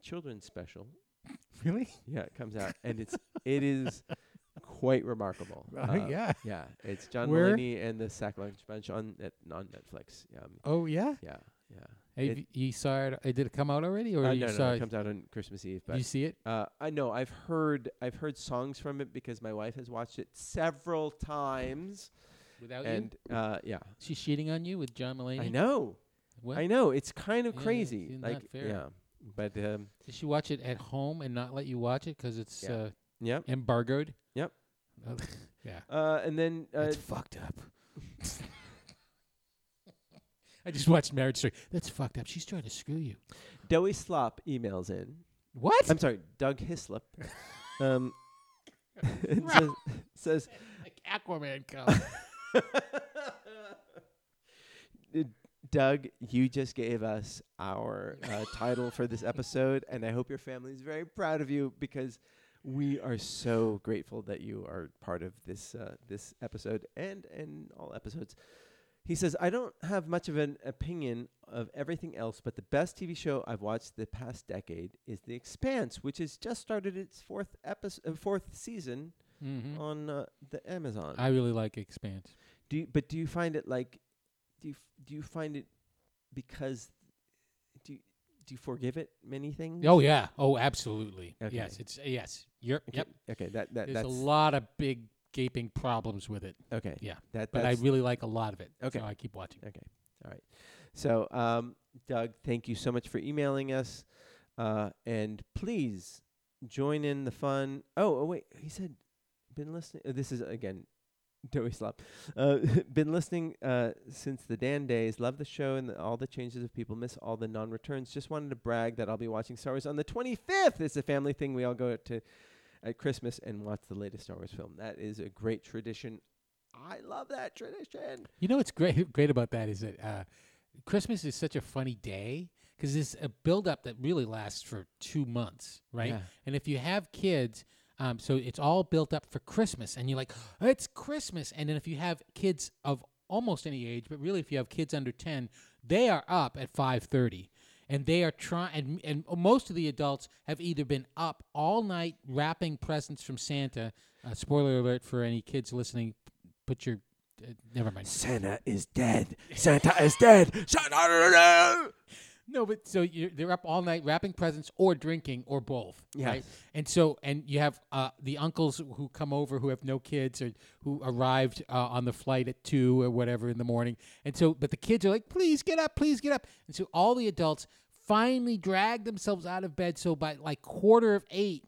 children's special. Really? Yeah, it comes out and it's it is quite remarkable. Uh, yeah. yeah, it's John Where? Mulaney and the Sack Lunch Bunch on net, on Netflix. Yeah, um, Oh yeah. yeah, yeah. Hey, It- v- you saw it? uh, Did it come out already, or uh, you no, saw no, it it- comes out on Christmas Eve, but you see it? uh, I know I've heard I've heard songs from it because my wife has watched it several times, Without you? and uh, yeah, She's cheating on you with John Mulaney. I know, What? I know, it's kind of Yeah, it's crazy, not like fair. yeah, but um, Did she watch it at home and not let you watch it because it's Yeah. uh, yeah, embargoed? Yep. Oh, yeah. uh, and then uh, That's fucked up. I just watched Marriage Story. That's fucked up. She's trying to screw you. Doughy Slop emails in. What? I'm sorry, Doug Hislop. um, and says, says like Aquaman come. Doug, you just gave us our uh, title for this episode, and I hope your family is very proud of you because we are so grateful that you are part of this uh, this episode and and all episodes. He says, I don't have much of an opinion of everything else, but the best TV show I've watched the past decade is The Expanse, which has just started its fourth episode, uh, fourth season hmm on uh, the Amazon. I really like Expanse. Do you, but do you find it like do you f- do you find it because do you, do you forgive it many things? Oh yeah. Oh absolutely. Okay. Yes. It's uh, yes. You're, Okay, Yep. Okay. That that There's that's a lot of big gaping problems with it, okay. yeah, That but I that's, really like a lot of it. Okay. So I keep watching. okay. All right. So um, Doug, thank you so much for emailing us, uh, and please join in the fun. Oh, oh wait, he said, been listening. uh, this is again doughy slop. Uh, been listening uh, since the Dan days. Love the show and the, all the changes of people. Miss all the non-returns. Just wanted to brag that I'll be watching Star Wars on the 25th. It's a family thing. We all go to at Christmas and watch the latest Star Wars film. That is a great tradition. I love that tradition. You know what's great great about that is that uh, Christmas is such a funny day because it's a buildup that really lasts for two months, right? Yeah. And if you have kids, um, so it's all built up for Christmas, and you're like, "Oh, it's Christmas. And then if you have kids of almost any age, but really if you have kids under ten, they are up at five thirty. And they are trying, and, and most of the adults have either been up all night wrapping presents from Santa. Uh, spoiler alert for any kids listening: put your, uh, never mind. Santa is dead. Santa is dead. Santa. No, but so you're, they're up all night wrapping presents or drinking or both. Right? Yes. And so, and you have uh, the uncles who come over who have no kids or who arrived uh, on the flight at two or whatever in the morning. And so, but the kids are like, please get up, please get up. And so all the adults finally drag themselves out of bed. So by like quarter of eight,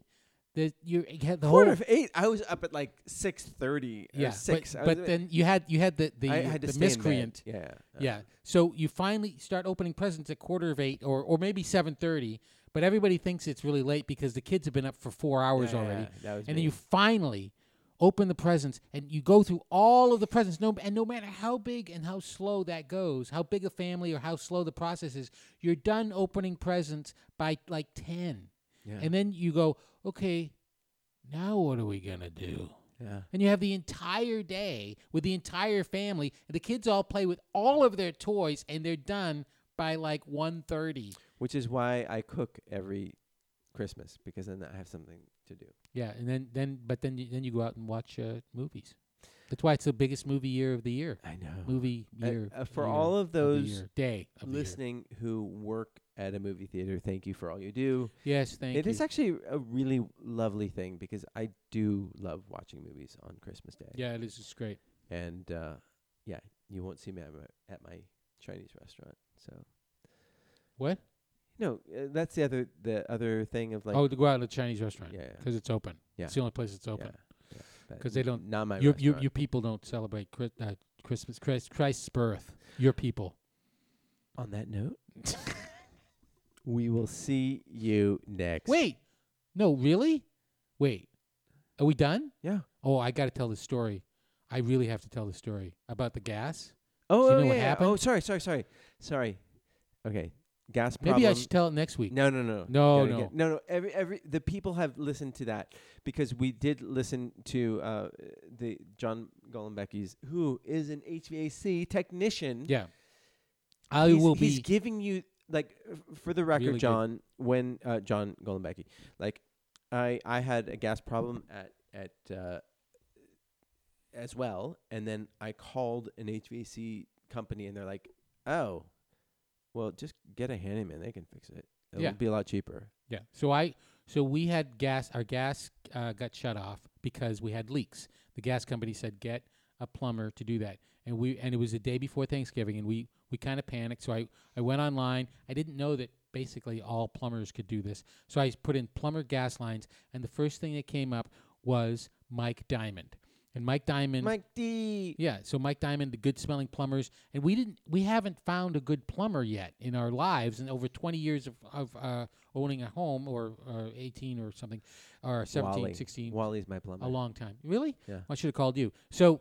the, you had the Quarter whole. of eight. I was up at like six thirty. yeah, six. but, I was but up- then you had you had the the, I had to the stay in bed. miscreant Yeah. yeah. So you finally start opening presents at quarter of eight, or or maybe seven thirty. But everybody thinks it's really late because the kids have been up for four hours Yeah, already. yeah, that was me. and then you finally open the presents, and you go through all of the presents. No, and no matter how big and how slow that goes, how big a family or how slow the process is, you're done opening presents by like ten. Yeah. And then you go, okay, now what are we gonna do? Yeah. and you have the entire day with the entire family and the kids all play with all of their toys and they're done by like 1.30 Which is why I cook every Christmas because then I have something to do. yeah and then then but then you, then you go out and watch uh, movies that's why it's the biggest movie year of the year I know. movie Uh, year uh, for year all of the those year, day of the year. Listening who work at a movie theater, thank you for all you do. yes thank It is you actually a really lovely thing because I do love watching movies on Christmas Day. yeah it is it's great And uh, yeah, you won't see me at my, at my Chinese restaurant. So what no, uh, that's the other the other thing of like oh to go out to a chinese restaurant Yeah, yeah. because it's open Yeah. it's the only place it's open yeah, yeah, but 'Cause they n- don't- not my your, your, restaurant. your people don't celebrate Chris, uh, christmas christ, christ's birth your people On that note, we will see you next. Wait. No, really? Wait. Are we done? Yeah. Oh, I got to tell the story. I really have to tell the story about the gas. Oh, Do you oh, know yeah, what yeah. happened? Oh, sorry, sorry, sorry, sorry. Okay, gas Maybe problem. I should tell it next week. No, no, no, No, Gotta no. get- no, no. Every, every, the people have listened to that because we did listen to uh, the John Golombecki's, who is an HVAC technician. Yeah. I he's, will he's be. giving you like f- for the record, Really good. John. When uh, John Golombecki, like I I had a gas problem at at uh, as well, and then I called an HVAC company, and they're like, oh, well, just get a handyman; they can fix it. It'll Yeah. be a lot cheaper. yeah. So I. So we had gas. Our gas uh, got shut off because we had leaks. The gas company said get a plumber to do that, and we and it was the day before Thanksgiving, and we we kind of panicked. So I I went online. I didn't know that basically all plumbers could do this. So I put in plumber gas lines, and the first thing that came up was Mike Diamond. And Mike Diamond Mike D. yeah, so Mike Diamond, the good smelling plumbers, and we didn't, we haven't found a good plumber yet in our lives, and over twenty years of, of uh, owning a home or, or eighteen or something, or 17, Wally. 16, Wally's my plumber. a long time. Really? Yeah. I should have called you. So,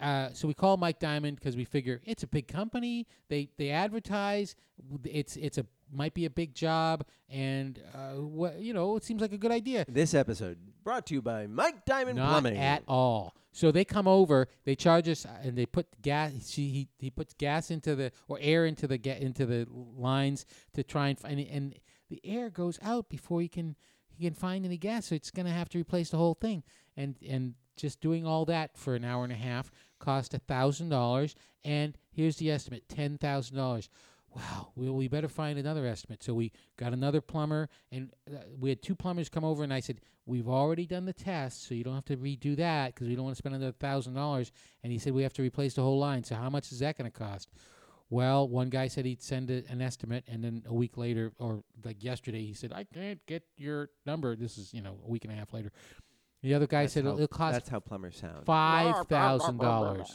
uh, so we call Mike Diamond because we figure it's a big company. They they advertise. w- It's it's a might be a big job, and uh, what you know, it seems like a good idea. This episode brought to you by Mike Diamond Not Plumbing. at all. So they come over, they charge us, uh, and they put gas. She he, he puts gas into the or air into the ga- into the lines to try and find and the air goes out before he can he can find any gas. So it's gonna have to replace the whole thing. And and just doing all that for an hour and a half cost a thousand dollars. And here's the estimate: ten thousand dollars. Wow, we, we better find another estimate. So we got another plumber, and uh, we had two plumbers come over, and I said, We've already done the test, so you don't have to redo that because we don't want to spend another $1,000. And he said, We have to replace the whole line. So how much is that going to cost? Well, one guy said he'd send a, an estimate, and then a week later, or like yesterday, he said, I can't get your number. This is, you know, a week and a half later. The other guy That's said how- it'll, it'll cost That's how plumbers sound. five thousand dollars.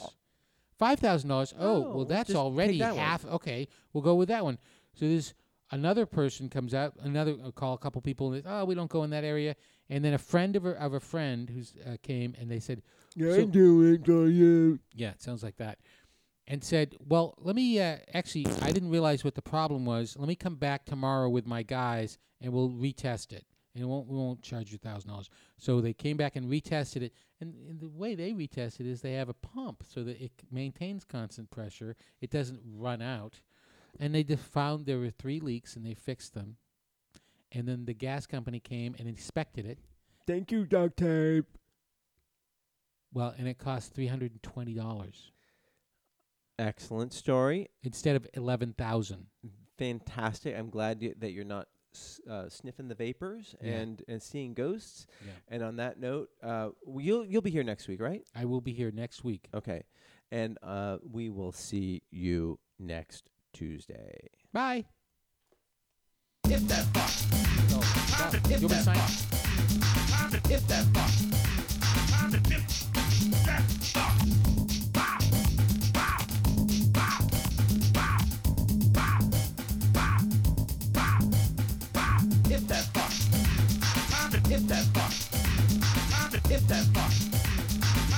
Five thousand dollars. Oh No, well, that's just take already that one. half. Okay, we'll go with that one. So there's another person comes out. Another I'll call a couple people. And they, oh, we don't go in that area. And then a friend of a, of a friend who's uh, came and they said, "Yeah, I do it for you." Yeah, it sounds like that. And said, "Well, let me uh, actually. I didn't realize what the problem was. Let me come back tomorrow with my guys and we'll retest it. And it won't we won't charge you thousand dollars." So they came back and retested it. And, and the way they retest it is they have a pump so that it c- maintains constant pressure. It doesn't run out. And they just found there were three leaks and they fixed them. And then the gas company came and inspected it. Thank you, duct tape. Well, and it cost three hundred and twenty dollars Excellent story. instead of eleven thousand. Fantastic. I'm glad y- that you're not s- uh, sniffing the vapors Yeah. and, and seeing ghosts. Yeah. And on that note, uh, w- you'll you'll be here next week, right? I will be here next week. Okay. And uh, we will see you next Tuesday. Bye. If that fuck, You want me to sign? if that fuck. If that fuck, if that fuck, if that fuck.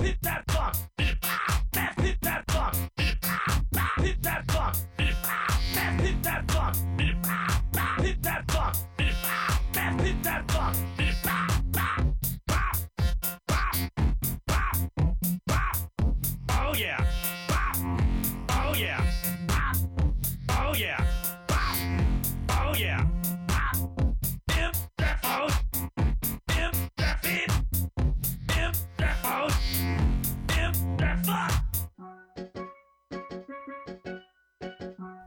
Hit that fuck. That's hit that fuck. Hit that fuck. That's hit that fuck. Hit that fuck. That's hit that fuck. Oh yeah. Oh yeah. Oh yeah. Oh yeah. Imp that house. Imp that fit. Imp that house. Imp that fuck.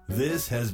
This has